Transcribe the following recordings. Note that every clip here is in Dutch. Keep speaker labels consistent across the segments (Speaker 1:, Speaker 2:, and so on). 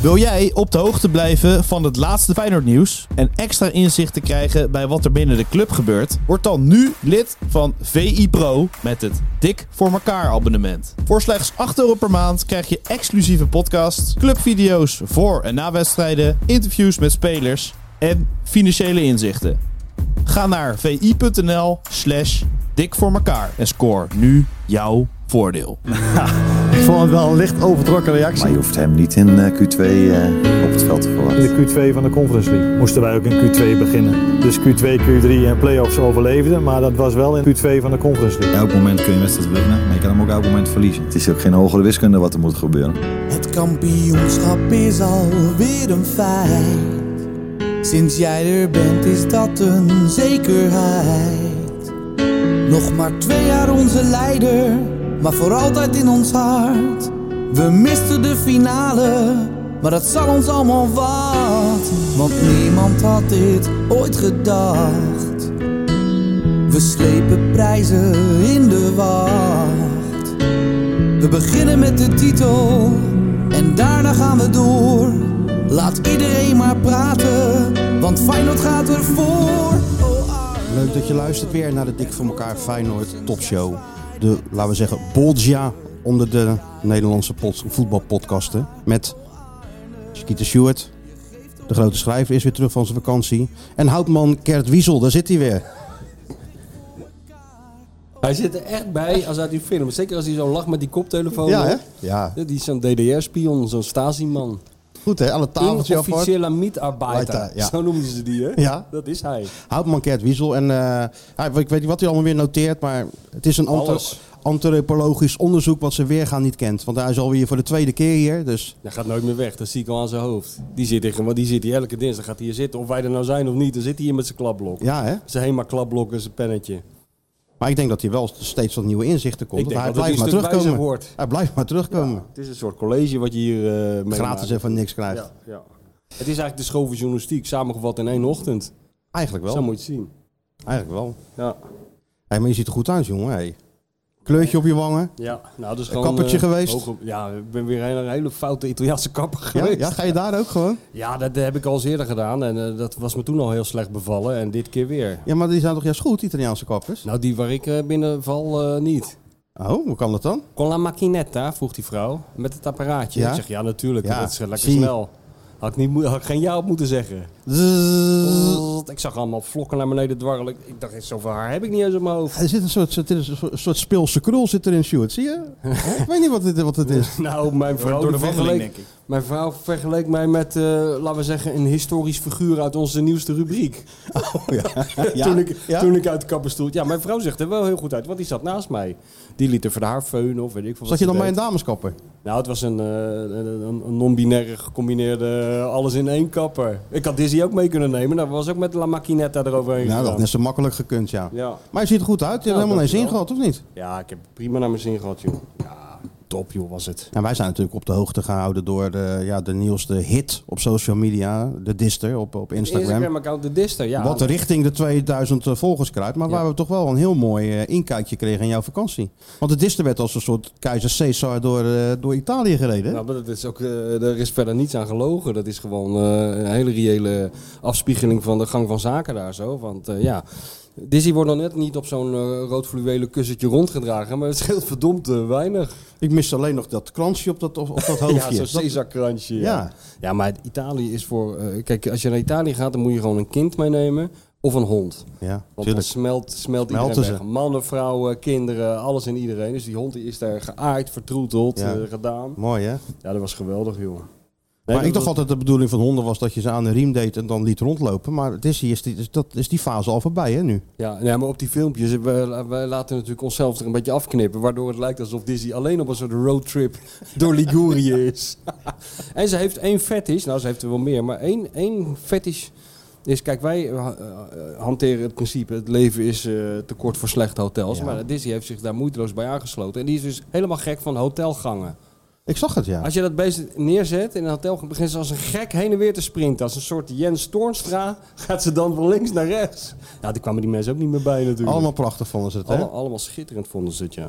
Speaker 1: Wil jij op de hoogte blijven van het laatste Feyenoord nieuws en extra inzicht te krijgen bij wat er binnen de club gebeurt? Word dan nu lid van VI Pro met het Dik voor elkaar abonnement. Voor slechts 8 euro per maand krijg je exclusieve podcasts, clubvideo's voor en na wedstrijden, interviews met spelers en financiële inzichten. Ga naar vi.nl slash dik voor elkaar en score nu jouw voordeel.
Speaker 2: Ik vond het wel een licht overtrokken reactie.
Speaker 3: Maar je hoeft hem niet in eh, Q2 eh, op het veld te
Speaker 2: In
Speaker 3: verwachten.
Speaker 2: de Q2 van de Conference League moesten wij ook in Q2 beginnen. Dus Q2, Q3 en play-offs overleefden, maar dat was wel in Q2 van de Conference League.
Speaker 4: Elk moment kun je wedstrijd winnen, maar je kan hem ook elk moment verliezen.
Speaker 3: Het is ook geen hogere wiskunde wat er moet gebeuren.
Speaker 5: Het kampioenschap is alweer een feit. Sinds jij er bent is dat een zekerheid. Nog maar twee jaar onze leider, maar voor altijd in ons hart. We misten de finale, maar dat zal ons allemaal wat. Want niemand had dit ooit gedacht. We slepen prijzen in de wacht. We beginnen met de titel en daarna gaan we door. Laat iedereen maar praten, want Feyenoord gaat ervoor.
Speaker 6: Leuk dat je luistert weer naar de Dik voor elkaar Feyenoord topshow. De, laten we zeggen, Bolgia onder de Nederlandse pod- voetbalpodcasten. Met Skeeter Stewart, de grote schrijver, is weer terug van zijn vakantie. En houtman Kert Wiesel, daar zit hij weer.
Speaker 7: Hij zit er echt bij als uit die film. Zeker als hij zo lacht met die koptelefoon.
Speaker 6: Ja, hè?
Speaker 7: op.
Speaker 6: Ja,
Speaker 7: Ja, Die is zo'n DDR-spion, zo'n Stasi-man.
Speaker 6: goed hè, aan het tafeltje apart.
Speaker 7: Officiële mietarbeiter.
Speaker 6: Leiter, ja.
Speaker 7: Zo noemden ze die, hè?
Speaker 6: Ja.
Speaker 7: Dat is hij.
Speaker 6: Houtman Kert Wiesel. En eh, hij- ik weet niet wat hij allemaal weer noteert, maar het is een antro-
Speaker 7: Alles.
Speaker 6: antropologisch onderzoek wat ze weergaan niet kent. Want hij is alweer voor de tweede keer hier, dus...
Speaker 7: Hij gaat nooit meer weg, dat zie ik al aan zijn hoofd. Die zit, hier, want die zit hier elke dinsdag, gaat hij hier zitten. Of wij er nou zijn of niet, dan zit hij hier met zijn klapblok.
Speaker 6: Ja, hè?
Speaker 7: Zijn helemaal klapblok en zijn pennetje.
Speaker 6: Maar ik denk dat hij wel steeds tot nieuwe inzichten komt.
Speaker 7: Ik denk
Speaker 6: Want hij
Speaker 7: wel dat
Speaker 6: blijft maar
Speaker 7: hij een stuk
Speaker 6: terugkomen.
Speaker 7: wijzer wordt.
Speaker 6: Hij blijft maar terugkomen.
Speaker 7: Het is een soort college wat je hier eh meemaakt.
Speaker 6: Gratis en van niks krijgt.
Speaker 7: Ja, ja. Het is eigenlijk de school van journalistiek, samengevat in één ochtend.
Speaker 6: Eigenlijk
Speaker 7: Zo
Speaker 6: wel.
Speaker 7: moet je het zien.
Speaker 6: Eigenlijk wel.
Speaker 7: Ja,
Speaker 6: Hey, maar je ziet er goed uit, jongen. Hey. Kleurtje op je wangen.
Speaker 7: ja. Nou, dat is
Speaker 6: Een
Speaker 7: gewoon...
Speaker 6: kappertje
Speaker 7: eh,
Speaker 6: geweest?
Speaker 7: hoog- ja, ik ben weer een een hele foute Italiaanse kapper
Speaker 6: Ja?
Speaker 7: geweest.
Speaker 6: ja, ga je daar ook gewoon?
Speaker 7: Ja, dat heb ik al eens eerder gedaan en eh, dat was me toen al heel slecht bevallen en dit keer weer.
Speaker 6: Ja, maar die zijn toch juist goed, Italiaanse kappers?
Speaker 7: Nou, die waar ik eh, binnenval eh, niet.
Speaker 6: Oh, hoe kan dat dan?
Speaker 7: Con la macchinetta, vroeg die vrouw, met het apparaatje.
Speaker 6: Ja?
Speaker 7: Ik zeg, ja natuurlijk,
Speaker 6: Ja,
Speaker 7: dat is eh, lekker
Speaker 6: zie.
Speaker 7: snel. Had ik, niet, moe- had ik geen ja op moeten zeggen.
Speaker 6: Zzzz.
Speaker 7: Ik zag allemaal vlokken naar beneden dwarrelen. Ik- Ik dacht, zoveel haar heb ik niet eens op mijn hoofd.
Speaker 6: Er zit een soort, er is een soort- soort speelse krul zit er in Stuart, zie je? ik weet niet wat dit, wat het is.
Speaker 7: Nou, mijn vrouw,
Speaker 4: door
Speaker 7: die
Speaker 4: de wandeling,
Speaker 7: vergeleek,
Speaker 4: denk ik.
Speaker 7: mijn vrouw vergeleek mij met, eh, laten we zeggen, een historisch figuur uit onze nieuwste rubriek.
Speaker 6: Oh, Ja?
Speaker 7: toen, ik,
Speaker 6: Ja?
Speaker 7: toen ik uit de kapperstoel... Ja, mijn vrouw zegt er wel heel goed uit, want die zat naast mij. Die liet er voor de haar feunen of weet ik veel wat
Speaker 6: Zat je dan
Speaker 7: ze
Speaker 6: bij een
Speaker 7: deed.
Speaker 6: dameskapper?
Speaker 7: Nou, het was een, eh, een, een- een non-binaire gecombineerde eh, alles in één kapper. Ik had Dizzy ook mee kunnen nemen. Dat was ook met La Macchinetta eroverheen
Speaker 6: Nou, dat
Speaker 7: gegaan.
Speaker 6: had net zo makkelijk gekund, ja.
Speaker 7: Ja.
Speaker 6: Maar je ziet er goed uit. Je hebt
Speaker 7: Nou,
Speaker 6: helemaal geen zin
Speaker 7: dankjewel.
Speaker 6: gehad, of niet?
Speaker 7: ja, ik heb prima naar mijn zin gehad, joh. Ja, top, joh, was het.
Speaker 6: En Nou, wij zijn natuurlijk op de hoogte gehouden door de, ja, de nieuwste hit op social media, de Dister op, op Instagram.
Speaker 7: Instagram-account De Dister, ja.
Speaker 6: Wat richting de 2000 volgers kruipt, maar waar
Speaker 7: Ja.
Speaker 6: we toch wel een heel mooi eh, inkijkje kregen in jouw vakantie. Want de Dister werd als een soort keizer Caesar door, eh, door Italië gereden.
Speaker 7: Nou, maar dat is ook, eh, er is verder niets aan gelogen. Dat is gewoon eh, een hele reële afspiegeling van de gang van zaken daar zo. Want eh, ja, Dizzy wordt nog net niet op zo'n eh, rood fluwelen kussentje rondgedragen. Maar het scheelt verdomd eh, weinig.
Speaker 6: Ik mis alleen nog dat kransje op dat, op, op dat hoofdje.
Speaker 7: Ja,
Speaker 6: Dat-
Speaker 7: zo'n Caesar-kransje. Ja.
Speaker 6: Ja.
Speaker 7: ja. maar Italië is voor... eh, kijk, als je naar Italië gaat, dan moet je gewoon een kind meenemen of een hond.
Speaker 6: ja,
Speaker 7: Want dan
Speaker 6: tuurlijk.
Speaker 7: smelt, smelt
Speaker 6: Smelten
Speaker 7: iedereen weg.
Speaker 6: ze.
Speaker 7: Mannen, vrouwen, kinderen, alles en iedereen. Dus die hond die is daar geaard, vertroeteld,
Speaker 6: Ja.
Speaker 7: eh, gedaan.
Speaker 6: Mooi hè?
Speaker 7: Ja, dat was geweldig, joh.
Speaker 6: maar ik dacht altijd de bedoeling van honden was dat je ze aan de riem deed en dan liet rondlopen. Maar het is, hier- is, die, is, dat, is die fase al voorbij hè nu?
Speaker 7: Ja, ja, maar op die filmpjes, eh, wij, wij laten natuurlijk onszelf er een beetje afknippen. Waardoor het lijkt alsof Disney alleen op een soort roadtrip door Ligurië is. en ze heeft één fetish, nou ze heeft er wel meer, maar één, één fetish is... Kijk, wij eh, eh, hanteren het principe, het leven is eh te kort voor slechte hotels.
Speaker 6: Ja.
Speaker 7: Maar Disney heeft zich daar moeiteloos bij aangesloten. En die is dus helemaal gek van hotelgangen.
Speaker 6: Ik zag het ja.
Speaker 7: Als je dat beest neerzet in een hotel, begint ze als een gek heen en weer te sprinten. Als een soort Jens Toornstra gaat ze dan van links naar rechts. Nou, daar kwamen die mensen ook niet meer bij natuurlijk.
Speaker 6: Allemaal prachtig vonden ze het hè?
Speaker 7: Alle- allemaal schitterend vonden ze het, ja.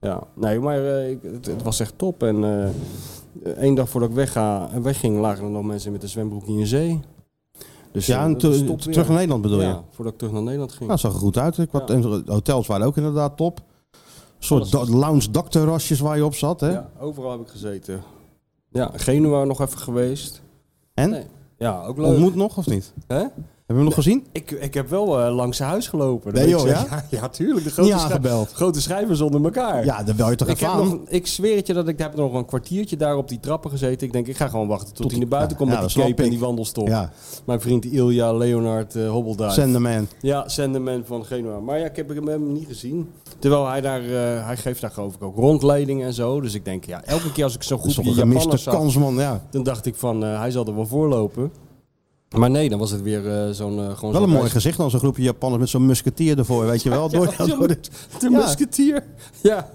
Speaker 7: Ja, nee, maar eh, ik- het, het was echt top. En eh, Eén dag voordat ik wegga, wegging, lagen er nog mensen met een zwembroek in de zee. Dus
Speaker 6: Ja,
Speaker 7: eh,
Speaker 6: en
Speaker 7: dat
Speaker 6: te-
Speaker 7: is top weer.
Speaker 6: terug naar Nederland bedoel je?
Speaker 7: Ja, voordat ik terug naar Nederland ging.
Speaker 6: Nou, zag er goed uit. Ik had-
Speaker 7: Ja.
Speaker 6: En de hotels waren ook inderdaad top. Een soort
Speaker 7: Alles.
Speaker 6: da- lounge dakterrasjes waar je op zat, hè?
Speaker 7: Ja, overal heb ik gezeten. Ja, Genua nog even geweest.
Speaker 6: En?
Speaker 7: Nee. Ja, ook leuk.
Speaker 6: Ontmoet nog of niet?
Speaker 7: Hè?
Speaker 6: Hebben we hem nog gezien?
Speaker 7: Ik, ik heb wel eh, langs zijn huis gelopen. Dat
Speaker 6: Nee,
Speaker 7: moet ik
Speaker 6: joh,
Speaker 7: zeggen. ja? tuurlijk. De grote,
Speaker 6: Niet
Speaker 7: schrij-
Speaker 6: aangebeld.
Speaker 7: grote schrijvers onder elkaar.
Speaker 6: Ja, dan wil je toch
Speaker 7: Ik,
Speaker 6: even
Speaker 7: heb
Speaker 6: aan.
Speaker 7: nog, ik zweer het je dat ik heb nog een kwartiertje daar op die trappen gezeten. Ik denk, ik ga gewoon wachten tot, hij
Speaker 6: die-
Speaker 7: naar buiten
Speaker 6: ja,
Speaker 7: komt
Speaker 6: ja,
Speaker 7: met
Speaker 6: dat
Speaker 7: die
Speaker 6: snap
Speaker 7: cape en
Speaker 6: ik.
Speaker 7: die wandelstok.
Speaker 6: Ja,
Speaker 7: Mijn vriend Ilja Leonard eh Hobbelduif.
Speaker 6: send the man.
Speaker 7: Ja, Senderman van Genua. Maar ja, ik heb hem hem niet gezien. Terwijl hij daar, eh, hij geeft daar geloof ik ook rondleidingen en zo. Dus ik denk, ja, elke keer als ik zo'n
Speaker 6: Dat is toch
Speaker 7: groepje
Speaker 6: een
Speaker 7: Japanners
Speaker 6: gemiste
Speaker 7: zag,
Speaker 6: kans, man. Ja.
Speaker 7: dan dacht ik van, eh, hij zal er wel voorlopen. Maar nee, dan was het weer eh, zo'n... eh, gewoon
Speaker 6: Wel
Speaker 7: zo'n
Speaker 6: een mooi
Speaker 7: reis-
Speaker 6: gezicht dan, zo'n groepje Japanners met zo'n musketier ervoor, weet je wel. Door,
Speaker 7: Ja,
Speaker 6: door, de-
Speaker 7: De
Speaker 6: Ja.
Speaker 7: musketier. Ja.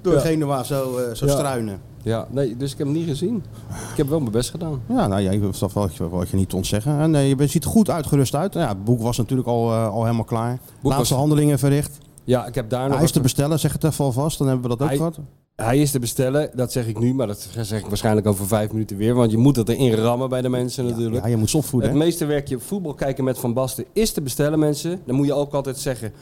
Speaker 6: door
Speaker 7: Ja.
Speaker 6: Genua zo, eh, zo
Speaker 7: Ja.
Speaker 6: struinen.
Speaker 7: ja, nee, dus ik heb hem niet gezien. Ik heb wel mijn best gedaan.
Speaker 6: Ja, nou ja, ik wil dat wat je, wat je niet te ontzeggen. En eh, je bent- ziet er goed uitgerust uit. Nou Ja, het boek was natuurlijk al, eh, al helemaal klaar.
Speaker 7: was-
Speaker 6: Laatste handelingen verricht.
Speaker 7: Ja, ik heb daar nog...
Speaker 6: Hij is te
Speaker 7: even-
Speaker 6: bestellen, zeg het even alvast. Dan hebben we dat ook
Speaker 7: Hij-
Speaker 6: gehad.
Speaker 7: Hij is te bestellen, dat zeg ik nu, maar dat zeg ik waarschijnlijk over vijf minuten weer. Want je moet dat erin rammen bij de mensen natuurlijk.
Speaker 6: Ja, je moet ze opvoeden.
Speaker 7: Het
Speaker 6: hè?
Speaker 7: meeste werkje voetbal kijken met Van Basten is te bestellen, mensen. Dan moet je ook altijd zeggen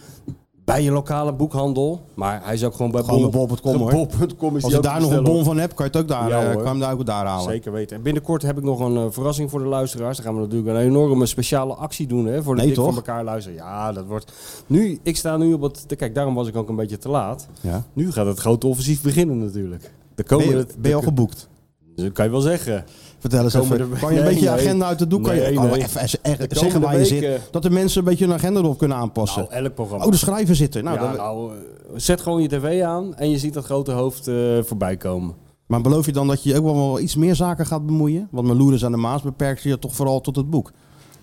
Speaker 7: bij je lokale boekhandel. Maar hij is ook gewoon bij
Speaker 6: Gewoon bij bol.com, hoor.
Speaker 7: Bol.com
Speaker 6: Als
Speaker 7: is hij
Speaker 6: je daar
Speaker 7: ook te
Speaker 6: nog een
Speaker 7: bestellen,
Speaker 6: bon van hebt, kan je het ook daar,
Speaker 7: Ja,
Speaker 6: eh,
Speaker 7: hoor.
Speaker 6: kan je hem daar ook daar halen.
Speaker 7: Zeker weten. En binnenkort heb ik nog een eh, verrassing voor de luisteraars. Dan gaan we natuurlijk een enorme speciale actie doen hè, voor de
Speaker 6: Nee,
Speaker 7: dik van
Speaker 6: toch?
Speaker 7: elkaar luisteren. Ja, dat wordt. Nu, ik sta nu op het. Kijk, daarom was ik ook een beetje te laat.
Speaker 6: Ja.
Speaker 7: Nu gaat het grote offensief beginnen natuurlijk. De
Speaker 6: Ben, je,
Speaker 7: komende,
Speaker 6: ben je al geboekt?
Speaker 7: dat kan je wel zeggen.
Speaker 6: Vertel eens
Speaker 7: Komen
Speaker 6: even.
Speaker 7: de-
Speaker 6: kan je een
Speaker 7: Nee,
Speaker 6: beetje je
Speaker 7: nee.
Speaker 6: agenda uit de doek? kan je,
Speaker 7: Nee,
Speaker 6: kan je
Speaker 7: nee.
Speaker 6: even, eens echt
Speaker 7: komende
Speaker 6: zeggen waar je
Speaker 7: weken-
Speaker 6: zit. Dat de mensen een beetje hun agenda erop kunnen aanpassen.
Speaker 7: Nou, elk programma.
Speaker 6: oh, de schrijver zit er. Nou,
Speaker 7: ja,
Speaker 6: dan-
Speaker 7: nou, eh, zet gewoon je tv aan en je ziet dat grote hoofd eh, voorbij komen.
Speaker 6: Maar beloof je dan dat je je ook wel, wel iets meer zaken gaat bemoeien? Want mijn loerders aan de Maas beperkt je toch vooral tot het boek.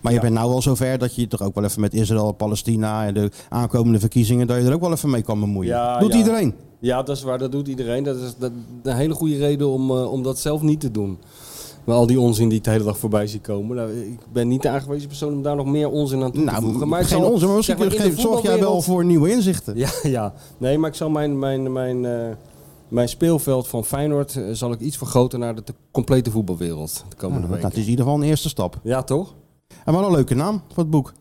Speaker 6: Maar je
Speaker 7: Ja.
Speaker 6: bent nou wel zover dat je je toch ook wel even met Israël, Palestina en de aankomende verkiezingen, dat je er ook wel even mee kan bemoeien.
Speaker 7: Ja,
Speaker 6: Doet
Speaker 7: ja.
Speaker 6: iedereen.
Speaker 7: Ja, dat is waar, dat doet iedereen. Dat is dat, een hele goede reden om, eh, om dat zelf niet te doen. Maar al die onzin die ik de hele dag voorbij zie komen. nou, ik ben niet de aangewezen persoon om daar nog meer onzin aan toe te
Speaker 6: Nou,
Speaker 7: voegen.
Speaker 6: maar
Speaker 7: ik
Speaker 6: geen
Speaker 7: zal-
Speaker 6: onzin, maar misschien
Speaker 7: zeg maar, in de
Speaker 6: geef- zorg jij wel
Speaker 7: voetbalwereld-
Speaker 6: voor nieuwe inzichten.
Speaker 7: Ja, ja, nee, maar ik zal mijn, mijn, mijn, eh, mijn speelveld van Feyenoord eh, zal ik iets vergroten naar de te- complete voetbalwereld de
Speaker 6: Nou,
Speaker 7: komende
Speaker 6: dat
Speaker 7: weken.
Speaker 6: is in ieder geval een eerste stap.
Speaker 7: Ja, toch?
Speaker 6: En wat een leuke naam voor het boek.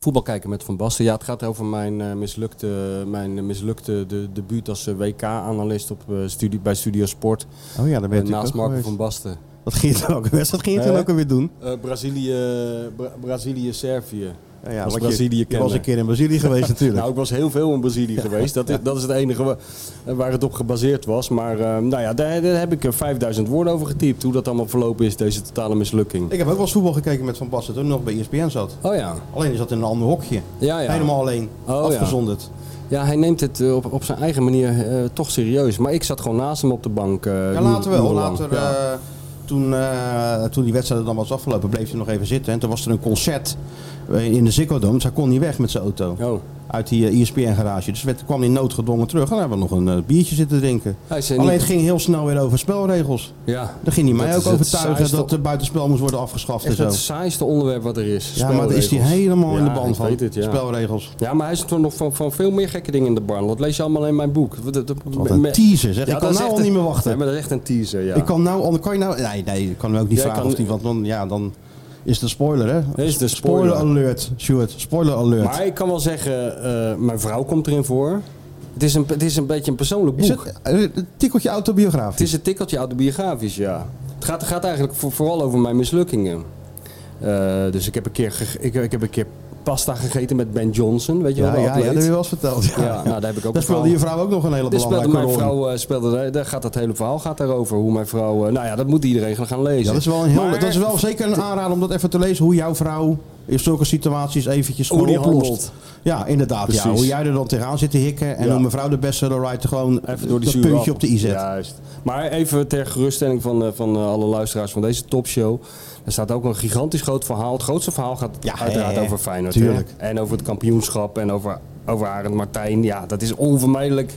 Speaker 7: Voetbal kijken met Van Basten. Ja, het gaat over mijn eh, mislukte, mijn eh, mislukte de, debuut als eh, WK-analist op, eh, studie, bij Studio Sport.
Speaker 6: Oh ja, daar ben je
Speaker 7: Eh, naast
Speaker 6: natuurlijk ook
Speaker 7: Marco
Speaker 6: geweest.
Speaker 7: van Basten.
Speaker 6: Dat ging je toen ook, dat ging je toen
Speaker 7: Nee.
Speaker 6: ook weer doen.
Speaker 7: Eh, Brazilië, Bra- Brazilië, Servië.
Speaker 6: Ja, ja,
Speaker 7: Als
Speaker 6: want
Speaker 7: Brazilië
Speaker 6: je, je
Speaker 7: kennen.
Speaker 6: was een keer in Brazilië geweest natuurlijk.
Speaker 7: Nou, ik was heel veel in Brazilië geweest. Dat is, dat is het enige wa- eh, waar het op gebaseerd was. Maar eh, nou ja, daar, daar heb ik eh, 5000 woorden over getypt. Hoe dat allemaal verlopen is, deze totale mislukking.
Speaker 6: ik heb ook wel eens voetbal gekeken met Van Basten toen hij nog bij E ESPN zat.
Speaker 7: Oh ja.
Speaker 6: Alleen is dat in een ander hokje.
Speaker 7: Ja, ja.
Speaker 6: Helemaal alleen.
Speaker 7: ja.
Speaker 6: afgezonderd.
Speaker 7: ja, hij neemt het eh, op, op zijn eigen manier eh, toch serieus. Maar ik zat gewoon naast hem op de bank. eh,
Speaker 6: Ja,
Speaker 7: uren-
Speaker 6: later wel.
Speaker 7: urenlang.
Speaker 6: Later,
Speaker 7: Ja.
Speaker 6: eh, toen, eh, toen die wedstrijd er dan was afgelopen, bleef hij nog even zitten. En toen was er een concert eh, in de Ziggo Dome. Dus hij kon niet weg met zijn auto.
Speaker 7: Oh.
Speaker 6: Uit die ESPN-garage. Dus werd, kwam hij noodgedwongen terug. En dan hebben we nog een eh, biertje zitten drinken.
Speaker 7: Hij is, eh,
Speaker 6: Alleen
Speaker 7: niet-
Speaker 6: het ging heel snel weer over spelregels.
Speaker 7: Ja.
Speaker 6: Daar ging hij mij
Speaker 7: Dat is
Speaker 6: ook
Speaker 7: het
Speaker 6: overtuigen
Speaker 7: saaiste-
Speaker 6: dat het buitenspel moest worden afgeschaft en
Speaker 7: Echt
Speaker 6: zo.
Speaker 7: het saaiste onderwerp wat er is.
Speaker 6: Ja, maar daar is hij
Speaker 7: Spelregels.
Speaker 6: helemaal in de
Speaker 7: Ja,
Speaker 6: band
Speaker 7: ik
Speaker 6: van.
Speaker 7: weet het, ja.
Speaker 6: Spelregels.
Speaker 7: Ja, maar hij is toch nog van, van veel meer gekke dingen in de bar. Dat lees je allemaal in mijn boek. Wat dat-
Speaker 6: Wat een
Speaker 7: me-
Speaker 6: teaser zeg.
Speaker 7: Ja,
Speaker 6: ik
Speaker 7: dat
Speaker 6: kan
Speaker 7: is
Speaker 6: nou
Speaker 7: echt
Speaker 6: al niet
Speaker 7: een-
Speaker 6: meer wachten.
Speaker 7: Nee, maar dat is echt een teaser, ja.
Speaker 6: Ik kan nou, al- kan je nou... Nee, nee, ik kan hem ook niet
Speaker 7: Jij
Speaker 6: vragen
Speaker 7: kan-
Speaker 6: of die, want dan, ja, dan is het een spoiler, hè?
Speaker 7: Dit is de
Speaker 6: spoiler.
Speaker 7: spoiler.
Speaker 6: alert, Stuart. Spoiler alert.
Speaker 7: Maar ik kan wel zeggen, eh, mijn vrouw komt erin voor. Het is een, het is een beetje een persoonlijk boek.
Speaker 6: is
Speaker 7: het...
Speaker 6: het eh, een tikkeltje autobiografisch?
Speaker 7: is een tikkeltje autobiografisch, ja. Het gaat, het gaat eigenlijk voor- vooral over mijn mislukkingen. Eh, dus ik heb, een keer gege- ik, ik heb een keer pasta gegeten met Ben Johnson. Weet je
Speaker 6: ja,
Speaker 7: wel,
Speaker 6: ja,
Speaker 7: de
Speaker 6: ja, dat
Speaker 7: atleet?
Speaker 6: heb je wel eens verteld. Ja.
Speaker 7: Ja, nou, daar heb ik ook
Speaker 6: Daar
Speaker 7: een
Speaker 6: speelde
Speaker 7: verhaal.
Speaker 6: je vrouw ook nog een hele
Speaker 7: Dit Dus speelde
Speaker 6: belangrijke
Speaker 7: mijn
Speaker 6: rol. in.
Speaker 7: vrouw, eh, speelde, daar- daar gaat dat hele verhaal gaat daarover. Hoe mijn vrouw, eh, nou ja, dat moet iedereen gaan- gaan lezen.
Speaker 6: Ja, dat is wel, een heel,
Speaker 7: Maar
Speaker 6: dat is wel zeker een aanrader om dat even te lezen. Hoe jouw vrouw in zulke situaties eventjes
Speaker 7: Hoe
Speaker 6: gewoon
Speaker 7: die
Speaker 6: oplost.
Speaker 7: handelt.
Speaker 6: Ja, inderdaad. Ja,
Speaker 7: Precies.
Speaker 6: hoe jij er dan tegenaan zit te hikken. En
Speaker 7: Ja.
Speaker 6: hoe mevrouw de bestseller-writer gewoon
Speaker 7: Even door die
Speaker 6: dat
Speaker 7: zure
Speaker 6: puntje
Speaker 7: appel.
Speaker 6: op de i zet.
Speaker 7: Juist. Maar even ter geruststelling van, eh, van eh, alle luisteraars van deze topshow. Er staat ook een gigantisch groot verhaal. Het grootste verhaal gaat
Speaker 6: Ja,
Speaker 7: uiteraard
Speaker 6: hè, hè.
Speaker 7: over Feyenoord.
Speaker 6: Tuurlijk.
Speaker 7: hè. En over het kampioenschap en over, over Arend Martijn. Ja, dat is onvermijdelijk.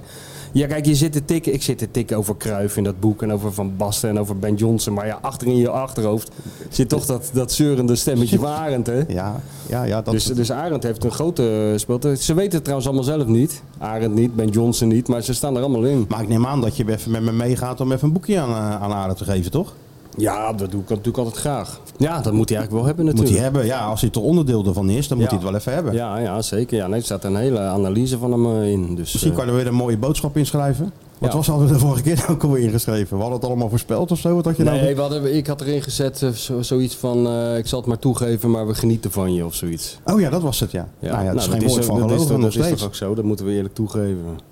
Speaker 7: Ja, kijk, je zit te tikken. Ik zit te tikken over Kruif in dat boek en over Van Basten en over Ben Johnson. Maar ja, achter in je achterhoofd zit toch dat, dat zeurende stemmetje van Arend, hè?
Speaker 6: Ja, ja, ja dat
Speaker 7: Dus, dus Arend heeft een grote eh, speeltijd. Ze weten het trouwens allemaal zelf niet. Arend niet, Ben Johnson niet, maar ze staan er allemaal in.
Speaker 6: Maar ik neem aan dat je even met me meegaat om even een boekje aan, eh, aan Arend te geven, toch?
Speaker 7: Ja, dat doe ik natuurlijk altijd graag. Ja, dat moet hij eigenlijk wel hebben
Speaker 6: Moet
Speaker 7: natuurlijk.
Speaker 6: hij hebben. Ja, als hij toch onderdeel ervan is, dan moet
Speaker 7: Ja.
Speaker 6: hij het wel even hebben.
Speaker 7: Ja, ja, zeker. Ja, nee, er staat een hele analyse van hem eh, in. Dus,
Speaker 6: Misschien
Speaker 7: eh,
Speaker 6: kan je er weer een mooie boodschap inschrijven. Wat
Speaker 7: Ja.
Speaker 6: was al de vorige keer ook alweer ingeschreven? We hadden het allemaal voorspeld of zo? Wat had je nou?
Speaker 7: Nee, we hadden, ik had erin gezet eh, zo, zoiets van, eh, ik zal het maar toegeven, maar we genieten van je of zoiets.
Speaker 6: Oh ja, dat was het, ja. Nou ja, dat is geen woord van
Speaker 7: dat is
Speaker 6: geloven
Speaker 7: toch-
Speaker 6: nog
Speaker 7: Dat is
Speaker 6: steeds.
Speaker 7: toch ook zo, dat moeten we eerlijk toegeven.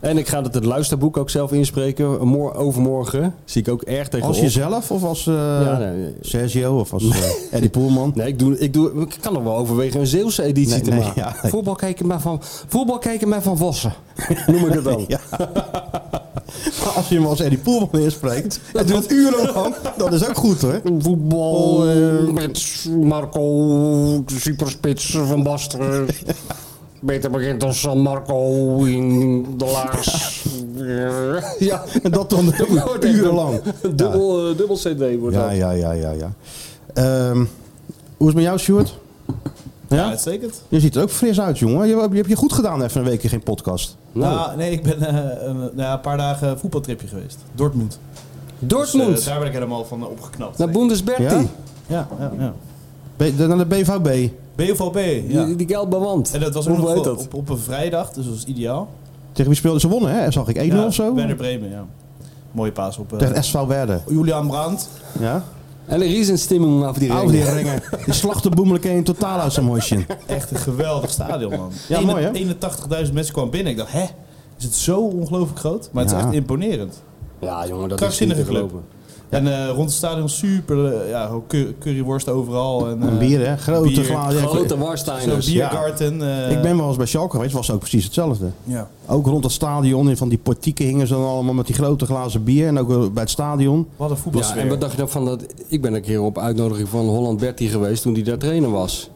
Speaker 7: En ik ga dat het luisterboek ook zelf inspreken, mor- overmorgen. Zie ik ook erg tegenop.
Speaker 6: Als jezelf of als eh,
Speaker 7: Ja, nee,
Speaker 6: Sergio of als eh, Eddie Poelman?
Speaker 7: Nee, ik, doe, ik, doe, ik kan nog wel overwegen een Zeeuwse editie
Speaker 6: Nee,
Speaker 7: te
Speaker 6: nee,
Speaker 7: maken.
Speaker 6: ja.
Speaker 7: Voetbal, kijken maar van, voetbal kijken maar van Vossen, noem ik het dan.
Speaker 6: Als je hem als Eddie Poelman inspreekt, en doet het urenlang, dat is ook goed hoor.
Speaker 7: Voetbal
Speaker 6: Oh,
Speaker 7: eh, met Marco, superspits van Basten. Beter bekend als San Marco in de laars. ja,
Speaker 6: En dat dan
Speaker 7: wordt echt
Speaker 6: urenlang.
Speaker 7: een dubbel, eh, dubbel CD wordt
Speaker 6: Ja,
Speaker 7: dat.
Speaker 6: ja, ja, ja, ja. Ehm, hoe is het met jou, Stuart?
Speaker 1: Ja, uitstekend.
Speaker 6: Je ziet er ook fris uit, jongen. Je, je hebt je goed gedaan even een weekje geen podcast.
Speaker 7: Nou,
Speaker 1: Nou, nee, ik ben eh, een, nou ja, een paar dagen voetbaltripje geweest. Dortmund.
Speaker 7: Dortmund,
Speaker 1: Dus, eh, daar ben ik helemaal van eh, opgeknapt.
Speaker 7: naar Bundesberti.
Speaker 6: Ja?
Speaker 1: ja, ja, ja.
Speaker 6: Be- de- naar de BVB.
Speaker 1: BVB, ja.
Speaker 7: Die, die geld bewand.
Speaker 1: En dat was ook
Speaker 7: Hoe
Speaker 1: nog
Speaker 7: heet
Speaker 1: op,
Speaker 7: dat?
Speaker 1: op, op een vrijdag, dus dat was ideaal.
Speaker 6: Tegen wie speelden ze wonnen, hè? Zag ik 1-0
Speaker 1: Ja,
Speaker 6: of zo?
Speaker 1: Werder Bremen, ja. Mooie paas op eh,
Speaker 6: Tegen SV Werder.
Speaker 1: Julian Brandt.
Speaker 6: Ja?
Speaker 7: En er is een stimming af die
Speaker 6: Oude
Speaker 7: ring.
Speaker 6: die ringen. Die slachterboemelijke in totaal uit zijn hosje.
Speaker 1: Echt een geweldig stadion, man.
Speaker 6: Ja, mooi, hè?
Speaker 1: 81.000 mensen kwamen binnen. Ik dacht, hè? Is het zo ongelooflijk groot? Maar het is
Speaker 6: Ja.
Speaker 1: echt imponerend.
Speaker 7: Ja, jongen, dat is niet
Speaker 1: Krankzinnige
Speaker 7: te
Speaker 1: club.
Speaker 7: gelopen.
Speaker 1: En eh, rond het stadion super, eh, ja, gewoon cur- curryworst overal. En, eh,
Speaker 6: Een bier, hè? Grote
Speaker 1: bier.
Speaker 6: glazen.
Speaker 7: Grote
Speaker 1: Zo'n
Speaker 7: Warsteiners.
Speaker 1: biergarten. eh,
Speaker 6: Ik ben wel eens bij Schalke geweest, was ook precies hetzelfde.
Speaker 1: Ja.
Speaker 6: Ook rond het stadion, in van die portieken hingen ze dan allemaal met die grote glazen bier. En ook eh, bij het stadion.
Speaker 1: Wat een
Speaker 7: Ja,
Speaker 1: voetbalsfeer.
Speaker 7: en wat dacht je dan van dat... Ik ben een keer op uitnodiging van Holland Bertie geweest toen hij daar trainer was.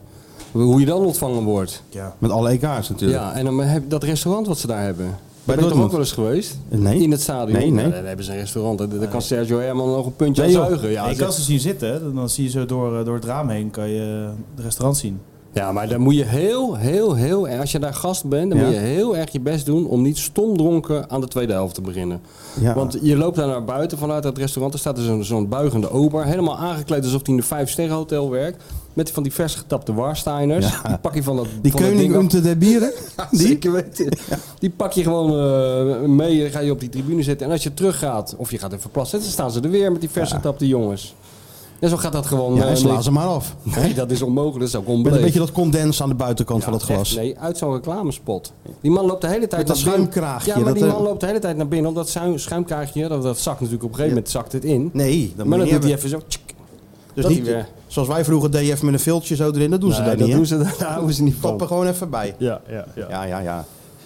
Speaker 7: Hoe je dan ontvangen wordt.
Speaker 1: Ja.
Speaker 6: Met alle EK's natuurlijk.
Speaker 7: Ja, en dan heb dat restaurant wat ze daar hebben. Daar ben je toch
Speaker 6: Dortmund?
Speaker 7: ook wel eens geweest?
Speaker 6: Nee.
Speaker 7: In het stadion?
Speaker 6: Nee, nee.
Speaker 7: Ja, daar hebben ze een restaurant. Daar, daar kan Sergio Herman nog een puntje
Speaker 6: Nee,
Speaker 7: aan
Speaker 6: joh.
Speaker 7: zuigen. Ja,
Speaker 1: Ja, je
Speaker 7: dat-
Speaker 1: kan ze zien zitten, hè. dan dan zie je zo door, eh, door het raam heen, kan je eh, het restaurant zien.
Speaker 7: ja, maar dan moet je heel, heel, heel... erg- Als je daar gast bent, dan
Speaker 6: Ja.
Speaker 7: moet je heel erg je best doen... om niet stomdronken aan de tweede helft te beginnen.
Speaker 6: Ja.
Speaker 7: Want je loopt daar naar buiten vanuit dat restaurant. Er staat er zo'n zo'n buigende ober. Helemaal aangekleed alsof hij in een vijfsterren hotel werkt. Met van die vers getapte Warsteiners. Die pak je van dat
Speaker 6: Die
Speaker 7: van dat
Speaker 6: koning
Speaker 7: ding af.
Speaker 6: om te de bieren. Die?
Speaker 7: Zeker weten. Die pak je gewoon eh, mee. Ga je op die tribune zitten. En als je teruggaat, of je gaat even plassen, dan staan ze er weer met die vers getapte jongens. En zo gaat dat gewoon.
Speaker 6: Ja,
Speaker 7: eh,
Speaker 6: en sla
Speaker 7: nee.
Speaker 6: ze maar af.
Speaker 7: Nee, dat is onmogelijk. Dat is ook
Speaker 6: Met
Speaker 7: onbeleefd.
Speaker 6: een beetje dat condens aan de buitenkant van dat
Speaker 7: Echt,
Speaker 6: glas.
Speaker 7: nee, uit zo'n reclamespot. Die man loopt de hele tijd
Speaker 6: Met dat
Speaker 7: naar binnen.
Speaker 6: schuimkraagje,
Speaker 7: Ja, maar
Speaker 6: dat,
Speaker 7: die
Speaker 6: eh,
Speaker 7: man loopt de hele tijd naar binnen. Omdat schuim, schuimkraagje, dat, dat zakt natuurlijk op een gegeven moment zakt het in.
Speaker 6: Nee, dat moet
Speaker 7: maar dan
Speaker 6: je
Speaker 7: doet
Speaker 6: niet
Speaker 7: hij
Speaker 6: hebben.
Speaker 7: even zo. tsk.
Speaker 6: Dus
Speaker 7: dat
Speaker 6: niet,
Speaker 7: hij weer-
Speaker 6: zoals wij vroeger deden, even met een viltje zo erin. Dat doen ze Nou,
Speaker 7: Nee,
Speaker 6: daar
Speaker 7: dat
Speaker 6: niet.
Speaker 7: doen
Speaker 6: hè?
Speaker 7: ze, daar houden ze niet van.
Speaker 6: Pap er gewoon even bij.
Speaker 7: Ja, ja, ja.
Speaker 6: Ja, ja, ja.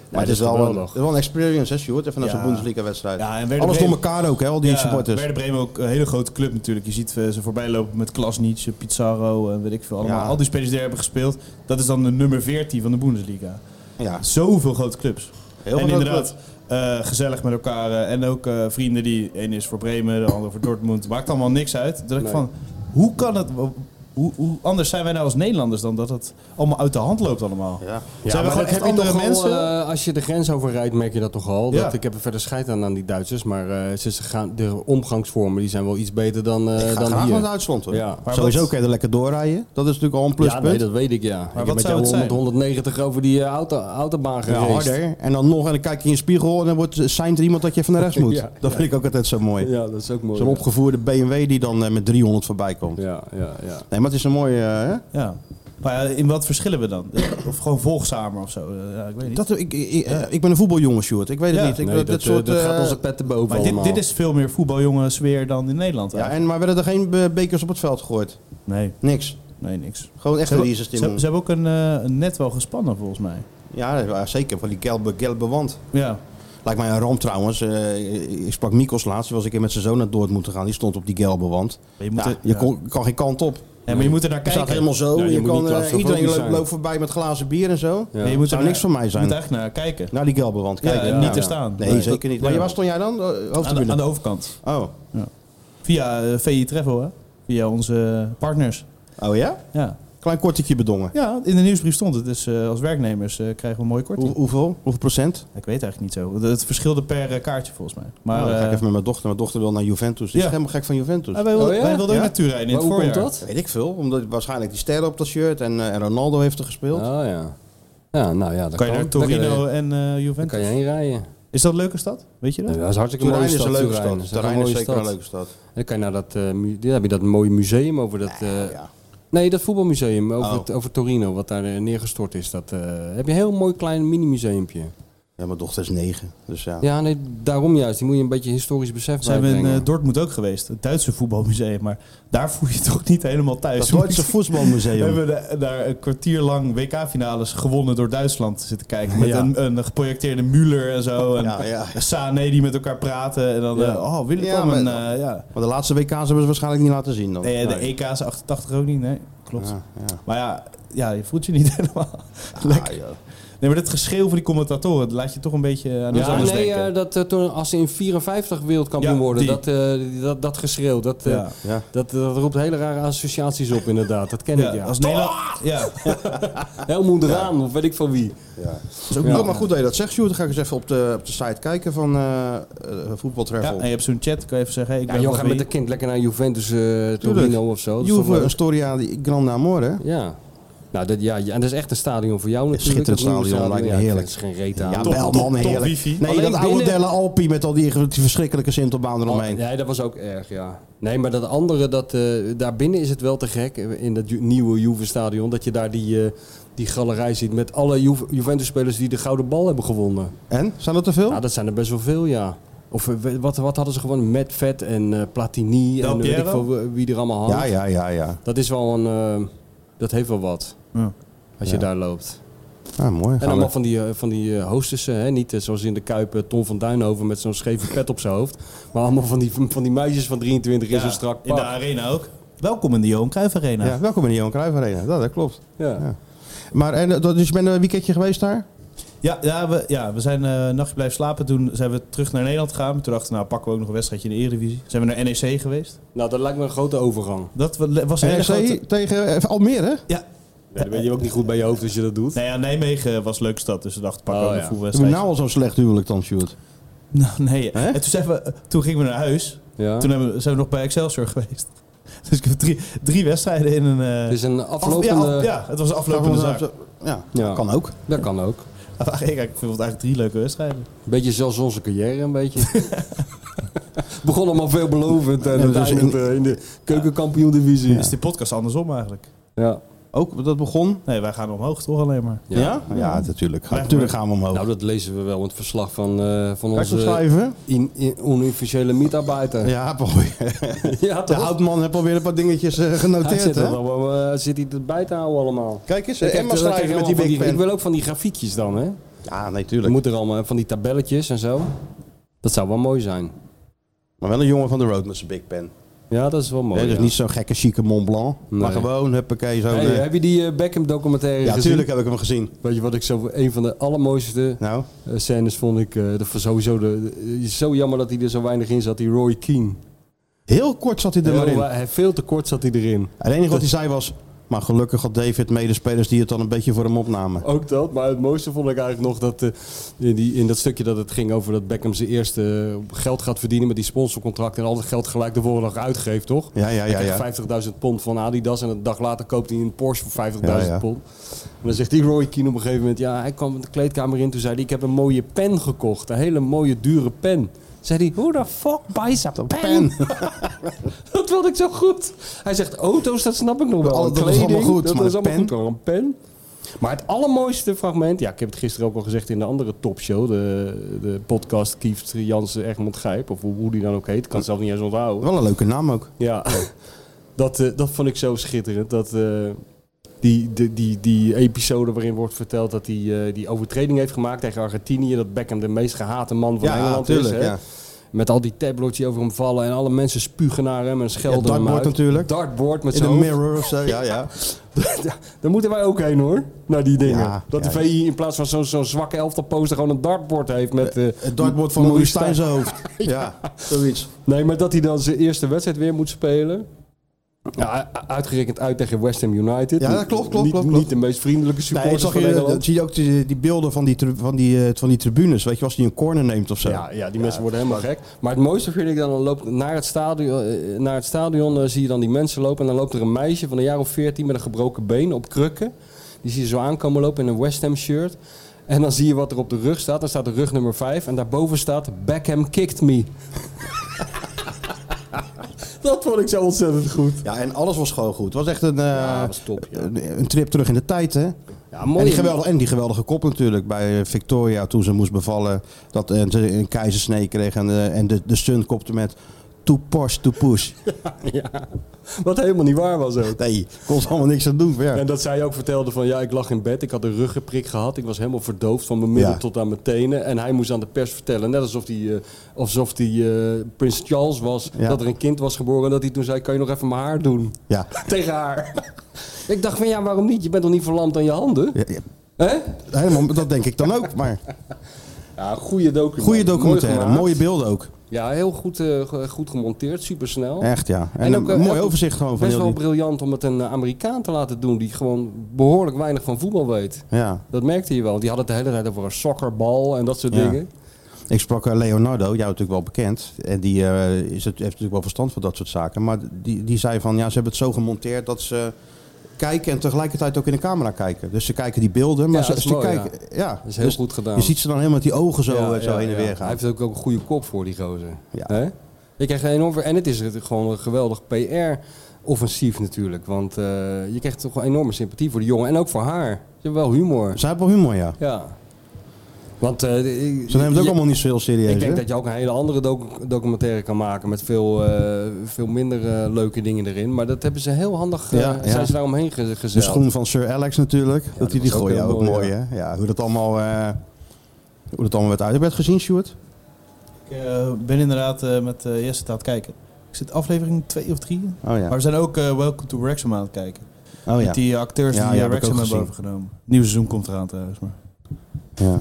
Speaker 6: Maar
Speaker 7: dat
Speaker 6: het is
Speaker 7: is
Speaker 6: wel een,
Speaker 7: geweldig.
Speaker 6: het is wel een experience, hè, Sjoerd? Even naar zo'n
Speaker 1: Ja.
Speaker 6: Bundesliga-wedstrijd.
Speaker 1: Ja, en Werder
Speaker 6: Alles door
Speaker 1: Bremen-
Speaker 6: elkaar ook, hè, al die supporters.
Speaker 1: Werder Bremen ook een hele grote club natuurlijk. Je ziet eh, ze voorbij lopen met Klasnic, Pizarro en weet ik veel allemaal.
Speaker 6: Ja.
Speaker 1: Al die spelers die er hebben gespeeld. Dat is dan de nummer 14 van de Bundesliga.
Speaker 6: Ja,
Speaker 1: Zoveel grote clubs.
Speaker 6: heel
Speaker 1: en
Speaker 6: veel
Speaker 1: inderdaad, eh, gezellig met elkaar. eh, en ook eh, vrienden die, één is voor Bremen, de ander voor Dortmund. Maakt allemaal niks uit. Dan dacht ik
Speaker 7: Nee.
Speaker 1: van, hoe kan het... Hoe, hoe anders zijn wij nou als Nederlanders dan dat het allemaal uit de hand loopt allemaal?
Speaker 6: Ja.
Speaker 1: zijn we
Speaker 7: maar
Speaker 1: gewoon
Speaker 7: dat
Speaker 1: echt
Speaker 7: heb je
Speaker 1: andere
Speaker 7: toch al,
Speaker 1: mensen?
Speaker 7: eh, als je de grens overrijdt, merk je dat toch al.
Speaker 1: Ja.
Speaker 7: Dat, ik heb er verder scheid aan aan die Duitsers. Maar eh, ze, ze gaan, de omgangsvormen die zijn wel iets beter dan, eh,
Speaker 6: Ik ga
Speaker 7: dan
Speaker 6: graag naar
Speaker 7: hier.
Speaker 6: Duitsland, hoor.
Speaker 7: Ja.
Speaker 1: Maar
Speaker 6: Sowieso
Speaker 1: wat-
Speaker 6: kan je er lekker doorrijden. Dat is natuurlijk al een
Speaker 7: Ja,
Speaker 6: pluspunt.
Speaker 7: nee, dat weet ik ja. ik heb
Speaker 1: wat
Speaker 7: met
Speaker 1: zou
Speaker 7: jou
Speaker 1: het zijn?
Speaker 7: 100, 190 over die eh, auto, autobaan
Speaker 6: Ja,
Speaker 7: gereden.
Speaker 6: harder. En dan nog, en dan kijk je in je spiegel en dan wordt seint er iemand dat je even naar rechts moet.
Speaker 7: Ja.
Speaker 6: dat vind ik ook altijd zo mooi.
Speaker 7: Ja, dat is ook mooi.
Speaker 6: Zo'n
Speaker 7: ja.
Speaker 6: opgevoerde BMW die dan eh, met 300 voorbij komt.
Speaker 7: Ja, ja, ja.
Speaker 6: Nee, maar het is een mooie... eh, hè?
Speaker 1: Ja. Maar ja, in wat verschillen we dan? Of gewoon volgzamer of zo? Eh, Ja, ik weet niet.
Speaker 6: dat, ik, ik, eh, ik ben een voetbaljongen, Sjoerd. Ik weet het
Speaker 1: Ja.
Speaker 6: niet. Ik,
Speaker 7: Nee,
Speaker 6: dat,
Speaker 7: dat,
Speaker 6: dit soort,
Speaker 7: eh, dat
Speaker 6: eh,
Speaker 7: gaat onze pet te boven
Speaker 1: maar dit,
Speaker 7: allemaal.
Speaker 1: dit is veel meer voetbaljongen-sfeer dan in Nederland.
Speaker 6: ja,
Speaker 1: eigenlijk.
Speaker 6: en, maar werden er geen eh, bekers op het veld gegooid?
Speaker 1: Nee,
Speaker 6: Niks.
Speaker 1: nee, niks.
Speaker 6: Gewoon echt
Speaker 1: Ze
Speaker 6: een
Speaker 1: hebben,
Speaker 6: Jesus
Speaker 1: ze, hebben- ze hebben ook een, eh, een net wel gespannen, volgens mij.
Speaker 6: Ja, eh, ja, zeker. Van die gelbe, gelbe wand.
Speaker 1: Ja,
Speaker 6: Lijkt mij een ramp trouwens. Eh, ik sprak Mikos laatst. Die was ik keer met zijn zoon naar Dortmund moeten gaan. Die stond op die gelbe wand.
Speaker 1: Maar je moet
Speaker 6: Ja,
Speaker 1: er-
Speaker 6: je
Speaker 1: ja.
Speaker 6: kon- kan geen kant op.
Speaker 1: Nee, maar je moet er naar
Speaker 6: Ik
Speaker 1: kijken.
Speaker 6: zat helemaal zo.
Speaker 7: Ja,
Speaker 6: je
Speaker 7: je moet niet
Speaker 6: kan, eh,
Speaker 7: claustrofobisch
Speaker 6: iedereen loopt,
Speaker 7: zijn.
Speaker 6: loopt voorbij met glazen bier en zo.
Speaker 7: Ja.
Speaker 1: Nee, je moet
Speaker 6: Zou
Speaker 1: er
Speaker 6: niks
Speaker 1: naar-
Speaker 6: voor mij zijn.
Speaker 1: Je moet echt naar kijken.
Speaker 6: Naar die Gelderwand
Speaker 1: Ja,
Speaker 6: kijken.
Speaker 1: ja, niet te staan.
Speaker 6: Nee,
Speaker 1: Nee,
Speaker 6: zeker niet.
Speaker 1: nee.
Speaker 6: Maar waar stond jij dan? Eh,
Speaker 1: Aan de,
Speaker 6: Hoofdtribune?
Speaker 1: aan de overkant.
Speaker 6: Oh.
Speaker 1: Via eh, VI Travel, hè? Via onze eh, partners.
Speaker 6: oh ja?
Speaker 1: Ja.
Speaker 6: Klein kortetje bedongen.
Speaker 1: ja, in de nieuwsbrief stond het. Dus eh, als werknemers eh, krijgen we een mooie korting.
Speaker 6: Hoe- hoeveel? Hoeveel procent?
Speaker 1: Ik weet eigenlijk niet zo. Het- Het verschilde per eh, kaartje volgens mij. Maar
Speaker 6: nou, dan ga ik
Speaker 1: eh,
Speaker 6: even met mijn dochter. Mijn dochter wil naar Juventus. Die
Speaker 1: Ja.
Speaker 6: is helemaal gek van Juventus.
Speaker 1: ah, wij, wilden,
Speaker 7: Oh, ja?
Speaker 1: wij wilden ook
Speaker 6: Ja?
Speaker 1: naar Turijn in
Speaker 7: Maar
Speaker 1: het
Speaker 7: hoe
Speaker 1: voorjaar.
Speaker 7: komt dat?
Speaker 6: Weet ik veel. Omdat waarschijnlijk die sterren op dat shirt. En, eh, en Ronaldo heeft er gespeeld.
Speaker 7: Oh ja. Ja, nou ja, dat
Speaker 1: Kan je naar Torino en eh,
Speaker 7: Dan
Speaker 1: Juventus?
Speaker 7: kan je heen rijden.
Speaker 1: Is dat een leuke stad? Weet je dat?
Speaker 7: Nee, dat is hartstikke
Speaker 6: Turijn
Speaker 7: mooi.
Speaker 6: is een leuke stad.
Speaker 7: Turijn,
Speaker 6: Turijn is zeker een leuke stad.
Speaker 7: Dan kan je naar dat, eh, mu- daar heb je dat mooie museum over dat... eh, Nee, dat voetbalmuseum over,
Speaker 6: Oh.
Speaker 7: het- over Torino, wat daar eh, neergestort is. Dat, eh, heb je een heel mooi klein mini-museumpje.
Speaker 6: Ja, mijn dochter is negen. Dus ja.
Speaker 7: Ja, nee, daarom juist. Die moet je een beetje historisch besef
Speaker 1: Zijn we in
Speaker 7: bijbrengen.
Speaker 1: eh, Dortmund ook geweest, het Duitse voetbalmuseum. Maar daar voel je je toch niet helemaal thuis.
Speaker 6: Het Duitse
Speaker 1: We
Speaker 6: voetbalmuseum.
Speaker 1: hebben da- daar een kwartier lang WK-finales gewonnen door Duitsland zitten kijken. Met
Speaker 6: Ja.
Speaker 1: een, een geprojecteerde Müller en zo. En
Speaker 6: Ja, ja.
Speaker 1: Sané die met elkaar praten. En dan,
Speaker 6: Ja.
Speaker 1: eh, oh, Willem
Speaker 6: Ja,
Speaker 1: en,
Speaker 6: maar-
Speaker 1: eh, ja.
Speaker 6: Maar de laatste WK's hebben ze waarschijnlijk niet laten zien dan.
Speaker 1: Nee, de E
Speaker 6: Nee.
Speaker 1: EK's 88 ook niet, nee. Klopt.
Speaker 6: Ja, ja.
Speaker 1: Maar ja, ja, je voelt je niet helemaal lekker.
Speaker 6: Ah, joh.
Speaker 1: Nee, maar dat geschreeuw van die commentatoren, dat laat je toch een beetje aan iets
Speaker 7: Ja,
Speaker 1: anders
Speaker 7: nee,
Speaker 1: denken.
Speaker 7: eh, dat, eh, toen, als ze in 54 wereldkampioen
Speaker 1: Ja,
Speaker 7: worden,
Speaker 1: die.
Speaker 7: dat, eh, dat, dat geschreeuw, dat, eh,
Speaker 1: Ja.
Speaker 6: Ja.
Speaker 7: dat, dat roept hele rare associaties op inderdaad. Dat ken
Speaker 1: Ja,
Speaker 7: ik, ja.
Speaker 1: als Nederland, ja,
Speaker 7: Helmoet Raam, of weet ik van wie.
Speaker 1: is ook
Speaker 7: Ja.
Speaker 1: niet-
Speaker 6: Oh, maar goed dat je dat zegt, Sjoerd. Dan ga ik eens even op de, op de site kijken van eh eh, Voetbal
Speaker 1: Ja,
Speaker 6: Travel.
Speaker 1: en je hebt zo'n chat, kan je even zeggen, hey, ik
Speaker 7: Ja,
Speaker 1: ben
Speaker 7: joh,
Speaker 1: van
Speaker 7: ga met
Speaker 1: wie.
Speaker 7: een kind lekker naar Juventus, eh Torino of zo. Dat is toch
Speaker 6: Juve
Speaker 7: leuk?
Speaker 6: eh, Astoria di Grande Amore.
Speaker 7: Ja. Nou, dat, ja, ja, en dat is echt een stadion voor jou natuurlijk.
Speaker 6: schitterend
Speaker 7: dat nieuwe
Speaker 6: stadion, lijkt me
Speaker 7: Ja,
Speaker 6: heerlijk.
Speaker 7: Het is geen reet aan.
Speaker 6: Ja,
Speaker 1: top,
Speaker 6: wel
Speaker 1: top,
Speaker 6: man,
Speaker 1: top
Speaker 6: heerlijk.
Speaker 1: wifi.
Speaker 6: Nee,
Speaker 7: Alleen
Speaker 6: dat oude
Speaker 7: binnen- Oh,
Speaker 6: Della Alpi met al die, die verschrikkelijke Sintelbaan eromheen.
Speaker 7: Nee, dat was ook erg, ja. Nee, maar dat andere, dat, eh, daarbinnen is het wel te gek. eh, In dat ju- nieuwe Juve-stadion. Dat je daar die, eh, die galerij ziet met alle Ju- Juventus-spelers die de gouden bal hebben gewonnen.
Speaker 6: En? Zijn dat te veel?
Speaker 7: Ja, dat zijn er best wel veel, ja. Of eh, we- wat, wat hadden ze gewonnen? Met Vet en eh, Platini
Speaker 1: Del
Speaker 7: en weet ik
Speaker 1: Piero?
Speaker 7: veel eh, wie- wie er allemaal hangt.
Speaker 6: Ja, ja, ja, ja.
Speaker 7: Dat is wel een... eh, dat heeft wel wat.
Speaker 1: Ja.
Speaker 7: Als je
Speaker 6: Ja.
Speaker 7: daar loopt.
Speaker 6: Ah, mooi.
Speaker 7: En allemaal van die, eh, van die eh, hostessen, hè? niet eh, zoals in de Kuip eh, Tom van Duinhoven met zo'n scheve pet op zijn hoofd. Maar allemaal van die, van die meisjes van 23 in
Speaker 1: Ja,
Speaker 7: zo'n strak
Speaker 1: In de
Speaker 7: pak.
Speaker 1: arena ook. Welkom in de Johan Cruijff Arena.
Speaker 6: ja, welkom in de Johan Cruijff Arena. Dat, dat klopt.
Speaker 7: Ja.
Speaker 6: Ja. Maar en, eh, dat- dus je bent een weekendje geweest daar?
Speaker 1: Ja, ja, we, ja, we zijn eh, een nachtje blijven slapen. Toen zijn we terug naar Nederland gegaan. Toen dachten we, nou pakken we ook nog een wedstrijdje in de Eredivisie. Zijn we naar NEC geweest.
Speaker 7: Nou, dat lijkt me een grote overgang.
Speaker 1: Dat wa- was een hele
Speaker 7: E
Speaker 6: NEC
Speaker 1: grote...
Speaker 6: tegen eh, Almere?
Speaker 1: Ja.
Speaker 7: Ja, dan ben je ook niet goed bij je hoofd als je dat doet.
Speaker 1: Nou ja, Nijmegen was een leuke stad. Dus we dachten, pakken
Speaker 7: Oh,
Speaker 1: we ook
Speaker 7: ja.
Speaker 1: een
Speaker 6: Heb je
Speaker 1: voetbalwedstrijd.
Speaker 6: nou al zo'n slecht huwelijk dan, Sjoerd?
Speaker 1: Nou, nee.
Speaker 6: Hè?
Speaker 1: En toen, zijn we, toen gingen we naar huis.
Speaker 7: Ja.
Speaker 1: Toen hebben, we- zijn we nog bij Excelsior geweest. Dus ik heb drie, drie wedstrijden in een... eh,
Speaker 7: Het is een
Speaker 1: af- ja,
Speaker 7: Dus aflopende...
Speaker 1: af- ja, het was een aflopende zaak.
Speaker 6: Ja,
Speaker 7: Ja.
Speaker 6: kan ook.
Speaker 7: Dat kan ook.
Speaker 1: Ja, Ik ik vond het eigenlijk drie leuke wedstrijden.
Speaker 7: Beetje zelfs onze carrière een beetje. Begon allemaal veelbelovend en
Speaker 6: Ja,
Speaker 7: het
Speaker 6: dus
Speaker 7: eindigt, eh, in de keukenkampioen-divisie. Ja.
Speaker 1: Is die podcast andersom eigenlijk?
Speaker 6: Ook, dat begon.
Speaker 1: Nee, wij gaan omhoog toch alleen maar.
Speaker 7: Ja.
Speaker 6: Ja, natuurlijk. Ga-
Speaker 1: Ja.
Speaker 6: Natuurlijk gaan we omhoog.
Speaker 7: Nou, dat lezen we wel in het verslag van, eh, van
Speaker 6: Kan ik
Speaker 7: onze
Speaker 6: opschrijven?
Speaker 7: in, in, onofficiële mietarbeiter.
Speaker 6: Ja, mooi.
Speaker 7: Ja,
Speaker 6: De
Speaker 7: toch?
Speaker 6: houtman heeft alweer een paar dingetjes eh,
Speaker 7: Hij
Speaker 6: genoteerd,
Speaker 7: zit,
Speaker 6: hè?
Speaker 7: er wel, eh, zit hij erbij te houden allemaal.
Speaker 6: Kijk eens,
Speaker 7: Ik heb
Speaker 6: Emma
Speaker 7: er- ik heb
Speaker 6: schrijven met
Speaker 7: allemaal
Speaker 6: die
Speaker 7: van
Speaker 6: big pen.
Speaker 7: Ik wil ook van die grafiekjes dan, hè?
Speaker 6: Ja,
Speaker 7: Dan
Speaker 6: natuurlijk.
Speaker 7: moet er allemaal van die tabelletjes en zo. Dat zou wel mooi zijn.
Speaker 6: Maar wel een jongen van de road met zijn big pen.
Speaker 7: Ja, dat is wel mooi.
Speaker 6: Nee, dus
Speaker 7: ja.
Speaker 6: niet zo'n gekke chique Mont Blanc.
Speaker 7: Nee.
Speaker 6: Maar gewoon, huppakee, zo.
Speaker 7: Hey,
Speaker 6: eh,
Speaker 7: heb je die eh, Beckham documentaire
Speaker 6: ja,
Speaker 7: gezien?
Speaker 6: natuurlijk heb ik hem gezien.
Speaker 7: Weet je wat ik zo een van de allermooiste
Speaker 6: Nou,
Speaker 7: eh, scènes vond ik eh, dat was sowieso de, de- zo jammer dat hij er zo weinig in zat die Roy Keane.
Speaker 6: heel kort zat hij er maar
Speaker 7: Heel,
Speaker 6: in.
Speaker 7: wa- hij- veel te kort zat hij erin.
Speaker 6: Het enige wat hij zei was... Maar gelukkig had David medespelers die het dan een beetje voor hem opnamen.
Speaker 7: Ook dat, maar het mooiste vond ik eigenlijk nog dat eh, in, die, in dat stukje dat het ging over dat Beckham zijn eerste eh, geld gaat verdienen met die sponsorcontract en al dat geld gelijk de volgende dag uitgeeft, toch?
Speaker 6: Ja, ja, ja.
Speaker 7: Hij
Speaker 6: ja.
Speaker 7: krijgt 50.000 pond van Adidas en een dag later koopt hij een Porsche voor 50.000
Speaker 6: Ja, ja.
Speaker 7: pond. En dan zegt die Roy Keane op een gegeven moment, ja, hij kwam de kleedkamer in, toen zei hij, ik heb een mooie pen gekocht, een hele mooie dure pen. Zei hij, hoe de fuck buys a pen? dat vond ik zo goed. Hij zegt, auto's, dat snap ik nog wel.
Speaker 6: Alles, dat is
Speaker 7: Kleding,
Speaker 6: allemaal goed,
Speaker 7: dat
Speaker 6: maar
Speaker 7: is
Speaker 6: een
Speaker 7: allemaal
Speaker 6: pen?
Speaker 7: goed, maar een pen. Maar het allermooiste fragment, ja, ik heb het gisteren ook al gezegd in de andere topshow, de, de podcast Kieft, Jansen, Egmond Gijp, of hoe, hoe die dan ook heet, ik kan het zelf niet eens onthouden.
Speaker 6: Wel een leuke naam ook.
Speaker 7: Ja, dat, eh, dat vond ik zo schitterend. Dat, eh, die, die, die, die episode waarin wordt verteld dat hij eh, die overtreding heeft gemaakt tegen Argentinië. Dat Beckham de meest gehate man van
Speaker 6: Ja,
Speaker 7: Engeland is.
Speaker 6: natuurlijk.
Speaker 7: Hè?
Speaker 6: Ja.
Speaker 7: Met al die tabloids die over hem vallen en alle mensen spugen naar hem en
Speaker 6: Ja,
Speaker 7: schelden hem
Speaker 6: dartboard
Speaker 7: uit.
Speaker 6: natuurlijk.
Speaker 7: Dartboard met
Speaker 6: In de
Speaker 7: zijn hoofd.
Speaker 6: mirror of zo, ja, ja.
Speaker 7: Daar moeten wij ook heen hoor, naar die dingen.
Speaker 6: Ja,
Speaker 7: dat de
Speaker 6: ja,
Speaker 7: VI in plaats van zo'n zo'n zwakke elftal poster gewoon een dartboard heeft met... eh,
Speaker 6: Het dartboard van Maurice Stijn zijn hoofd. Ja, zoiets.
Speaker 7: Nee, maar dat hij dan zijn eerste wedstrijd weer moet spelen. Ja, u- uitgerekend uit tegen West Ham United.
Speaker 6: Ja, dat klopt, klopt,
Speaker 7: niet,
Speaker 6: klopt,
Speaker 7: Niet
Speaker 6: klopt.
Speaker 7: de meest vriendelijke
Speaker 6: Nee, ik
Speaker 7: supporters
Speaker 6: zag
Speaker 7: van
Speaker 6: je, eh, dat
Speaker 7: Nederland.
Speaker 6: zie je ook die, die beelden van die, tri- van, die, eh, van die tribunes. Weet je, als die een corner neemt of zo.
Speaker 7: Ja, ja, die mensen worden helemaal gek. Maar het mooiste vind ik dan, dan loopt naar het stadion, eh, naar het stadion eh, zie je dan die mensen lopen. En dan loopt er een meisje van een jaar of 14 met een gebroken been op krukken. Die zie je zo aankomen lopen in een West Ham shirt. En dan zie je wat er op de rug staat. Daar staat de rug nummer 5. En daarboven staat Beckham kicked me. dat vond ik zo ontzettend goed.
Speaker 6: Ja, en alles was gewoon goed. Het was echt een, eh,
Speaker 7: Ja, was top. Ah, Ja,
Speaker 6: een, een trip terug in de tijd, hè?
Speaker 7: ja mooi.
Speaker 6: en, die geweldige, en die geweldige kop natuurlijk bij eh, Victoria toen ze moest bevallen. Dat eh, ze een keizersnee kreeg en, eh, en de, de stunt kopte met... To push, to push.
Speaker 7: Ja, wat helemaal niet waar was ook.
Speaker 6: Nee, kon ze allemaal niks aan doen. maar ja.
Speaker 7: En dat zij ook vertelde van ja, ik lag in bed, ik had een ruggenprik gehad, ik was helemaal verdoofd van mijn middel
Speaker 6: Ja.
Speaker 7: tot aan mijn tenen. En hij moest aan de pers vertellen, net alsof hij eh, alsof die, eh Prins Charles was,
Speaker 6: Ja.
Speaker 7: dat er een kind was geboren en dat hij toen zei, kan je nog even mijn haar doen?
Speaker 6: Ja.
Speaker 7: Tegen haar. ik dacht van ja, waarom niet? Je bent toch niet verlamd aan je handen?
Speaker 6: Ja, ja,
Speaker 7: Hè?
Speaker 6: helemaal, dat denk ik dan ook. Maar
Speaker 7: Ja, goede documentaire.
Speaker 6: goede documentaire,
Speaker 7: Mooi gemaakt.
Speaker 6: mooie beelden ook.
Speaker 7: Ja, heel goed, eh, ge- goed gemonteerd, supersnel.
Speaker 6: Echt ja. En,
Speaker 7: ook, eh,
Speaker 6: een mooi
Speaker 7: ook
Speaker 6: overzicht gewoon van
Speaker 7: Best
Speaker 6: heel
Speaker 7: wel
Speaker 6: die-
Speaker 7: briljant om het een eh, Amerikaan te laten doen die gewoon behoorlijk weinig van voetbal weet.
Speaker 6: Ja.
Speaker 7: Dat merkte je wel. want Die hadden het de hele tijd over een sokkerbal en dat soort
Speaker 6: Ja.
Speaker 7: dingen.
Speaker 6: Ik sprak eh, Leonardo, jou natuurlijk wel bekend. En die eh, is het, heeft natuurlijk wel verstand van dat soort zaken. Maar die, die zei van, ja, ze hebben het zo gemonteerd dat ze kijken en tegelijkertijd ook in de camera kijken. Dus ze kijken die beelden, maar
Speaker 7: Ja,
Speaker 6: ze,
Speaker 7: dat is
Speaker 6: ze
Speaker 7: mooi,
Speaker 6: kijken... Ja,
Speaker 7: Dat is heel goed gedaan.
Speaker 6: Dus Je ziet ze dan helemaal met die ogen zo,
Speaker 7: Ja,
Speaker 6: eh, zo
Speaker 7: ja,
Speaker 6: heen en
Speaker 7: ja.
Speaker 6: weer
Speaker 7: Hij
Speaker 6: gaan.
Speaker 7: heeft ook, ook een goede kop voor die gozer.
Speaker 6: Ja.
Speaker 7: Hè? Je krijgt een enorm, en het is natuurlijk gewoon een geweldig PR-offensief natuurlijk. Want eh, je krijgt toch wel enorme sympathie voor die jongen. En ook voor haar. Ze hebben wel humor.
Speaker 6: Ze hebben wel humor, ja.
Speaker 7: Ja. Want eh, ik-
Speaker 6: Ze nemen het ook
Speaker 7: je-
Speaker 6: allemaal niet zo heel serieus,
Speaker 7: Ik denk
Speaker 6: hè?
Speaker 7: dat je ook een hele andere docu- documentaire kan maken met veel, eh, veel minder eh, leuke dingen erin. Maar dat hebben ze heel handig, eh,
Speaker 6: Ja, ja.
Speaker 7: zijn ze daaromheen ge
Speaker 6: De
Speaker 7: gezet.
Speaker 6: schoen van Sir Alex natuurlijk. dat hij
Speaker 7: dat
Speaker 6: die
Speaker 7: was ook
Speaker 6: gooien
Speaker 7: heel
Speaker 6: ook
Speaker 7: mooi,
Speaker 6: mooi,
Speaker 7: ja.
Speaker 6: hè? Ja, hoe dat allemaal... eh, hoe dat allemaal werd uit. Heb je het gezien, Stuart?
Speaker 1: Ik eh, ben inderdaad eh, met eh, Jesse aan het kijken. Ik zit aflevering 2 of 3.
Speaker 6: Oh ja.
Speaker 1: Maar we zijn ook eh, Welcome to Wrexham aan het kijken.
Speaker 6: Oh ja.
Speaker 1: Met die acteurs
Speaker 6: Ja,
Speaker 1: die
Speaker 6: ja,
Speaker 1: eh,
Speaker 6: heb ik
Speaker 1: Wrexham
Speaker 6: ook
Speaker 1: hebben
Speaker 6: gezien.
Speaker 1: overgenomen. Nieuw seizoen komt eraan trouwens. Maar.
Speaker 6: ja.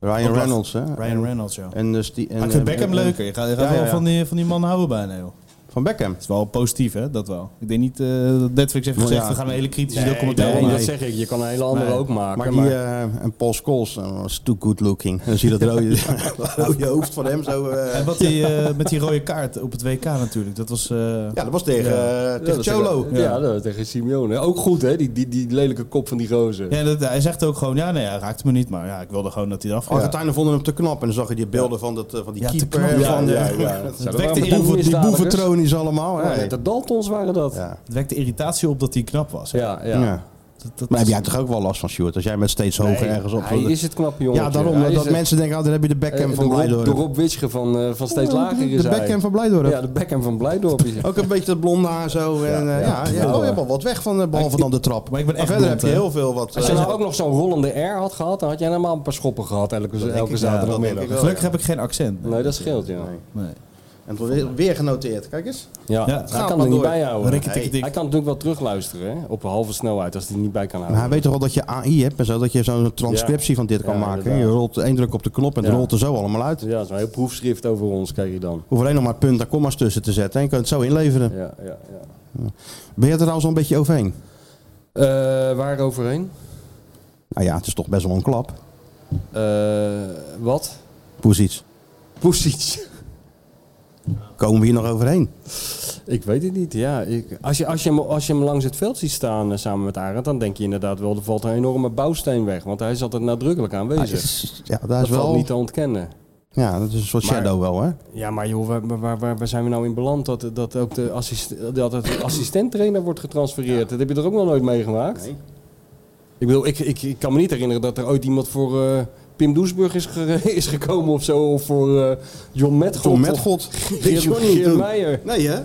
Speaker 6: Ryan
Speaker 1: Ook lachen.
Speaker 6: Reynolds, hè?
Speaker 1: Ryan Reynolds, ja.
Speaker 6: En dus die, en,
Speaker 1: Maar ik vind
Speaker 6: en-
Speaker 1: Beckham
Speaker 6: en-
Speaker 1: leuker. Je gaat, je gaat
Speaker 6: Ja, ja,
Speaker 1: wel
Speaker 6: ja.
Speaker 1: Van, die, van die man houden bijna, joh.
Speaker 6: Van Beckham.
Speaker 1: Het is wel positief, hè? Dat wel. Ik denk niet eh, dat Netflix heeft gezegd,
Speaker 6: Ja.
Speaker 1: we gaan een hele kritische
Speaker 7: Nee,
Speaker 1: documentaire
Speaker 7: nee,
Speaker 1: maken.
Speaker 7: dat zeg ik. Je kan een hele andere ook maken.
Speaker 6: Maar
Speaker 7: Maar
Speaker 6: die eh, en Paul Scholes eh, was too good looking. En dan zie je dat rode, dat rode hoofd van hem zo. eh.
Speaker 1: En wat die, eh, met die rode kaart op het WK natuurlijk. Dat was... eh,
Speaker 6: ja, dat was tegen, eh,
Speaker 7: Ja,
Speaker 6: tegen
Speaker 7: dat
Speaker 6: Cholo.
Speaker 7: tegen- Ja, dat tegen Simeone. Ook goed, hè? Die, die, die lelijke kop van die gozer.
Speaker 1: ja, dat, hij zegt ook gewoon, ja, nee, hij raakte me niet. Maar ja, ik wilde gewoon dat hij eraf ging.
Speaker 6: Argentijnen vonden hem te knap. En dan zag je die beelden van, dat, eh, van die
Speaker 1: Ja, te
Speaker 6: keeper.
Speaker 1: knap.
Speaker 6: en
Speaker 1: Ja,
Speaker 6: van de,
Speaker 1: ja, wekte
Speaker 7: Zijn er wel
Speaker 1: in
Speaker 6: Die,
Speaker 7: een boel
Speaker 6: boeven- die
Speaker 7: misdadigers?
Speaker 6: boeventronies allemaal.
Speaker 7: Ja,
Speaker 6: hè.
Speaker 7: De Daltons waren dat. Ja,
Speaker 6: Ja.
Speaker 1: Het wekte irritatie op dat hij knap was. hè.
Speaker 7: ja.
Speaker 6: Ja.
Speaker 1: Dat, dat
Speaker 6: Maar heb
Speaker 1: is-
Speaker 6: jij toch ook wel last van, Stuart? Als jij met steeds hoger
Speaker 7: Nee,
Speaker 6: ergens op...
Speaker 7: Hij is het knappe jongen.
Speaker 6: ja, daarom. dat mensen denken, oh, daar heb je de Beckham van
Speaker 7: Rob, eh, de
Speaker 6: Blijdorp. Oh,
Speaker 7: Rob Witsche van, eh, van steeds lager is
Speaker 6: De
Speaker 7: hij.
Speaker 6: Beckham van Blijdorp. Oh,
Speaker 7: Ja, de Beckham van Blijdorp. is hij.
Speaker 6: Ook een beetje dat blonde haar zo. En, eh, ja, ja, oh, je hebt al wat weg van, eh, behalve dan de trap.
Speaker 1: Maar ik ben echt
Speaker 6: verder
Speaker 1: blond,
Speaker 6: heb je
Speaker 1: hè?
Speaker 6: heel veel wat...
Speaker 7: Als
Speaker 6: eh,
Speaker 7: je nou ook nog zo'n rollende R had gehad, dan had jij normaal een paar schoppen gehad elke, elke zaterdagmiddag.
Speaker 6: denk ik wel,
Speaker 1: Gelukkig heb ik geen accent.
Speaker 7: Nee, dat scheelt, ja.
Speaker 1: Nee.
Speaker 6: En het wordt weer, weer genoteerd. Kijk eens.
Speaker 7: Ja,
Speaker 1: Ja,
Speaker 7: hij
Speaker 6: maar
Speaker 7: kan er niet
Speaker 6: door.
Speaker 7: bijhouden.
Speaker 1: Rikke, tikke, tikke.
Speaker 7: Hij kan natuurlijk wel terugluisteren hè, op een halve snelheid als hij het niet bij kan
Speaker 6: Maar
Speaker 7: houden.
Speaker 6: Nou, hij weet toch wel dat je AI hebt en zo, dat je zo'n transcriptie
Speaker 7: Ja.
Speaker 6: van dit kan
Speaker 7: Ja,
Speaker 6: maken.
Speaker 7: inderdaad.
Speaker 6: Je rolt één druk op de knop en het
Speaker 7: Ja.
Speaker 6: rolt er zo allemaal uit.
Speaker 7: Ja, zo'n heel proefschrift over ons krijg je dan.
Speaker 6: Hoef alleen nog maar punten en commas tussen te zetten en je kunt het zo inleveren.
Speaker 7: Ja, ja, ja.
Speaker 6: Ben je er trouwens al een beetje overheen?
Speaker 7: Eh, waar overheen?
Speaker 6: Nou ja, het is toch best wel een klap.
Speaker 7: Eh, wat?
Speaker 6: Poesiets.
Speaker 7: Poesiet.
Speaker 6: Komen we hier nog overheen?
Speaker 7: Ik weet het niet, ja. Ik, als, je, als, je hem, als je hem langs het veld ziet staan eh, samen met Arend, dan denk je inderdaad wel, er valt een enorme bouwsteen weg. Want hij is altijd nadrukkelijk aanwezig.
Speaker 6: Ah, is- ja, daar
Speaker 7: dat
Speaker 6: is wel...
Speaker 7: valt niet te ontkennen.
Speaker 6: Ja, dat is een soort
Speaker 7: Maar-
Speaker 6: shadow wel, hè?
Speaker 7: Ja, maar joh, waar, waar- waar, waar, waar zijn we nou in beland dat, dat ook de assist, dat het assistent-trainer wordt getransfereerd? Dat heb je er ook nog nooit meegemaakt? Ik bedoel, ik, ik, ik kan me niet herinneren dat er ooit iemand voor eh, Pim Doesburg is, ge- is gekomen of zo. Of voor eh, John Metgold.
Speaker 6: Tom met
Speaker 7: of
Speaker 6: God.
Speaker 7: Geert, Geert Meijer.
Speaker 6: Nee, hè?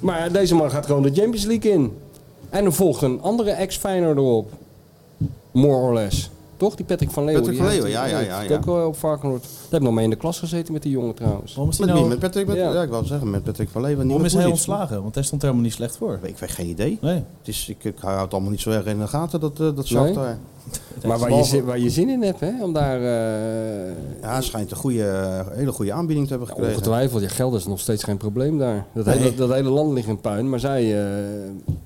Speaker 7: Maar deze man gaat gewoon de Champions League in. En er volgt een andere ex-Feyenoord erop. More or less. toch? Die Patrick van Leeuwen.
Speaker 6: Patrick
Speaker 7: die
Speaker 6: van
Speaker 7: heeft-
Speaker 6: Leeuwen, ja,
Speaker 7: die
Speaker 6: ja,
Speaker 7: heeft
Speaker 6: ja,
Speaker 7: ook wel op Varkenoord. Daar heb ik nog mee in de klas gezeten met die jongen trouwens.
Speaker 1: Waarom is hij
Speaker 6: Met wie?
Speaker 1: nou...
Speaker 6: Met Patrick? Met,
Speaker 7: Ja.
Speaker 6: ja. ik wou zeggen, met Patrick van Leeuwen.
Speaker 1: Waarom is
Speaker 6: Niemand
Speaker 1: hij
Speaker 6: Koezic.
Speaker 1: ontslagen? Want hij stond er helemaal niet slecht voor.
Speaker 6: Ik weet geen idee.
Speaker 1: Nee.
Speaker 6: Het is, ik, ik hou het allemaal niet zo erg in de gaten, dat, eh dat Shakhtar.
Speaker 7: Maar waar je, zin- waar je zin in hebt, hè? Om daar... eh,
Speaker 6: Ja, hij schijnt een goede, eh, hele goede aanbieding te hebben gekregen.
Speaker 7: Ongetwijfeld, ja, geld is nog steeds geen probleem daar. Dat,
Speaker 6: Nee.
Speaker 7: hele, dat hele land ligt in puin, maar zij, eh,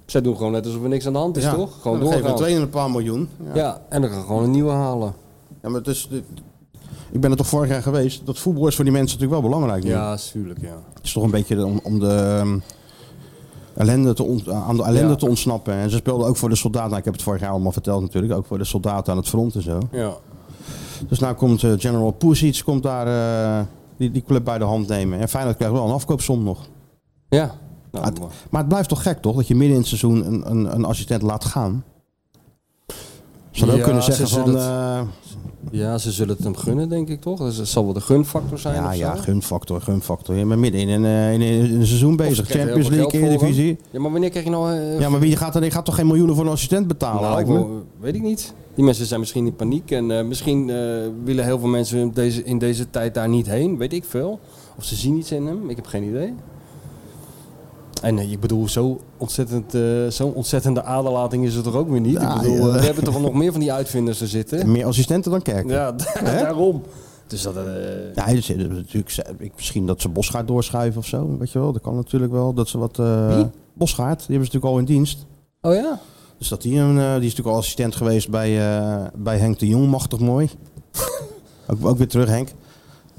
Speaker 7: zij doen gewoon net alsof er niks aan de hand is,
Speaker 6: ja.
Speaker 7: toch? Gewoon
Speaker 6: dan geven
Speaker 7: doorgaan.
Speaker 6: we twee en een paar miljoen. Ja.
Speaker 7: ja. en dan gaan we gewoon een nieuwe halen.
Speaker 6: Ja, maar het is, dit- ik ben er toch vorig jaar geweest. Dat voetbal is voor die mensen natuurlijk wel belangrijk nu.
Speaker 7: tuurlijk, ja.
Speaker 6: Het is toch een beetje om, om de ehm, ellende te ont- aan de ellende
Speaker 7: Ja.
Speaker 6: te ontsnappen. En ze speelden ook voor de soldaten. Nou, ik heb het vorig jaar allemaal verteld natuurlijk. Ook voor de soldaten aan het front en zo.
Speaker 7: Ja,
Speaker 6: Dus nou komt eh, General Pusic komt daar eh, die, die club bij de hand nemen. En Feyenoord krijgt wel een afkoopsom nog.
Speaker 7: ja. Nou,
Speaker 6: Ah, het-
Speaker 7: maar-
Speaker 6: Maar het blijft toch gek toch? Dat je midden in het seizoen een, een, een assistent laat gaan. Ze Zouden ook
Speaker 7: Ja,
Speaker 6: kunnen
Speaker 7: ze
Speaker 6: zeggen van...
Speaker 7: zullen
Speaker 6: eh,
Speaker 7: ja, ze zullen het hem gunnen, denk ik, toch? Dus dat zal wel de gunfactor zijn
Speaker 6: ja,
Speaker 7: of zo.
Speaker 6: ja, gunfactor, gunfactor. Je bent midden in een, eh, in een, in een seizoen
Speaker 7: Of ze
Speaker 6: bezig.
Speaker 7: krijgen
Speaker 6: Champions
Speaker 7: heel
Speaker 6: League,
Speaker 7: veel geld voor hem.
Speaker 6: Eredivisie.
Speaker 7: Ja, maar wanneer krijg je nou... eh,
Speaker 6: Ja, maar wie gaat, er, die gaat toch geen miljoenen voor een assistent betalen?
Speaker 7: Nou,
Speaker 6: lijkt me.
Speaker 7: wel, weet ik niet. Die mensen zijn misschien in paniek en eh, misschien eh, willen heel veel mensen in deze, in deze tijd daar niet heen. Weet ik veel. Of ze zien iets in hem, ik heb geen idee. En eh, ik bedoel, zo ontzettend, eh, zo'n ontzettende aderlating is het er ook weer niet.
Speaker 6: Ja,
Speaker 7: ik bedoel,
Speaker 6: Nou, ja.
Speaker 7: eh, we hebben toch wel nog meer van die uitvinders er
Speaker 6: En
Speaker 7: zitten.
Speaker 6: Meer assistenten dan Kerk. Ja.
Speaker 7: Ja, da- daarom. Dus dat... eh,
Speaker 6: hij zit er natuurlijk, ze- ik- misschien dat ze Bosgaard doorschuiven of zo. Weet je wel, dat kan natuurlijk wel. Dat ze wat. eh
Speaker 7: Wie?
Speaker 6: Bosgaard, die hebben ze natuurlijk al in dienst.
Speaker 7: oh ja?
Speaker 6: Dus dat die, een, eh, die is natuurlijk al assistent geweest bij, eh, bij Henk de Jong, machtig mooi. ook, ook weer terug, Henk.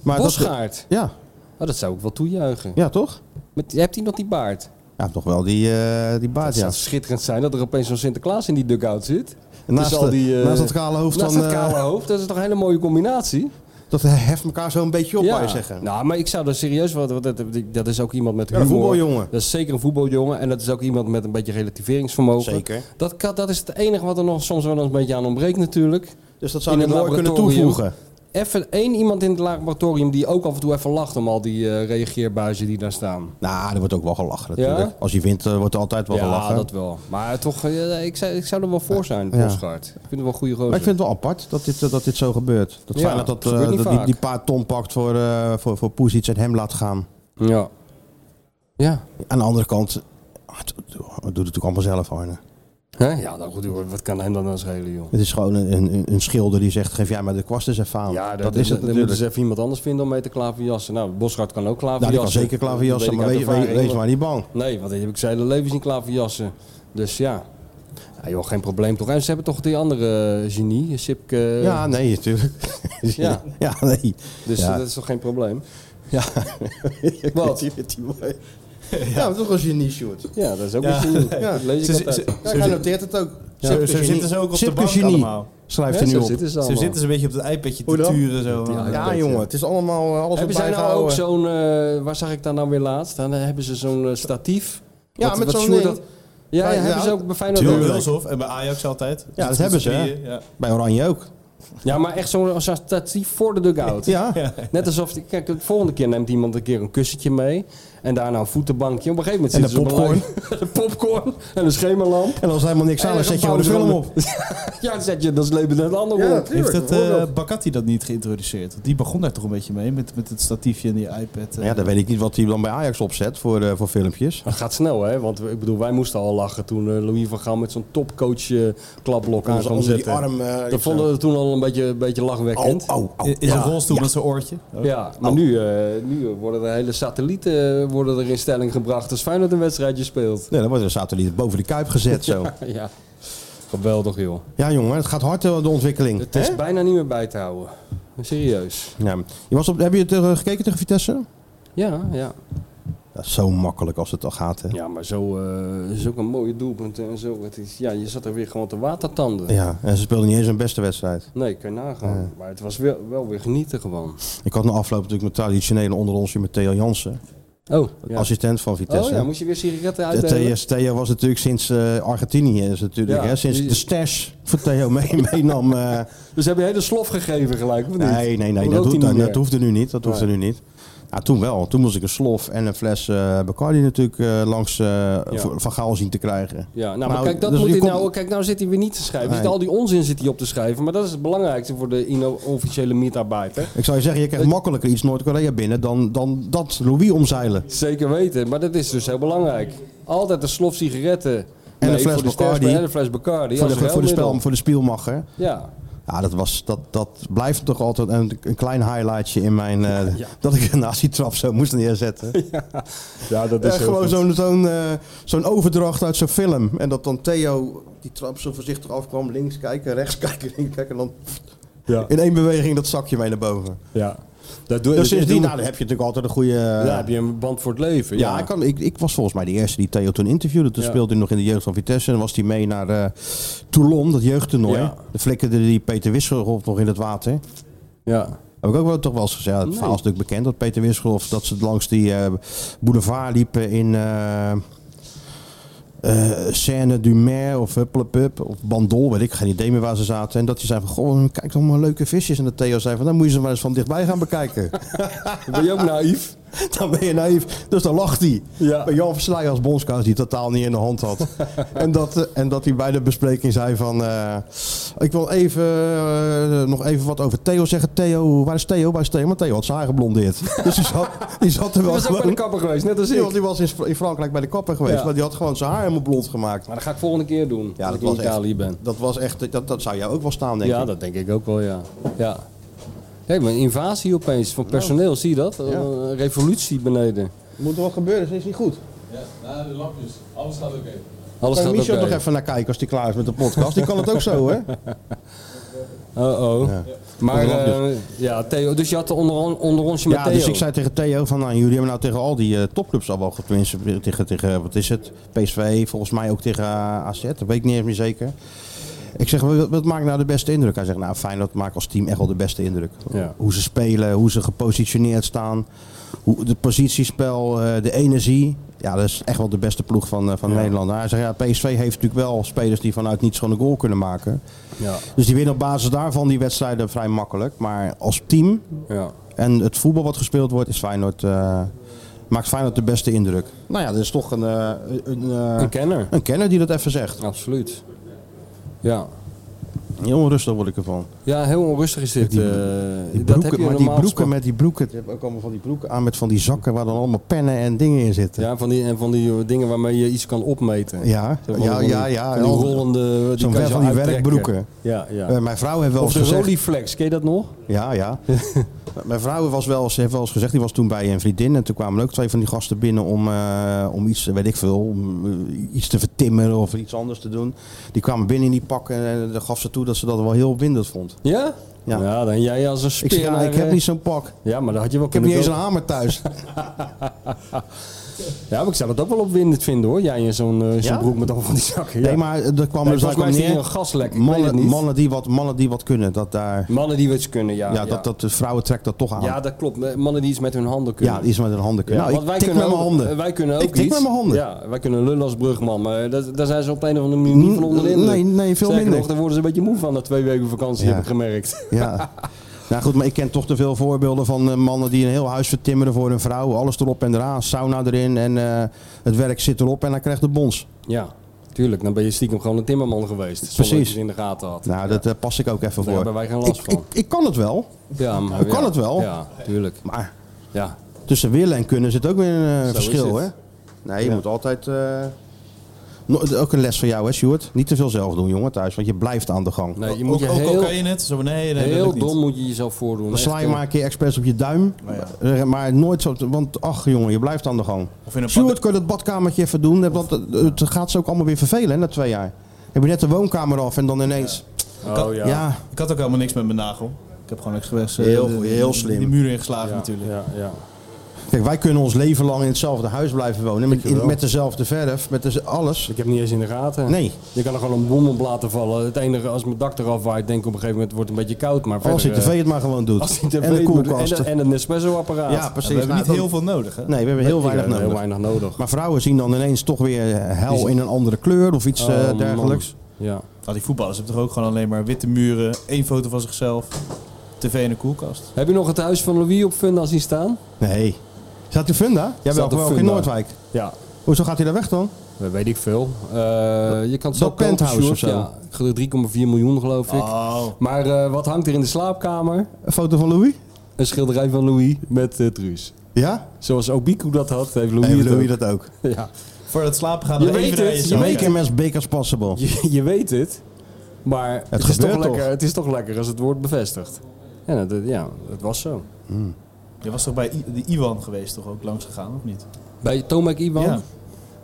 Speaker 6: Maar Dat,
Speaker 7: Bosgaard.
Speaker 6: ja,
Speaker 7: Oh, dat zou ik wel toejuichen.
Speaker 6: ja, toch?
Speaker 7: Met, hebt hij nog die baard?
Speaker 6: Ja, toch wel die, eh die baard,
Speaker 7: Het
Speaker 6: ja.
Speaker 7: zou schitterend zijn dat er opeens zo'n Sinterklaas in die dugout zit.
Speaker 6: Naast,
Speaker 7: al
Speaker 6: de-
Speaker 7: die, eh,
Speaker 6: naast dat kale hoofd
Speaker 7: Naast
Speaker 6: dan.
Speaker 7: dat kale
Speaker 6: eh,
Speaker 7: hoofd, dat is toch een hele mooie combinatie?
Speaker 6: dat heft elkaar zo een beetje op, wou je zeggen.
Speaker 7: Nou, maar ik zou daar serieus wat, wat dat, dat is ook iemand met
Speaker 6: Ja, een
Speaker 7: humor.
Speaker 6: voetbaljongen.
Speaker 7: Dat is zeker een voetbaljongen en dat is ook iemand met een beetje relativeringsvermogen.
Speaker 6: Zeker.
Speaker 7: Dat, kan- dat is het enige wat er nog soms wel eens een beetje aan ontbreekt natuurlijk.
Speaker 6: Dus dat
Speaker 7: In
Speaker 6: zou je
Speaker 7: een
Speaker 6: mooi kunnen
Speaker 7: laboratorium.
Speaker 6: toevoegen.
Speaker 7: Even één iemand in het laboratorium die ook af en toe even lacht om al die eh, reageerbuizen die daar staan.
Speaker 6: Nou, er wordt ook wel gelachen
Speaker 7: Ja?
Speaker 6: natuurlijk. Als hij wint, eh, wordt er altijd wel
Speaker 7: ja,
Speaker 6: gelachen.
Speaker 7: dat wel. Maar toch, eh, ik, zou, ik zou er wel voor zijn,
Speaker 6: Ja.
Speaker 7: Bosgaard. Ik vind het wel een goede roze.
Speaker 6: Maar ik vind het wel apart dat dit, eh, dat dit zo gebeurt. Dat
Speaker 7: Ja,
Speaker 6: Feyenoord dat,
Speaker 7: dat gebeurt
Speaker 6: eh,
Speaker 7: niet
Speaker 6: dat die,
Speaker 7: vaak.
Speaker 6: die paar ton pakt voor, eh voor, voor Poesic en hem laat gaan.
Speaker 7: Ja. Ja.
Speaker 6: Aan de andere kant, ah, het- het doet het natuurlijk allemaal zelf, Arne.
Speaker 7: Hè? Ja, nou goed, hoor. wat kan hem dan aan schelen, joh?
Speaker 6: Het is gewoon een, een, een schilder die zegt, geef jij maar de kwast eens even aan.
Speaker 7: Ja,
Speaker 6: Oh, dat is het
Speaker 7: Dan moeten
Speaker 6: natuurlijk.
Speaker 7: ze even iemand anders vinden om mee te klaverjassen. Nou, Boschart kan ook
Speaker 6: Nou, die
Speaker 7: klaverjassen.
Speaker 6: kan zeker klaverjassen,
Speaker 7: Dat
Speaker 6: maar
Speaker 7: weet
Speaker 6: wees,
Speaker 7: ik
Speaker 6: wees,
Speaker 7: uit ervaring.
Speaker 6: wees maar niet bang.
Speaker 7: Nee, want dat heb ik zijn hele leven zien klaverjassen. Dus ja. Ja, joh, geen probleem toch. En ze hebben toch die andere eh, genie, Sipke.
Speaker 6: ja, nee, natuurlijk.
Speaker 7: Ja.
Speaker 6: ja, nee.
Speaker 7: Dus
Speaker 6: ja.
Speaker 7: dat is toch geen probleem?
Speaker 6: Ja.
Speaker 7: Wat?
Speaker 6: ja, toch een genie, Sjoerd.
Speaker 7: Ja, dat is ook een genie.
Speaker 6: Ja.
Speaker 7: Dat lees ik
Speaker 1: Ze-
Speaker 7: altijd.
Speaker 1: ze-
Speaker 6: Ja, hij noteert het ook.
Speaker 1: Zo, zo zitten ze ook op de bank
Speaker 6: Circusgenie,
Speaker 1: allemaal.
Speaker 6: Schrijft
Speaker 7: Hè,
Speaker 6: hij nu
Speaker 7: zo
Speaker 6: op.
Speaker 7: zitten ze
Speaker 1: Zo
Speaker 7: allemaal.
Speaker 1: zitten ze een beetje op het iPadje te
Speaker 6: Hoe dan?
Speaker 1: turen. Zo.
Speaker 7: Ja,
Speaker 6: Ja, jongen, het is allemaal eh, alles
Speaker 7: hebben zij nou ook
Speaker 6: bijgehouden.
Speaker 7: zo'n, eh, waar zag ik daar nou weer laatst? Dan hebben ze zo'n eh, statief.
Speaker 6: Ja, met zo'n
Speaker 7: Sjoerd
Speaker 6: ding.
Speaker 7: Ja, ja,
Speaker 6: Ja,
Speaker 7: hebben ze
Speaker 6: ja.
Speaker 7: ook bij
Speaker 1: Tuurlijk.
Speaker 7: Feyenoord ook.
Speaker 1: Wilshof en bij Ajax altijd.
Speaker 6: dat
Speaker 1: Dus
Speaker 6: hebben ze,
Speaker 1: is
Speaker 6: hè?
Speaker 1: die, Ja.
Speaker 6: Bij Oranje ook.
Speaker 7: Ja, maar echt zo'n zo'n statief voor de dugout.
Speaker 6: Ja.
Speaker 7: Net alsof, die- kijk, de volgende keer neemt iemand een keer een kussentje mee. En daarna een voetbankje. Op een gegeven moment
Speaker 6: En
Speaker 7: zitten
Speaker 6: een
Speaker 7: ze op een lijn- een popcorn en een schemerlamp.
Speaker 6: En als er helemaal niks aan
Speaker 7: En
Speaker 6: is,
Speaker 7: een
Speaker 6: zet je gewoon de
Speaker 7: gebouwde
Speaker 6: film op.
Speaker 7: ja, dan zet je, dat is leven net een ander
Speaker 6: Ja,
Speaker 7: woord.
Speaker 1: Heeft het, eh
Speaker 7: bijvoorbeeld.
Speaker 1: Bakati dat niet geïntroduceerd? Want die begon daar toch een beetje mee met, met het statiefje en die iPad. eh.
Speaker 6: Nou Ja, dan weet ik niet wat hij dan bij Ajax opzet voor, eh, voor filmpjes.
Speaker 7: Dat gaat snel, hè? Want ik bedoel, wij moesten al lachen toen eh, Louis van Gaal met zo'n topcoach eh, klapblok aan kwam zetten.
Speaker 6: eh,
Speaker 7: dat vonden we toen al een beetje, een beetje lachwekkend.
Speaker 6: Oh, oh, oh.
Speaker 1: In in zijn rolstoel met zijn oortje.
Speaker 7: Ja, maar nu, eh, nu worden de hele satellieten eh, worden er in stelling gebracht als Feyenoord een wedstrijdje speelt.
Speaker 6: Nee, dan wordt er een satelliet boven de kuip gezet zo.
Speaker 7: Ja, geweldig joh.
Speaker 6: Ja, jongen, het gaat hard eh, de ontwikkeling.
Speaker 7: Het is
Speaker 6: Hè?
Speaker 7: bijna niet meer bij te houden. Serieus.
Speaker 6: Ja. Je was op, heb je het eh, gekeken tegen Vitesse?
Speaker 7: Ja, ja.
Speaker 6: Dat is zo makkelijk als het al gaat, hè?
Speaker 7: Ja, maar zo eh, is ook een mooie doelpunt en zo. Het is, ja, je zat er weer gewoon te watertanden.
Speaker 6: Ja, en ze speelden niet eens hun beste wedstrijd.
Speaker 7: Nee, kan je nagaan. Maar het was wel, wel weer genieten gewoon.
Speaker 6: Ik had na afloop natuurlijk mijn traditionele onder onsje met Theo Jansen.
Speaker 7: Oh, ja.
Speaker 6: Assistent van
Speaker 7: Oh
Speaker 6: Vitesse.
Speaker 7: ja, moest je weer sigaretten eh,
Speaker 6: Ja, Theo,
Speaker 7: uitdelen?
Speaker 6: Theo was natuurlijk sinds eh, Argentinië, is natuurlijk,
Speaker 7: Ja,
Speaker 6: hè? sinds
Speaker 7: die-
Speaker 6: de stash voor Theo mee, meenam. eh,
Speaker 7: Dus heb je hele slof gegeven gelijk, of niet?
Speaker 6: nee, nee, nee,
Speaker 7: Hoe
Speaker 6: dat,
Speaker 7: loopt
Speaker 6: hoeft,
Speaker 7: die
Speaker 6: dat,
Speaker 7: meneer?
Speaker 6: hoefde nu niet. Dat hoefde
Speaker 7: Nee.
Speaker 6: nu niet. Nou, toen wel. Toen moest ik een slof en een fles eh, Bacardi natuurlijk eh, langs eh, voor- van Gaal zien te krijgen.
Speaker 7: Ja, nou, maar
Speaker 6: Nou,
Speaker 7: kijk, dat
Speaker 6: dus
Speaker 7: moet
Speaker 6: je
Speaker 7: hij
Speaker 6: komt-
Speaker 7: nou, kijk, nou zit hij weer niet te schrijven.
Speaker 6: Nee.
Speaker 7: Zit al die onzin zit hij op te schrijven. Maar dat is het belangrijkste voor de ino- officiële meetarbeiter.
Speaker 6: Ik zou je zeggen, je krijgt makkelijker iets Noord-Korea binnen dan, dan dat Louis omzeilen.
Speaker 7: Zeker weten, maar dat is dus heel belangrijk. Altijd een slof sigaretten.
Speaker 6: En een
Speaker 7: Nee,
Speaker 6: fles
Speaker 7: voor de
Speaker 6: Bacardi.
Speaker 7: sterspel- En een fles Bacardi.
Speaker 6: voor,
Speaker 7: als
Speaker 6: de, voor, de
Speaker 7: ruilmiddel.
Speaker 6: spel, voor de spielmacher.
Speaker 7: Ja.
Speaker 6: Ja, dat, was, dat, dat blijft toch altijd een, een klein highlightje in mijn... eh, Dat ik een nazi-trap zo moest neerzetten.
Speaker 7: ja, dat
Speaker 6: Ja, gewoon zo'n zo'n eh, zo'n overdracht uit zo'n film. En dat dan Theo die trap zo voorzichtig afkwam. Links kijken, rechts kijken, links kijken. En dan
Speaker 7: Ja,
Speaker 6: in één beweging dat zakje mee naar boven.
Speaker 7: ja. Dat doe,
Speaker 6: Dus sindsdien
Speaker 7: doe-
Speaker 6: nou, dan heb je natuurlijk altijd een goede...
Speaker 7: ja,
Speaker 6: ja,
Speaker 7: heb je een band voor het leven. Ja,
Speaker 6: ik, kan, ik, ik was volgens mij de eerste die Theo toen interviewde. Toen
Speaker 7: Ja.
Speaker 6: speelde hij nog in de jeugd van Vitesse. En was hij mee naar eh, Toulon, dat jeugdtoernooi.
Speaker 7: Ja.
Speaker 6: Dan flikkerde die Peter Wisselhoff nog in het water.
Speaker 7: Ja.
Speaker 6: Heb ik ook wel toch wel eens gezegd. Ja, het
Speaker 7: Nee.
Speaker 6: verhaal is natuurlijk bekend dat Peter Wisselhoff dat ze langs die eh, boulevard liepen in eh eh Seine du Mer of Hupplepup of Bandol, weet ik, geen idee meer waar ze zaten. En dat die zei van, goh, kijk toch maar leuke visjes. En dat Theo zei van, dan moet je ze maar eens van dichtbij gaan bekijken.
Speaker 7: Ben je ook naïef?
Speaker 6: dan ben je naïef. Dus dan lacht hij.
Speaker 7: Ja.
Speaker 6: Maar Jan Verslij als bondscoach die het totaal niet in de hand had. en, dat, eh, en dat hij bij de bespreking zei van... eh, ik wil even, eh, nog even wat over Theo zeggen. Theo, waar is Theo? Waar is Theo? Maar Theo had zijn haar geblondeerd. dus die zat, die zat er
Speaker 7: Je
Speaker 6: wel
Speaker 7: was ook bij de
Speaker 6: gewoon...
Speaker 7: kapper geweest, net als ik.
Speaker 6: Want die was in Sp- in Frankrijk bij de kapper geweest.
Speaker 7: Ja.
Speaker 6: Maar die had gewoon zijn haar helemaal blond gemaakt.
Speaker 7: Maar dat ga ik volgende keer doen, als ik in
Speaker 6: was echt-
Speaker 7: Italië ben.
Speaker 6: Dat, was echt, dat, dat zou jou ook wel staan, denk
Speaker 7: ja,
Speaker 6: ik.
Speaker 7: dat denk ik ook wel, ja. ja. Kijk, maar een invasie opeens van
Speaker 6: Nou.
Speaker 7: personeel, zie je dat? Een revolutie beneden.
Speaker 6: Moet er wat gebeuren, dat is niet goed.
Speaker 7: Alles
Speaker 6: Kan
Speaker 7: gaat
Speaker 6: Michel
Speaker 7: oké.
Speaker 6: nog even naar kijken als hij klaar is met de podcast? Die kan het ook zo, hè?
Speaker 7: Oh, oh. Maar,
Speaker 6: Met de
Speaker 7: eh, ja, Theo, dus je had de onder, onder onsje met
Speaker 6: Ja,
Speaker 7: Theo.
Speaker 6: dus ik zei tegen Theo van, nou, jullie hebben nou tegen al die eh, topclubs al wel, ge- tenminste tegen, tegen, wat is het, PSV, volgens mij ook tegen eh, AZ, dat weet ik niet eens meer zeker. Ik zeg, wat, wat maakt nou de beste indruk? Hij zegt, nou Feyenoord maakt als team echt wel de beste indruk.
Speaker 7: Ja.
Speaker 6: Hoe ze spelen, hoe ze gepositioneerd staan, hoe, de positiespel, eh, de energie. Ja, dat is echt wel de beste ploeg van, eh, van Nederland. Hij zegt, ja, PSV heeft natuurlijk wel spelers die vanuit niets gewoon een goal kunnen maken.
Speaker 7: Ja,
Speaker 6: Dus die winnen op basis daarvan die wedstrijden vrij makkelijk. Maar als team
Speaker 7: ja.
Speaker 6: en het voetbal wat gespeeld wordt, is Feyenoord, eh, maakt Feyenoord de beste indruk. Nou ja, dat is toch een, eh, een, eh,
Speaker 7: Een kenner.
Speaker 6: een kenner die dat even zegt.
Speaker 7: Absoluut. Ja.
Speaker 6: Heel onrustig word ik ervan.
Speaker 7: Ja, heel onrustig is dit.
Speaker 6: Die-
Speaker 7: eh,
Speaker 6: Die
Speaker 7: dat
Speaker 6: broeken,
Speaker 7: heb
Speaker 6: maar
Speaker 7: je
Speaker 6: die
Speaker 7: normaal
Speaker 6: broeken
Speaker 7: gesproken-
Speaker 6: met die broeken. Je hebt ook allemaal van die broeken aan met van die zakken waar dan allemaal pennen en dingen in zitten.
Speaker 7: Ja, van die, en van die eh, dingen waarmee je iets kan opmeten.
Speaker 6: Ja,
Speaker 7: Zo van-
Speaker 6: ja,
Speaker 7: van die-
Speaker 6: ja. ja,
Speaker 7: van die rollende... eh, Die
Speaker 6: Zo'n
Speaker 7: kan
Speaker 6: ver
Speaker 7: je zo
Speaker 6: van die
Speaker 7: uittrekken.
Speaker 6: werkbroeken.
Speaker 7: Ja, ja.
Speaker 6: Eh, mijn vrouw heeft wel
Speaker 7: of
Speaker 6: eens
Speaker 7: de
Speaker 6: gezegd...
Speaker 7: Roliflex, ken je dat nog?
Speaker 6: Ja, ja. Mijn vrouw was wel eens, heeft wel eens gezegd, die was toen bij een vriendin. En toen kwamen er ook twee van die gasten binnen om, eh, om iets, weet ik veel, om eh, iets te vertimmeren of iets anders te doen. Die kwamen binnen in die pakken en eh, dan gaf ze toe dat ze dat wel heel opwindend vond.
Speaker 7: Ja?
Speaker 6: Ja.
Speaker 7: dan jij als een speer.
Speaker 6: Ik zeg, ja,
Speaker 7: naar,
Speaker 6: ik heb
Speaker 7: eh,
Speaker 6: niet zo'n pak.
Speaker 7: Ja, maar dan had je wel
Speaker 6: Ik heb
Speaker 7: kunnen
Speaker 6: niet eens een
Speaker 7: kopen.
Speaker 6: hamer thuis.
Speaker 7: Ja, maar ik zou dat ook wel opwindend vinden hoor. Jij in zo'n eh, zo'n
Speaker 6: Ja?
Speaker 7: broek met al van die zakken. Ja.
Speaker 6: Nee, maar eh, daar kwam
Speaker 7: Nee,
Speaker 6: dus
Speaker 7: volgens mij
Speaker 6: eigenlijk
Speaker 7: is
Speaker 6: op
Speaker 7: die
Speaker 6: neer.
Speaker 7: een gaslek. Ik weet het
Speaker 6: Mannen,
Speaker 7: niet.
Speaker 6: mannen, die wat, mannen die wat kunnen, dat daar...
Speaker 7: Mannen die we het kunnen, ja.
Speaker 6: Ja, dat, dat de vrouwen trekt dat toch aan.
Speaker 7: Ja,
Speaker 6: Ja,
Speaker 7: dat klopt. Eh, Mannen die iets met hun handen kunnen.
Speaker 6: die is met hun handen kunnen.
Speaker 7: Ja,
Speaker 6: nou,
Speaker 7: want
Speaker 6: ik tik met
Speaker 7: ook-
Speaker 6: mijn handen.
Speaker 7: Wij kunnen ook
Speaker 6: Ik tik
Speaker 7: iets.
Speaker 6: met mijn handen.
Speaker 7: Ja, wij kunnen lullen als brugman. Maar dat, daar zijn ze op een of andere manier niet van onder de indruk.
Speaker 6: Nee, nee, veel
Speaker 7: Sterker
Speaker 6: minder.
Speaker 7: Nog, daar worden ze een beetje moe van na twee weken vakantie,
Speaker 6: Ja.
Speaker 7: heb ik gemerkt.
Speaker 6: Ja. Nou goed, maar ik ken toch te veel voorbeelden van eh, mannen die een heel huis vertimmeren voor hun vrouw. Alles erop en eraan, sauna erin en eh, het werk zit erop en hij krijgt de bons.
Speaker 7: Ja, tuurlijk. Dan ben je stiekem gewoon een timmerman geweest. Zonder dat
Speaker 6: Precies.
Speaker 7: je het in de gaten had.
Speaker 6: Nou, dat eh, pas ik ook even
Speaker 7: Daar
Speaker 6: voor.
Speaker 7: hebben wij geen last
Speaker 6: ik,
Speaker 7: van.
Speaker 6: Ik, ik kan het wel,
Speaker 7: Ja, maar,
Speaker 6: kan
Speaker 7: ja.
Speaker 6: het wel.
Speaker 7: Ja, tuurlijk.
Speaker 6: maar
Speaker 7: Ja,
Speaker 6: tussen willen en kunnen zit ook weer een eh,
Speaker 7: Zo is
Speaker 6: verschil,
Speaker 7: het.
Speaker 6: hè? Nee, je moet altijd... eh, no- ook een les van jou, hè, Sjoerd? Niet te veel zelf doen, jongen, thuis, want je blijft aan de gang.
Speaker 7: nee, je moet
Speaker 1: ook,
Speaker 7: je
Speaker 1: ook al
Speaker 7: heel,
Speaker 1: kan je het. Zo, van, nee, nee, dat
Speaker 7: heel
Speaker 1: lukt niet.
Speaker 7: dom moet je jezelf voordoen.
Speaker 6: Dan sla je
Speaker 7: Echt,
Speaker 6: maar een keer expres op je duim, eh, maar nooit zo... Want ach, jongen, je blijft aan de gang.
Speaker 1: Of in een
Speaker 6: Stuart, kun je dat badkamertje even doen? Want het- het gaat ze ook allemaal weer vervelen hè, na twee jaar. Heb je net de woonkamer af en dan ineens...
Speaker 7: eh, Oh ja.
Speaker 6: Ja, ja.
Speaker 1: Ik had ook helemaal niks met mijn nagel. Ik heb gewoon niks geweest. eh,
Speaker 6: Heel
Speaker 1: de-
Speaker 6: goed, heel
Speaker 1: de-
Speaker 6: slim.
Speaker 1: De muur ingeslagen
Speaker 7: Ja,
Speaker 1: natuurlijk.
Speaker 7: Ja, ja.
Speaker 6: kijk, wij kunnen ons leven lang in hetzelfde huis blijven wonen. Met, in-
Speaker 7: Dankjewel.
Speaker 6: met dezelfde verf, met deze- alles.
Speaker 7: Dus Ik heb niet eens in de gaten.
Speaker 6: Nee.
Speaker 7: Je kan er gewoon een bom op laten vallen. Het enige, als mijn dak eraf waait, denk ik op een gegeven moment, wordt het een beetje koud. Maar
Speaker 6: Oh, Als
Speaker 7: verder,
Speaker 6: die
Speaker 7: eh,
Speaker 6: tv het maar gewoon doet.
Speaker 7: Als hij te
Speaker 6: en de
Speaker 7: veel moet-
Speaker 6: koelkast.
Speaker 7: En, en een Nespresso-apparaat.
Speaker 6: ja,
Speaker 1: We
Speaker 6: precies.
Speaker 1: hebben
Speaker 6: Nou,
Speaker 1: niet
Speaker 6: dan-
Speaker 1: heel veel nodig, hè?
Speaker 6: Nee, we hebben heel
Speaker 7: Die
Speaker 6: weinig
Speaker 7: hebben
Speaker 6: nodig.
Speaker 7: Heel weinig nodig.
Speaker 6: Maar vrouwen zien dan ineens toch weer eh, hel in een andere kleur of iets
Speaker 7: Oh,
Speaker 6: eh,
Speaker 7: man.
Speaker 6: dergelijks.
Speaker 7: Ja.
Speaker 1: Nou, die voetballers hebben toch ook gewoon alleen maar witte muren, één foto van zichzelf, tv en een koelkast.
Speaker 7: Heb je nog het huis van Louis op Funda zien staan?
Speaker 6: Nee, Zat in Funda? Jij
Speaker 7: Zat
Speaker 6: wel,
Speaker 7: in
Speaker 6: gewoon ook in
Speaker 7: Funda.
Speaker 6: Noordwijk.
Speaker 7: Ja,
Speaker 6: Hoezo gaat hij daar weg dan?
Speaker 7: dat weet ik veel. Eh, je kan het zo
Speaker 6: dat penthouse
Speaker 7: kopen,
Speaker 6: of zo? Ah.
Speaker 7: Ja, 3,4 miljoen geloof ik. Maar eh, wat hangt er in de slaapkamer?
Speaker 6: Een foto van Louis?
Speaker 7: Een schilderij van Louis met eh Truus.
Speaker 6: Ja?
Speaker 7: Zoals Obiku dat had, heeft Louis,
Speaker 6: Heeft
Speaker 7: het
Speaker 6: Louis
Speaker 7: ook.
Speaker 6: dat ook?
Speaker 7: Ja.
Speaker 1: Voor het slapen gaan
Speaker 7: Je
Speaker 1: we even
Speaker 7: weet
Speaker 1: naar
Speaker 7: het,
Speaker 1: je
Speaker 7: je
Speaker 1: zakken.
Speaker 7: weet
Speaker 6: Make him as big as possible.
Speaker 7: Je, je weet het, maar het, is
Speaker 6: gebeurt
Speaker 7: toch
Speaker 6: toch?
Speaker 7: lekker, het is toch lekker als het wordt bevestigd. Ja, dat, dat- ja, dat was zo.
Speaker 1: Je was toch bij I- de Iwan geweest, toch ook langs gegaan, of niet?
Speaker 7: Bij Tomek Iwan?
Speaker 1: Ja.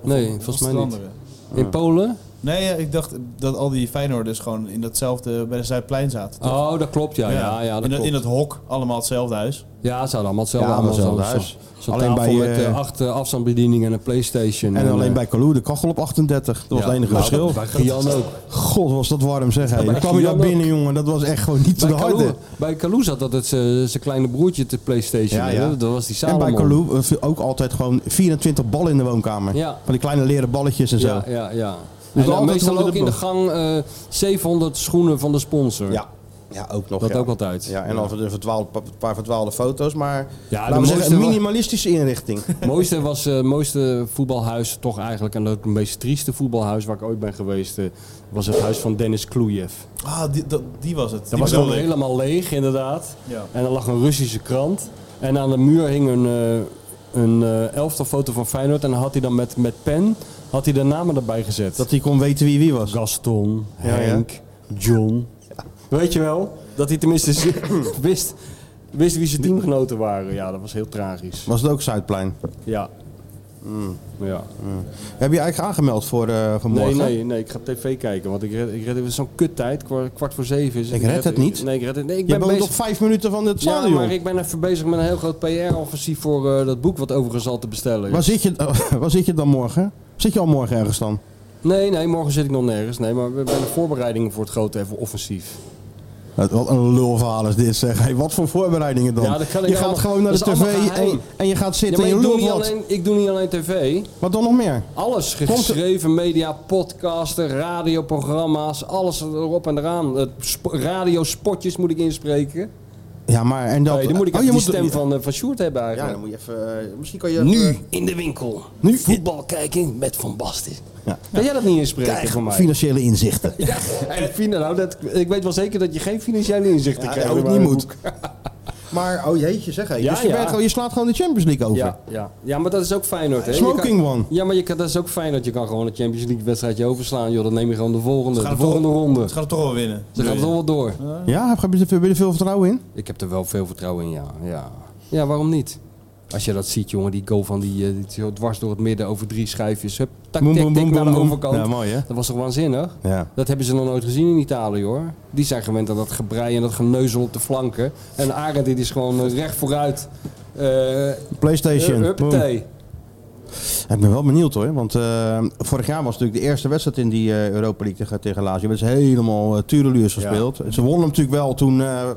Speaker 7: Nee,
Speaker 1: Was
Speaker 7: volgens
Speaker 1: het
Speaker 7: mij niet.
Speaker 1: andere?
Speaker 7: In Polen?
Speaker 1: Nee, ja, ik dacht dat al die Feyenoorders gewoon in datzelfde, bij de Zuidplein zaten. toch?
Speaker 7: Oh, dat klopt, ja. ja. ja, dat
Speaker 1: in, dat-
Speaker 7: klopt.
Speaker 1: in het hok, allemaal hetzelfde huis.
Speaker 7: Ja, ze hadden allemaal hetzelfde.
Speaker 6: Ja,
Speaker 7: allemaal
Speaker 6: allemaal hetzelfde
Speaker 7: zo'n-
Speaker 6: huis.
Speaker 7: Zo'n
Speaker 6: Alleen
Speaker 7: tafel
Speaker 6: bij,
Speaker 7: met eh,
Speaker 6: eh,
Speaker 7: acht eh, afstandsbedieningen en een Playstation.
Speaker 6: En alleen
Speaker 7: eh,
Speaker 6: bij Calou de kachel op 38. Dat was
Speaker 7: ja,
Speaker 6: het enige
Speaker 7: nou,
Speaker 6: verschil.
Speaker 7: Bij Gian ook.
Speaker 6: God, was dat warm zeg. Hey. Dan
Speaker 7: bij
Speaker 6: kwam je daar
Speaker 7: Gian ook.
Speaker 6: binnen, jongen. Dat was echt gewoon niet te
Speaker 7: Bij Calou,
Speaker 6: harde.
Speaker 7: bij Calou zat dat het zijn zijn kleine broertje te Playstation.
Speaker 6: Ja, ja.
Speaker 7: hè? Dat was die
Speaker 6: En
Speaker 7: Salomon.
Speaker 6: bij Calou eh, viel ook altijd gewoon 24 ballen in de woonkamer.
Speaker 7: Ja.
Speaker 6: Van die kleine leren balletjes en zo.
Speaker 7: Ja, ja, ja.
Speaker 6: Dus
Speaker 7: en dan
Speaker 6: altijd
Speaker 7: meestal
Speaker 6: onder
Speaker 7: ook
Speaker 6: de
Speaker 7: in de
Speaker 6: boog.
Speaker 7: gang eh 700 schoenen van de sponsor.
Speaker 6: Ja, ja ook nog.
Speaker 7: Dat
Speaker 6: ja.
Speaker 7: ook altijd.
Speaker 6: Ja, en dan een verdwaald- pa- paar verdwaalde foto's, maar
Speaker 7: Ja,
Speaker 6: laten
Speaker 7: de
Speaker 6: we zeggen, een
Speaker 7: mooiste wa-
Speaker 6: minimalistische inrichting.
Speaker 7: Het mooiste, was, eh, het mooiste voetbalhuis toch eigenlijk. En ook het meest trieste voetbalhuis waar ik ooit ben geweest. eh, was het huis van Dennis Kloejev.
Speaker 1: Ah, die, dat, die was het.
Speaker 7: Dat
Speaker 1: Die
Speaker 7: was
Speaker 1: bedoelde
Speaker 7: gewoon
Speaker 1: ik.
Speaker 7: helemaal leeg, inderdaad.
Speaker 1: Ja.
Speaker 7: En er lag een Russische krant. En aan de muur hing een, eh een eh, elftal foto van Feyenoord. En dan had hij dan met, met pen had hij de namen erbij gezet.
Speaker 6: dat hij kon weten wie wie was.
Speaker 7: Gaston,
Speaker 6: Ja, ja.
Speaker 7: Henk, John. Weet je wel? Dat hij tenminste z- wist, wist wie zijn teamgenoten waren. Ja, dat was heel tragisch.
Speaker 6: Was het ook Zuidplein?
Speaker 7: Ja. ja.
Speaker 6: Heb je je eigenlijk aangemeld voor eh,
Speaker 7: Nee,
Speaker 6: vanmorgen?
Speaker 7: nee, nee, ik ga op tv kijken, want ik red, ik red even zo'n kuttijd. Kwart, kwart voor zeven is het.
Speaker 6: Ik red het niet.
Speaker 7: Nee, ik red het niet. Ik
Speaker 6: Je
Speaker 7: ben
Speaker 6: bent
Speaker 7: bezig...
Speaker 6: nog vijf minuten van het
Speaker 7: Ja,
Speaker 6: stadion.
Speaker 7: maar ik ben even bezig met een heel groot PR-offensief voor eh, dat boek wat overigens al te bestellen
Speaker 6: waar,
Speaker 7: is.
Speaker 6: zit je, waar zit je dan morgen? Zit je al morgen ergens dan?
Speaker 7: Nee, nee, morgen zit ik nog nergens. Nee, maar we zijn de voorbereidingen voor het grote even offensief.
Speaker 6: Nou, Wat een lulverhaal is dit zeg. Hey, wat voor voorbereidingen dan?
Speaker 7: Ja, dat kan ik
Speaker 6: je gaat
Speaker 7: allemaal-
Speaker 6: gewoon naar de
Speaker 7: dat is allemaal
Speaker 6: tv
Speaker 7: geheim.
Speaker 6: en, en je gaat
Speaker 7: Ja,
Speaker 6: zitten
Speaker 7: maar
Speaker 6: en
Speaker 7: ik
Speaker 6: je
Speaker 7: doe,
Speaker 6: lult
Speaker 7: niet
Speaker 6: wat.
Speaker 7: alleen, ik doe niet alleen tv.
Speaker 6: Wat dan nog meer?
Speaker 7: Alles, geschreven media, podcasten, radioprogramma's, alles erop en eraan. Het sp- radiospotjes moet ik inspreken.
Speaker 6: Ja, maar en dat...
Speaker 7: Nee, dan moet ik
Speaker 6: Oh,
Speaker 7: even
Speaker 6: je
Speaker 7: die stem
Speaker 6: moet-
Speaker 7: van, eh, van Sjoerd hebben
Speaker 6: Ja,
Speaker 7: eigenlijk.
Speaker 6: dan moet je even... eh, misschien kan je...
Speaker 7: Nu in de winkel.
Speaker 6: Nu?
Speaker 7: Voetbal kijken met Van Basten.
Speaker 6: Ja.
Speaker 7: Kan jij dat niet inspreken
Speaker 6: Krijg
Speaker 7: voor mij?
Speaker 6: financiële inzichten.
Speaker 7: Ja, en fina- nou, dat, ik weet wel zeker dat je geen financiële inzichten
Speaker 6: Ja,
Speaker 7: krijgt.
Speaker 6: dat ook
Speaker 7: maar-
Speaker 6: niet moet. Maar, oh jeetje zeg. hé.
Speaker 7: Ja,
Speaker 6: dus je,
Speaker 7: ja.
Speaker 6: bent gewoon- je slaat gewoon de Champions League over.
Speaker 7: Ja, ja. ja, maar dat is ook Feyenoord. Hè? Je
Speaker 6: Smoking
Speaker 7: kan-
Speaker 6: one.
Speaker 7: Ja, maar je kan, dat is ook fijn dat je kan gewoon een Champions League wedstrijdje overslaan. Joh, dan neem je gewoon de volgende,
Speaker 1: Ze gaan
Speaker 7: de
Speaker 1: het
Speaker 7: volgende
Speaker 1: toch-
Speaker 7: ronde.
Speaker 1: Ze gaan het toch wel winnen.
Speaker 7: Ze gaan toch wel door.
Speaker 6: Ja, heb heb je er heb je er veel vertrouwen in?
Speaker 7: Ik heb er wel veel vertrouwen in, ja. Ja, ja waarom niet? Als je dat ziet, jongen, die goal van die, eh, die zo dwars door het midden over drie schijfjes. Hup, tak,
Speaker 6: Boem,
Speaker 7: tik,
Speaker 6: boem,
Speaker 7: tik
Speaker 6: boem,
Speaker 7: naar de
Speaker 6: boem, boem.
Speaker 7: overkant.
Speaker 6: Ja, mooi, hè?
Speaker 7: Dat was toch waanzinnig?
Speaker 6: Ja.
Speaker 7: Dat hebben ze nog nooit gezien in Italië, hoor. Die zijn gewend aan dat gebrei en dat geneuzel op de flanken. En Arend, dit is gewoon eh, recht vooruit. eh
Speaker 6: PlayStation. Boom.
Speaker 7: Uppatee.
Speaker 6: Ik ben wel benieuwd hoor. Want eh, vorig jaar was natuurlijk de eerste wedstrijd in die eh, Europa League tegen, tegen Lazio. Werd ze helemaal uh, tureluurs gespeeld. Ze wonnen hem natuurlijk wel toen. eh,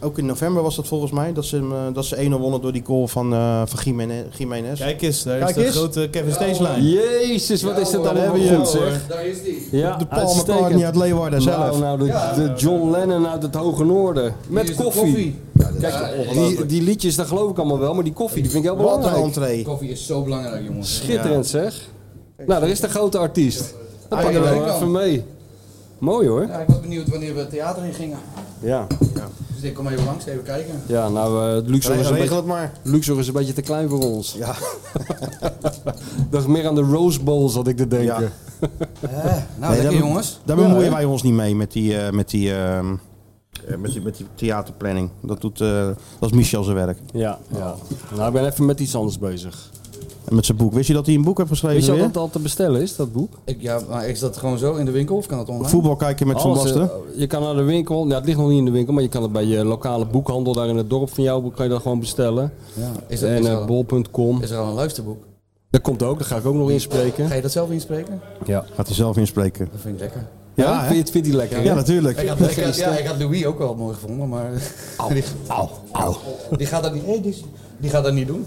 Speaker 6: ook in november was dat volgens mij. Dat ze, hem, eh, dat ze 1-0 wonnen door die goal van, eh van Gimene- Gimenez.
Speaker 1: Kijk eens, daar
Speaker 6: Kijk
Speaker 1: is de
Speaker 6: eens.
Speaker 1: grote Kevin Steeslijn.
Speaker 7: Jezus, wat is dat allemaal
Speaker 6: hebben
Speaker 7: goed,
Speaker 6: je hem,
Speaker 7: zeg.
Speaker 8: Daar is die.
Speaker 7: Ja,
Speaker 6: de Paul
Speaker 7: uitstekend.
Speaker 6: McCartney uit Leeuwarden zelf.
Speaker 7: Nou, nou, de, de John Lennon uit het Hoge Noorden. Met
Speaker 8: is de
Speaker 7: koffie.
Speaker 8: koffie.
Speaker 7: Kijk, die, die liedjes, dat geloof ik allemaal wel, maar die koffie die vind ik heel
Speaker 6: Wat een
Speaker 7: belangrijk.
Speaker 6: entree.
Speaker 8: Koffie is zo belangrijk, jongens.
Speaker 7: Schitterend zeg. Nou, daar is de grote artiest. Dat pak je
Speaker 8: Eindelijk
Speaker 7: wel
Speaker 8: wel.
Speaker 7: even mee. Mooi hoor.
Speaker 8: Ja, ik was benieuwd wanneer we het theater in gingen.
Speaker 7: Ja,
Speaker 8: Dus ik kom even langs, even kijken.
Speaker 7: ja nou, eh, Luxor, is een
Speaker 6: Regel
Speaker 7: beetje,
Speaker 6: het maar.
Speaker 7: Luxor is een beetje te klein voor ons. Ja. dacht meer aan de Rose Bowl, zat ik te denken.
Speaker 6: Ja.
Speaker 8: nou,
Speaker 6: Nee,
Speaker 8: lekker
Speaker 6: daar-
Speaker 8: jongens.
Speaker 6: Daar bemoeien wij ons niet mee met die, eh, met, die, ehm, eh, met, die, met die theaterplanning. Dat, doet, eh, dat is Michel zijn werk.
Speaker 7: Ja, ja. Nou, ik ben even met iets anders bezig.
Speaker 6: En met zijn boek. Wist je dat hij een boek heeft geschreven?
Speaker 7: Weet je
Speaker 6: weer?
Speaker 7: dat al te bestellen is, dat boek?
Speaker 8: Ik, ja, maar is dat gewoon zo in de winkel of kan dat online?
Speaker 6: Voetbal kijken met Van
Speaker 7: Alles,
Speaker 6: Basten.
Speaker 7: eh, je kan naar de winkel, nou, het ligt nog niet in de winkel, maar je kan het bij je lokale boekhandel daar in het dorp van jou kan je dat gewoon bestellen.
Speaker 8: Ja. Is, dat,
Speaker 7: En
Speaker 8: is, er
Speaker 7: eh,
Speaker 8: al,
Speaker 7: bol.com.
Speaker 8: is er al een luisterboek?
Speaker 7: Dat komt ook, dat ga ik ook nog inspreken.
Speaker 8: Ga je dat zelf inspreken?
Speaker 7: Ja,
Speaker 6: Gaat hij zelf inspreken.
Speaker 8: Dat vind ik lekker.
Speaker 6: Ja,
Speaker 7: vind, je het- vindt die lekker?
Speaker 6: Ja, natuurlijk.
Speaker 8: Ik had, ik had- ja, ik had Louis ook wel mooi gevonden, maar die, die gaat dat niet, hey, die, die gaat dat niet doen.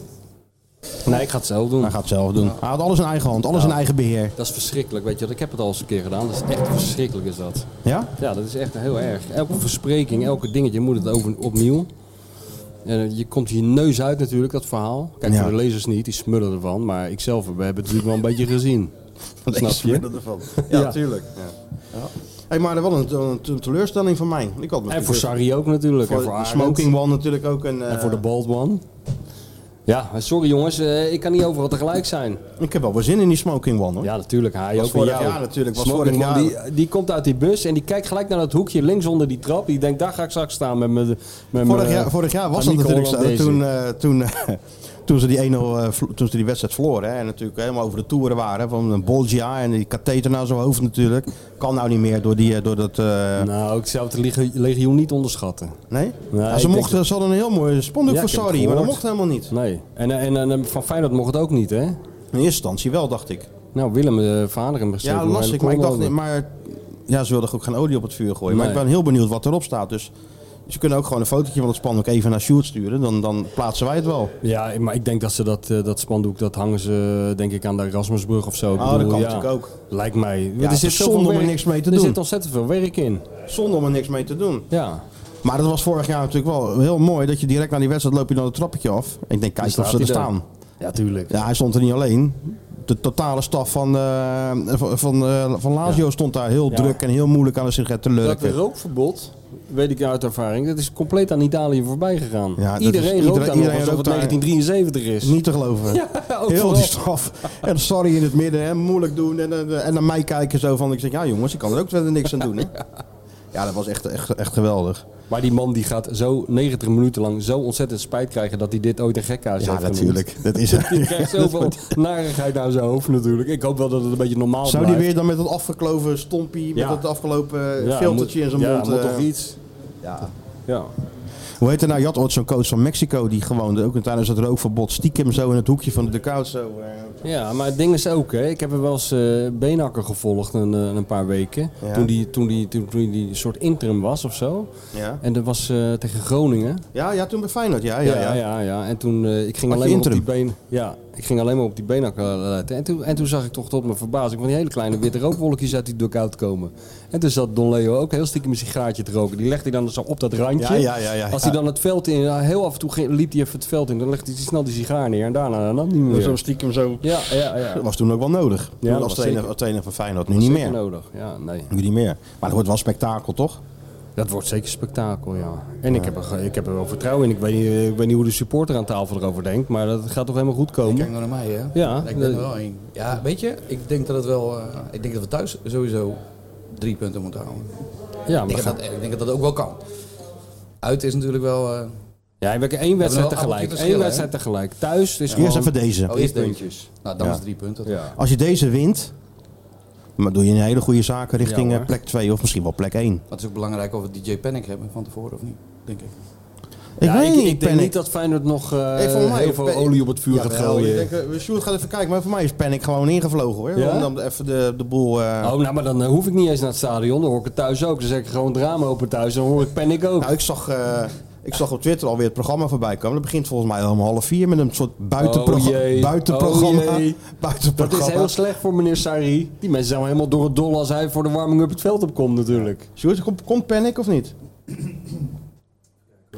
Speaker 7: Nee, ik ga het zelf doen.
Speaker 6: Hij gaat het zelf doen. Hij had alles in eigen hand, alles in eigen beheer.
Speaker 7: Dat is verschrikkelijk, weet je wat? Ik heb het al eens een keer gedaan. Dat is echt verschrikkelijk, is dat.
Speaker 6: Ja?
Speaker 7: Ja, dat is echt heel erg. Elke verspreking, elke dingetje moet het over, opnieuw. eh, je komt je neus uit natuurlijk, dat verhaal. Kijk,
Speaker 6: Ja.
Speaker 7: voor de lezers niet, die smullen ervan. Maar ikzelf, we hebben het natuurlijk wel een beetje gezien. Snap je?
Speaker 6: ervan. Ja, tuurlijk. Ja. Hey, maar wel een, een, een teleurstelling van mij. Ik had me
Speaker 7: En voor
Speaker 6: natuurlijk-
Speaker 7: Sarri ook natuurlijk.
Speaker 6: voor
Speaker 7: en voor
Speaker 6: de
Speaker 7: Arend.
Speaker 6: Smoking One natuurlijk ook. En, eh,
Speaker 7: En voor de Bald One. Ja, sorry jongens, eh, ik kan niet overal tegelijk zijn.
Speaker 6: eh, Ik heb wel weer zin in die Smoking One hoor.
Speaker 7: Ja, natuurlijk, hij
Speaker 6: Was
Speaker 7: ook. en
Speaker 6: vorig
Speaker 7: jou.
Speaker 6: jaar natuurlijk, was
Speaker 7: Smoking
Speaker 6: vorig
Speaker 7: Man,
Speaker 6: jaar.
Speaker 7: Die, die komt uit die bus en die kijkt gelijk naar dat hoekje links onder die trap. Die denkt, daar ga ik straks staan met mijn... Met
Speaker 6: Vorig,
Speaker 7: mijn,
Speaker 6: jaar, vorig jaar was dat
Speaker 7: Amico
Speaker 6: natuurlijk zo.
Speaker 7: Hollandaise.
Speaker 6: Toen, eh, toen, eh, toen, ze die 1-0, eh, vlo- toen ze die wedstrijd verloren. Hè, en natuurlijk helemaal over de toeren waren. Van een Bolgia en die katheter naar zijn hoofd natuurlijk. Kan nou niet meer door, die, eh, door dat... eh,
Speaker 7: Nou, ik zou het lege- legioen niet onderschatten.
Speaker 6: Nee? Nou,
Speaker 7: ik
Speaker 6: ze,
Speaker 7: denk
Speaker 6: mochten, ze hadden een heel mooi spandoek
Speaker 7: Ja,
Speaker 6: voor
Speaker 7: ik heb het
Speaker 6: Sarri, maar dat mocht
Speaker 7: gehoord.
Speaker 6: helemaal niet.
Speaker 7: Nee. En, eh, en, en, eh, van Feyenoord mocht het ook niet, hè?
Speaker 6: In eerste instantie wel, dacht ik.
Speaker 7: Nou, Willem eh vader hem geschreven.
Speaker 6: Ja,
Speaker 7: een
Speaker 6: lastig,
Speaker 7: hele
Speaker 6: maar ik
Speaker 7: column
Speaker 6: dacht niet.
Speaker 7: over.
Speaker 6: Maar ja, ze wilden ook geen olie op het vuur gooien. Maar
Speaker 7: Nee.
Speaker 6: ik ben heel benieuwd wat erop staat. Dus ze kunnen ook gewoon een fotootje van het spandoek even naar Sjoerd sturen. Dan, dan plaatsen wij het wel.
Speaker 7: Ja, maar ik denk dat ze dat, eh, dat spandoek, dat hangen ze denk ik aan de Erasmusbrug of zo. Ik
Speaker 6: Oh, dat kan
Speaker 7: ja,
Speaker 6: natuurlijk ook.
Speaker 7: Lijkt mij.
Speaker 6: het is
Speaker 7: zoveel
Speaker 6: zonde om er
Speaker 7: werk-
Speaker 6: niks mee te
Speaker 7: Er
Speaker 6: doen.
Speaker 7: zit ontzettend veel werk in.
Speaker 6: Zonde om er niks mee te doen.
Speaker 7: Ja.
Speaker 6: Maar dat was vorig jaar natuurlijk wel heel mooi. Dat je direct na die wedstrijd loop je dan het trappetje af. Ik denk, kijk
Speaker 7: Dan
Speaker 6: of ze er
Speaker 7: staat hij
Speaker 6: staan.
Speaker 7: Ja, tuurlijk.
Speaker 6: Ja, hij stond er niet alleen. De totale staf van, eh, van, van, eh, van Lazio stond daar heel druk en heel moeilijk aan de sigaret te
Speaker 7: Dat
Speaker 6: lurken.
Speaker 7: rookverbod, weet ik uit ervaring, dat is compleet aan Italië voorbij gegaan.
Speaker 6: Ja, dat
Speaker 7: iedereen
Speaker 6: is-
Speaker 7: rookt
Speaker 6: iedereen-
Speaker 7: daar nog
Speaker 6: iedereen
Speaker 7: alsof het
Speaker 6: rookt daar-
Speaker 7: 1973 is.
Speaker 6: Niet te geloven.
Speaker 7: Ja, ook
Speaker 6: Heel
Speaker 7: vooral.
Speaker 6: die straf. En sorry in het midden en moeilijk doen. En, en, en naar mij kijken zo van. Ik zeg, ja jongens, ik kan er ook verder niks aan doen. Hè? Ja, dat was echt, echt, echt geweldig.
Speaker 7: Maar die man die gaat zo 90 minuten lang zo ontzettend spijt krijgen dat hij dit ooit een gekhuis heeft genoemd.
Speaker 6: Dat is
Speaker 7: Die krijgt zoveel narigheid naar zijn hoofd natuurlijk. Ik hoop wel dat het een beetje normaal
Speaker 6: Zou die
Speaker 7: blijft.
Speaker 6: weer dan met dat afgekloven stompie,
Speaker 7: Ja.
Speaker 6: met dat afgelopen eh,
Speaker 7: Ja,
Speaker 6: filtertje
Speaker 7: moet-
Speaker 6: in zijn
Speaker 7: ja,
Speaker 6: mond?
Speaker 7: moet
Speaker 6: eh,
Speaker 7: toch iets. Ja.
Speaker 6: Hoe heet er nou? Je had ooit zo'n coach van Mexico die gewoon ook tijdens het rookverbod stiekem zo in het hoekje van de couch zo. eh,
Speaker 7: Ja, maar het ding is ook, hè, ik heb er wel eens eh, Beenhakker gevolgd een, eh, een paar weken.
Speaker 6: Ja.
Speaker 7: Toen, die, toen, die, toen, toen die een soort interim was of zo.
Speaker 6: ja.
Speaker 7: En dat was eh, tegen Groningen.
Speaker 6: Ja, ja, toen bij Feyenoord. Ja, ja,
Speaker 7: Ja,
Speaker 6: ja.
Speaker 7: ja, ja. En toen eh, ik ging
Speaker 6: Had je
Speaker 7: alleen maar op die
Speaker 6: interim?
Speaker 7: been. Ja, ik ging alleen maar op die beenhakker eh, letten. En toen, en toen zag ik toch tot mijn verbazing van die hele kleine witte rookwolkjes uit die dugout komen. En toen zat Don Leo ook heel stiekem een sigaartje te roken. Die legde hij dan dus zo op dat randje.
Speaker 6: Ja, ja, ja, ja,
Speaker 7: Als
Speaker 6: ja.
Speaker 7: hij dan het veld in, eh, heel af en toe ging- liep hij even het veld in. Dan legde hij snel die sigaar neer en daarna dan niet meer.
Speaker 6: Zo stiekem zo.
Speaker 7: Ja, ja, ja.
Speaker 6: Dat was toen ook wel nodig.
Speaker 7: Ja,
Speaker 6: Toen
Speaker 7: dat
Speaker 6: als
Speaker 7: was
Speaker 6: trainer,
Speaker 7: zeker.
Speaker 6: als trainer van Feyenoord, nu niet meer.
Speaker 7: nodig. Ja, nee.
Speaker 6: Nu niet meer. Maar het wordt wel spektakel, toch?
Speaker 7: Dat wordt zeker spektakel, ja. En ik, heb er, ge- ik heb er wel vertrouwen in. Ik weet, niet, eh, ik weet niet hoe de supporter aan tafel erover denkt, maar dat gaat toch helemaal goed
Speaker 8: Kijk
Speaker 7: komen.
Speaker 8: nou naar mij, hè?
Speaker 7: Ja.
Speaker 8: Ik ben er wel één. Ja, weet je, ik denk dat het wel. eh, ik denk dat we thuis sowieso drie punten moeten houden.
Speaker 7: Ja,
Speaker 8: Ik
Speaker 7: maar
Speaker 8: denk, dat, ik denk dat dat ook wel kan. Uit is natuurlijk wel. eh,
Speaker 7: Ja, we hebben één wedstrijd
Speaker 8: We hebben wel
Speaker 7: tegelijk.
Speaker 8: appeltjes
Speaker 7: Eén
Speaker 8: verschil,
Speaker 7: wedstrijd tegelijk. Thuis is
Speaker 6: Eerst
Speaker 7: gewoon...
Speaker 6: even deze.
Speaker 8: oh, eerst
Speaker 7: drie
Speaker 8: deze. Nou, dan is het drie punten. toch?
Speaker 7: Ja.
Speaker 6: Als je deze wint, maar doe je een hele goede zaak richting
Speaker 7: Ja,
Speaker 6: eh,
Speaker 7: hoor.
Speaker 6: plek 2 of misschien wel plek 1.
Speaker 8: Maar het is ook belangrijk of we DJ Panic hebben van tevoren of niet, denk ik.
Speaker 6: Ik
Speaker 7: Ja,
Speaker 6: weet
Speaker 7: ik,
Speaker 6: niet,
Speaker 7: ik denk
Speaker 6: Panic.
Speaker 7: niet dat Feyenoord nog eh,
Speaker 6: Ik vond mij-
Speaker 7: heel veel
Speaker 6: Pan-
Speaker 7: olie op het vuur gaat
Speaker 6: Jawel, ik
Speaker 7: gooien.
Speaker 6: denk, eh, Sjoerd gaat even kijken, maar voor mij is Panic gewoon ingevlogen hoor.
Speaker 7: Ja?
Speaker 6: Om dan even de, de boel... eh,
Speaker 7: Oh, nou, maar dan eh, hoef ik niet eens naar het stadion. Dan hoor ik het thuis ook. Dan zeg ik gewoon het raam open thuis. Dan hoor ik panic ook.
Speaker 6: Nou, ik zag, eh, ik zag op Twitter alweer het programma voorbij komen. Dat begint volgens mij om half vier met een soort buitenprogra-
Speaker 7: Oh jee.
Speaker 6: buitenprogramma.
Speaker 7: Oh jee. Dat
Speaker 6: buitenprogramma.
Speaker 7: is heel slecht voor meneer Sarri. Die mensen zijn wel helemaal door het dol als hij voor de warming-up het veld opkomt natuurlijk.
Speaker 6: Sjoerd, komt komt Panic of niet?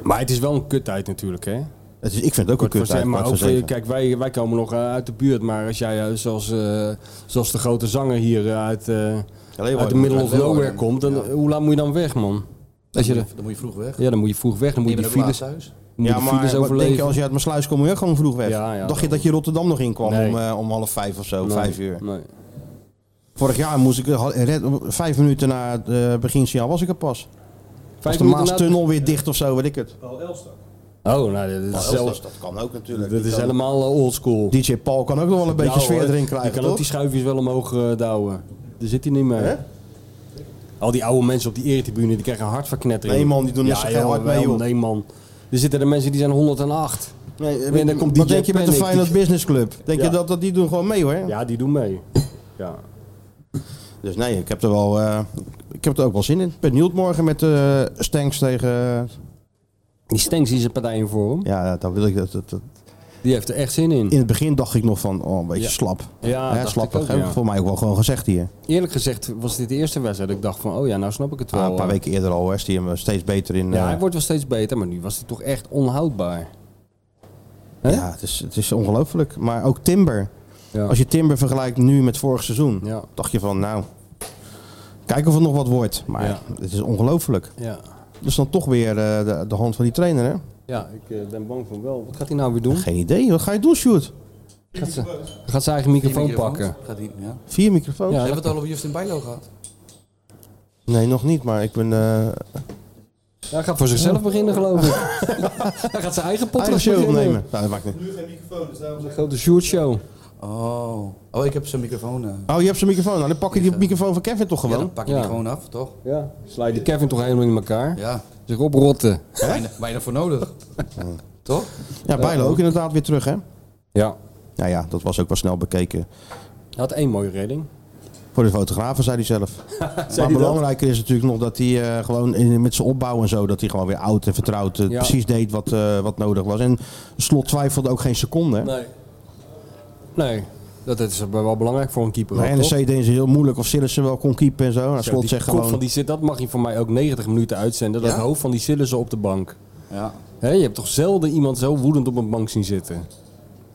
Speaker 7: Maar het is wel een kuttijd natuurlijk, hè?
Speaker 6: Het is, ik vind het ook een
Speaker 7: Kwart
Speaker 6: kut
Speaker 7: voor
Speaker 6: uit.
Speaker 7: zeven,
Speaker 6: kwart
Speaker 7: Maar
Speaker 6: voor
Speaker 7: ook, voor-
Speaker 6: zeven.
Speaker 7: kijk, wij, wij komen nog eh, uit de buurt. Maar als jij, eh, zoals, eh, zoals de grote zanger hier eh, uit... eh,
Speaker 6: Leeuwarden.
Speaker 7: uit de middle of
Speaker 8: Leeuwarden.
Speaker 7: nowhere komt, dan, hoe laat moet je dan weg, man? Als je
Speaker 8: dan, moet
Speaker 7: de,
Speaker 8: je, dan moet je vroeg weg.
Speaker 7: ja, dan moet je vroeg weg, dan moet
Speaker 8: Je
Speaker 7: je
Speaker 8: bent
Speaker 7: die
Speaker 8: ook laat
Speaker 7: files,
Speaker 8: thuis.
Speaker 7: moet je
Speaker 6: Ja,
Speaker 7: de
Speaker 6: maar
Speaker 7: files
Speaker 6: wat denk je,
Speaker 7: overleven.
Speaker 6: als je uit mijn sluis kom, je ook gewoon vroeg weg.
Speaker 7: Ja, ja,
Speaker 6: Dacht je
Speaker 7: dat-
Speaker 6: dat je Rotterdam nog in kwam
Speaker 7: Nee.
Speaker 6: om, eh, om half vijf of zo,
Speaker 7: Nee,
Speaker 6: vijf uur?
Speaker 7: nee.
Speaker 6: Vorig jaar moest ik, eh, red- vijf minuten na het eh, beginsignaal was ik er pas. Was
Speaker 7: Vijf
Speaker 6: de
Speaker 7: minuten na...
Speaker 6: Maastunnel weer dicht of zo, weet ik het.
Speaker 7: Oh, nou, dit is, zelfs-
Speaker 6: dat kan ook natuurlijk.
Speaker 7: dit is helemaal eh, oldschool.
Speaker 6: DJ Paul kan ook nog wel een beetje
Speaker 7: Ja,
Speaker 6: sfeer
Speaker 7: hoor.
Speaker 6: erin
Speaker 7: Je
Speaker 6: krijgen,
Speaker 7: kan
Speaker 6: toch?
Speaker 7: ook die schuifjes wel omhoog eh, douwen. Daar zit hij niet mee.
Speaker 6: Hè?
Speaker 7: Al die oude mensen op die eretribune, die krijgen een hartverknettering.
Speaker 6: Nee, man, die doen
Speaker 7: ja,
Speaker 6: net zo geen
Speaker 7: joh,
Speaker 6: hart mee,
Speaker 7: wel,
Speaker 6: joh.
Speaker 7: Nee man, er zitten er mensen die zijn 108.
Speaker 6: Nee,
Speaker 7: En dan komt
Speaker 6: wat
Speaker 7: DJ
Speaker 6: denk je met de
Speaker 7: Panic.
Speaker 6: Feyenoord Business Club? Denk
Speaker 7: Ja.
Speaker 6: je dat, dat die doen gewoon mee hoor?
Speaker 7: Ja, die doen mee. Ja.
Speaker 6: Dus nee, ik heb er wel, eh, ik heb er ook wel zin in. Ik ben benieuwd morgen met eh Stanks tegen...
Speaker 7: Die Stengs is een partij in vorm.
Speaker 6: ja, dat wil ik... Dat, dat, dat-
Speaker 7: Die heeft er echt zin in.
Speaker 6: In het begin dacht ik nog van, oh, een beetje
Speaker 7: Ja.
Speaker 6: slap.
Speaker 7: Ja,
Speaker 6: Hè,
Speaker 7: dacht
Speaker 6: slappig.
Speaker 7: ik ook,
Speaker 6: Heb ik
Speaker 7: ja.
Speaker 6: voor mij ook wel gewoon gezegd hier.
Speaker 7: Eerlijk gezegd was dit de eerste wedstrijd. dat Ik dacht van, oh ja, nou snap ik het wel.
Speaker 6: Ah, een paar weken eerder al hè, is hij hem steeds beter in.
Speaker 7: Ja,
Speaker 6: eh,
Speaker 7: hij wordt wel steeds beter, maar nu was hij toch echt onhoudbaar. hè?
Speaker 6: ja het is, het is ongelooflijk. Maar ook Timber.
Speaker 7: Ja.
Speaker 6: Als je Timber vergelijkt nu met vorig seizoen,
Speaker 7: Ja.
Speaker 6: dacht je van, nou, kijken of het nog wat wordt. Maar
Speaker 7: Ja.
Speaker 6: het is ongelooflijk.
Speaker 7: Ja,
Speaker 6: Dus dan toch weer eh, de, de hand van die trainer, hè?
Speaker 7: ja ik eh, ben bang van wel. Wat gaat hij nou weer doen?
Speaker 6: Geen idee. Wat ga je doen, Sjoerd?
Speaker 7: Gaat, ze, gaat zijn eigen microfoon pakken.
Speaker 8: Gaat die, ja.
Speaker 6: Vier microfoons?
Speaker 7: Ja,
Speaker 8: Hebben we het al over Justin Bijlo gehad?
Speaker 6: Nee, nog niet. Maar ik ben... eh
Speaker 7: Ja, hij gaat voor zichzelf beginnen, geloof ik. hij gaat zijn eigen
Speaker 6: eigen
Speaker 7: podcast
Speaker 6: show
Speaker 7: beginnen.
Speaker 6: opnemen. Nou, dat maakt niet.
Speaker 7: De grote Sjoerd Show.
Speaker 8: Oh. Oh, ik heb zijn microfoon. eh.
Speaker 6: Oh, je hebt zijn microfoon. Nou, dan pak je die microfoon van Kevin toch
Speaker 8: ja,
Speaker 6: gewoon?
Speaker 8: dan pak je
Speaker 7: Ja.
Speaker 8: die gewoon af, toch?
Speaker 7: Ja. Sla die Kevin toch helemaal in elkaar?
Speaker 8: Ja.
Speaker 7: Zich oprotten.
Speaker 8: Weinig, weinig voor nodig. toch?
Speaker 6: Ja, Bijlo ook inderdaad weer terug, hè?
Speaker 7: Ja.
Speaker 6: Nou ja, dat was ook wel snel bekeken.
Speaker 7: Hij had één mooie redding.
Speaker 6: Voor de fotografen, zei hij zelf. maar
Speaker 7: dat?
Speaker 6: belangrijker is natuurlijk nog dat hij eh, gewoon in, met zijn opbouw en zo... dat hij gewoon weer oud en vertrouwd eh,
Speaker 7: Ja.
Speaker 6: precies deed wat, eh, wat nodig was. En Slot twijfelde ook geen seconde. hè?
Speaker 7: Nee. Nee. Dat is wel belangrijk voor een keeper.
Speaker 6: Bij
Speaker 7: hoor,
Speaker 6: NEC
Speaker 7: toch?
Speaker 6: deden ze heel moeilijk of Sillissen wel kon keepen en zo. Nou,
Speaker 7: Zo,
Speaker 6: Slot
Speaker 7: die
Speaker 6: zegt
Speaker 7: kop
Speaker 6: gewoon...
Speaker 7: Van die, Sil- dat mag je voor mij ook 90 minuten uitzenden. Dat
Speaker 8: Ja?
Speaker 7: hoofd van die Sillissen op de bank.
Speaker 8: Ja.
Speaker 7: Hè, je hebt toch zelden iemand zo woedend op een bank zien zitten.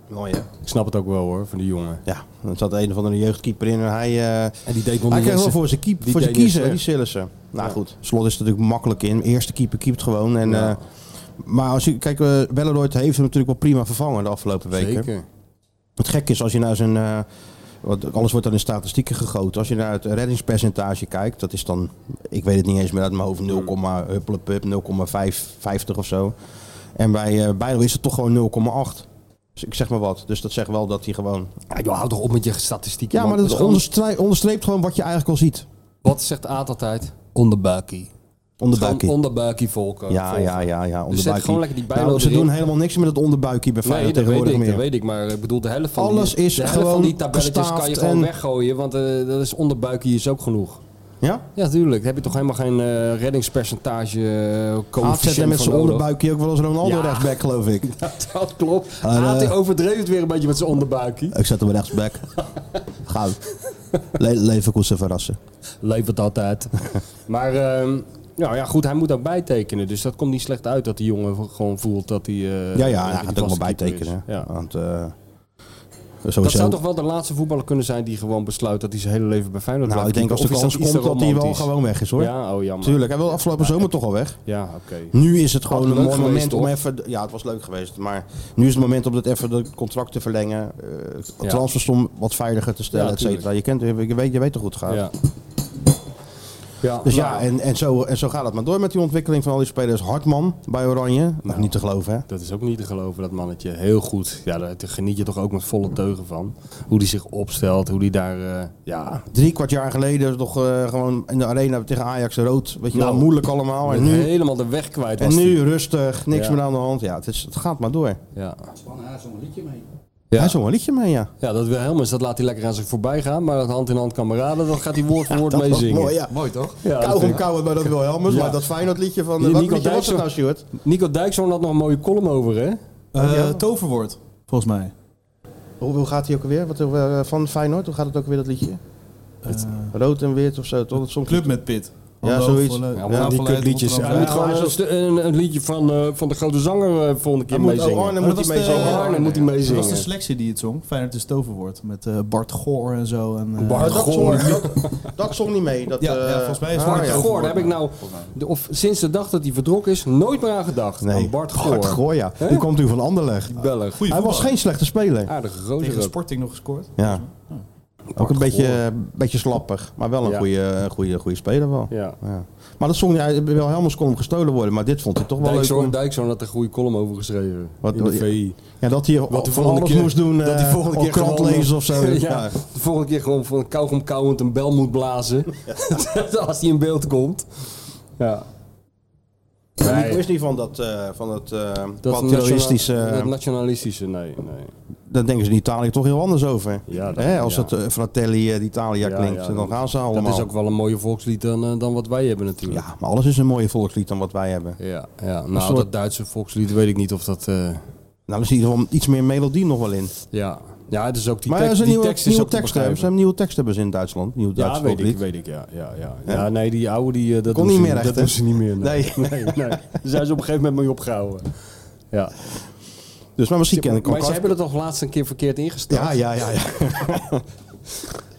Speaker 6: Mooi, hè?
Speaker 7: Ik snap het ook wel hoor, van die jongen.
Speaker 6: Ja, er zat een of andere jeugdkeeper in en hij... eh,
Speaker 7: En die deed nog
Speaker 6: hij
Speaker 7: niet
Speaker 6: kreeg
Speaker 7: eens-
Speaker 6: wel voor zijn, keep,
Speaker 7: die
Speaker 6: voor zijn
Speaker 7: deed
Speaker 6: kiezen, hè,
Speaker 7: niks
Speaker 6: die
Speaker 7: slecht.
Speaker 6: Sillissen. Nou goed, Slot is er natuurlijk makkelijk in. Eerste keeper keept gewoon. En,
Speaker 7: Ja.
Speaker 6: eh, maar als je, kijk, eh Belleroyd heeft hem natuurlijk wel prima vervangen de afgelopen weken.
Speaker 7: Zeker.
Speaker 6: Het gek is als je naar zijn. eh, want alles wordt dan in statistieken gegoten. Als je naar het reddingspercentage kijkt, dat is dan, ik weet het niet eens meer uit mijn hoofd, eh, 0, huppelepup, 0,50 of zo. En bij eh Bijlo is het toch gewoon 0,8. Dus ik zeg maar wat. Dus dat zegt wel dat hij gewoon.
Speaker 7: Ja, joh, hou toch op met je statistieken.
Speaker 6: Ja,
Speaker 7: man.
Speaker 6: maar dat
Speaker 7: Wat
Speaker 6: onderstreept, onderstreept gewoon wat je eigenlijk al ziet.
Speaker 7: Wat zegt Aad altijd? Onderbuikie.
Speaker 6: Onderbuikie.
Speaker 7: Gewoon onderbuikie volken.
Speaker 6: ja,
Speaker 7: volgen.
Speaker 6: ja, ja, ja. Onderbuikie.
Speaker 7: gewoon lekker die Bijlo
Speaker 6: Nou, ze
Speaker 7: erin.
Speaker 6: doen helemaal niks met het onderbuikje bij Feyenoord
Speaker 7: Nee, dat weet,
Speaker 6: tegenwoordig
Speaker 7: ik, dat
Speaker 6: meer.
Speaker 7: weet ik, maar ik bedoel, de helft van
Speaker 6: Alles
Speaker 7: die,
Speaker 6: is
Speaker 7: de helft van
Speaker 6: gewoon
Speaker 7: die tabelletjes kan je
Speaker 6: gestaafd
Speaker 7: gewoon
Speaker 6: en-
Speaker 7: weggooien, want eh, dat is onderbuikie is ook genoeg.
Speaker 6: Ja?
Speaker 7: Ja, tuurlijk. Daar heb je toch helemaal geen eh, reddingspercentage eh,
Speaker 6: AZ
Speaker 7: coëfficiënt
Speaker 6: met
Speaker 7: van
Speaker 6: zijn
Speaker 7: nodig.
Speaker 6: onderbuikje ook wel eens Ronaldo
Speaker 7: Ja.
Speaker 6: rechtsback, geloof ik.
Speaker 7: Dat klopt.
Speaker 6: Maar, eh,
Speaker 7: Aad die overdreef het weer een beetje met zijn onderbuikie.
Speaker 6: Ik zet hem rechtsback. Gauw. Le Leverkusen verrassen.
Speaker 7: Levert altijd. maar ehm, nou ja, goed, hij moet ook bijtekenen. Dus dat komt niet slecht uit dat die jongen gewoon voelt dat hij... eh,
Speaker 6: ja, ja,
Speaker 7: dat
Speaker 6: hij gaat
Speaker 7: die
Speaker 6: ook wel
Speaker 7: vaste keeper
Speaker 6: bijtekenen.
Speaker 7: is. Ja.
Speaker 6: Want, eh,
Speaker 7: Dat
Speaker 6: sowieso.
Speaker 7: zou toch wel de laatste voetballer kunnen zijn die gewoon besluit dat hij zijn hele leven bij Feyenoord
Speaker 6: nou, ik
Speaker 7: blijft
Speaker 6: denk als de
Speaker 7: keeper. Of
Speaker 6: kans
Speaker 7: is
Speaker 6: komt
Speaker 7: dat iets
Speaker 6: dat hij
Speaker 7: te
Speaker 6: wel
Speaker 7: romantisch?
Speaker 6: gewoon weg is hoor.
Speaker 7: Ja, oh jammer.
Speaker 6: Tuurlijk, hij wil afgelopen zomer toch al weg.
Speaker 7: Ja, oké.
Speaker 6: Nu is het gewoon
Speaker 7: Had
Speaker 6: een
Speaker 7: leuk
Speaker 6: mooi
Speaker 7: geweest,
Speaker 6: moment om
Speaker 7: toch?
Speaker 6: even... Ja, het was leuk geweest. Maar nu is het moment om dat even de contract te verlengen. eh het transfersom wat veiliger te stellen,
Speaker 7: Ja,
Speaker 6: et cetera. Je, kent, je, weet, je weet toch hoe het gaat.
Speaker 7: Ja. Ja,
Speaker 6: Dus ja,
Speaker 7: nou,
Speaker 6: en, en, zo, en zo gaat het maar door met die ontwikkeling van al die spelers. Hartman bij Oranje. Nog
Speaker 7: Nou.
Speaker 6: niet te geloven hè.
Speaker 7: Dat is ook niet te geloven, dat mannetje. Heel goed. Ja, daar daar geniet je toch ook met volle teugen van. Hoe die zich opstelt, hoe die daar... eh, ja,
Speaker 6: Drie kwart jaar geleden toch eh, gewoon in de arena tegen Ajax rood. Weet je
Speaker 7: Nou,
Speaker 6: wel, moeilijk allemaal. En
Speaker 7: met
Speaker 6: nu,
Speaker 7: helemaal de weg kwijt was
Speaker 6: en nu
Speaker 7: die.
Speaker 6: rustig, niks
Speaker 7: Ja.
Speaker 6: meer aan de hand. Ja, het, is, het gaat maar door.
Speaker 7: Ja.
Speaker 8: Span haar zo'n liedje mee.
Speaker 6: Hij
Speaker 7: Ja.
Speaker 6: zong een liedje mee, ja.
Speaker 7: ja, dat Wilhelmus, dat laat hij lekker aan zich voorbij gaan. Maar dat hand in hand kameraden, dat gaat hij woord voor woord
Speaker 6: Dat was
Speaker 7: meezingen.
Speaker 6: mooi, ja.
Speaker 8: Mooi, toch?
Speaker 7: Ja, dat
Speaker 6: Kou
Speaker 7: vind
Speaker 6: om
Speaker 7: ik-
Speaker 6: kou bij dat Wilhelmus.
Speaker 7: Ja.
Speaker 6: Maar dat Feyenoord liedje van...
Speaker 7: Die
Speaker 6: wat
Speaker 7: Nico
Speaker 6: liedje was het
Speaker 7: Dijkstra-
Speaker 6: nou, Stuart?
Speaker 7: Nico Dijkshoorn had nog een mooie column over, hè?
Speaker 6: ja.
Speaker 1: Eh, Toverwoord, volgens mij.
Speaker 6: nou? Hoe, hoe gaat hij ook alweer? Wat, eh, van Feyenoord? Hoe gaat het ook weer, dat liedje? Eh. rood en wit of zo, toch? Dat soms...
Speaker 1: Club met Pit.
Speaker 6: Ja, zoiets. Ja,
Speaker 7: Ja, die kutliedjes. Hij moet
Speaker 6: Ja,
Speaker 7: gewoon
Speaker 6: maar
Speaker 7: een,
Speaker 6: dat-
Speaker 7: stu- een, een liedje van, eh, van de grote zanger eh volgende keer
Speaker 6: Hij moet, oh,
Speaker 7: meezingen.
Speaker 6: Arne moet hij
Speaker 1: Maar dat was de-
Speaker 6: meezingen.
Speaker 7: Oh, Arne moet hij
Speaker 1: Dat was de
Speaker 7: meezingen.
Speaker 1: selectie die het zong. Feyenoord is toverwoord. Met eh, Bart Goor en zo. En, eh,
Speaker 6: Maar
Speaker 7: Bart
Speaker 6: dat
Speaker 7: Goor.
Speaker 6: zong- dat- Dat zong niet mee. Dat,
Speaker 1: Ja,
Speaker 6: eh,
Speaker 1: ja, volgens mij is
Speaker 6: ah,
Speaker 1: Bart
Speaker 6: ja.
Speaker 7: Bart Goor, daar heb ik nou, de- of sinds de dag dat hij vertrokken is, nooit meer aan gedacht. Aan Bart Goor.
Speaker 6: Bart Goor, ja. Die komt natuurlijk van Anderlecht.
Speaker 7: Belg.
Speaker 1: goeie
Speaker 6: Hij was
Speaker 1: voetballer.
Speaker 6: geen slechte speler.
Speaker 7: Aardige
Speaker 1: Tegen
Speaker 7: gozer. ook.
Speaker 1: Sporting nog gescoord.
Speaker 6: Ja. Ook een beetje, beetje slappig, maar wel een
Speaker 7: Ja.
Speaker 6: goede, goede, goede speler wel.
Speaker 7: Ja.
Speaker 6: Ja. Maar dat zong hij, Wilhelmus kon hem gestolen worden, maar dit vond hij toch wel leuk.
Speaker 7: Dijkzoon,
Speaker 6: om-
Speaker 7: Dijkzoon had een goede column over geschreven.
Speaker 6: Wat-
Speaker 7: in de
Speaker 6: wat-
Speaker 7: VI.
Speaker 6: Ja, dat hij
Speaker 7: Wat de
Speaker 6: van
Speaker 7: volgende
Speaker 6: alles
Speaker 7: keer-
Speaker 6: moest doen,
Speaker 7: dat
Speaker 6: eh,
Speaker 7: die volgende
Speaker 6: al
Speaker 7: keer
Speaker 6: krant
Speaker 7: gewoon-
Speaker 6: lezen of zo.
Speaker 7: ja,
Speaker 6: ja.
Speaker 7: De volgende keer gewoon van kauwgom kauwend een bel moet blazen. Als hij in beeld komt. Ja.
Speaker 6: Maar
Speaker 7: Nee.
Speaker 6: Nico is niet van dat, eh, van het eh
Speaker 7: Dat
Speaker 6: patriotistische...
Speaker 7: nationaal- dat nationalistische, nee. nee.
Speaker 6: daar denken ze in Italië toch heel anders over.
Speaker 7: Ja, dat-
Speaker 6: Hè, als
Speaker 7: ja.
Speaker 6: het eh, Fratelli eh, d'Italia
Speaker 7: Ja,
Speaker 6: klinkt,
Speaker 7: ja,
Speaker 6: dan gaan ze allemaal.
Speaker 7: Dat is ook wel een mooie volkslied dan, eh, dan wat wij hebben natuurlijk.
Speaker 6: Ja, maar alles is een mooie volkslied dan wat wij hebben.
Speaker 7: Ja, ja. nou
Speaker 6: soort-
Speaker 7: dat Duitse volkslied weet ik niet of dat... eh,
Speaker 6: Nou, er zit in ieder geval iets meer melodie nog wel in.
Speaker 7: Ja. ja, het is ook die,
Speaker 6: Maar
Speaker 7: tekst-
Speaker 6: er zijn
Speaker 7: die
Speaker 6: nieuwe,
Speaker 7: tekst is
Speaker 6: nieuwe
Speaker 7: ook te
Speaker 6: teksten. Ze
Speaker 7: begrijpen.
Speaker 6: hebben nieuwe teksten hebben ze in Duitsland. Nieuw
Speaker 7: Ja,
Speaker 6: Duits
Speaker 7: weet ik,
Speaker 6: volkslied.
Speaker 7: weet ik, ja. Ja, ja. ja nee, die oude, die, eh,
Speaker 6: Kon
Speaker 7: dat doen
Speaker 6: niet
Speaker 7: ze-
Speaker 6: meer echt,
Speaker 7: dat
Speaker 6: hè?
Speaker 7: doen ze niet meer. Nee,
Speaker 6: Nee.
Speaker 7: nee, nee. Daar zijn ze op een gegeven moment mee opgehouden. Ja.
Speaker 6: Dus maar misschien ken ik
Speaker 7: Maar ze
Speaker 6: elkaar.
Speaker 7: hebben het toch laatst een keer verkeerd ingesteld?
Speaker 6: Ja, ja, ja, ja.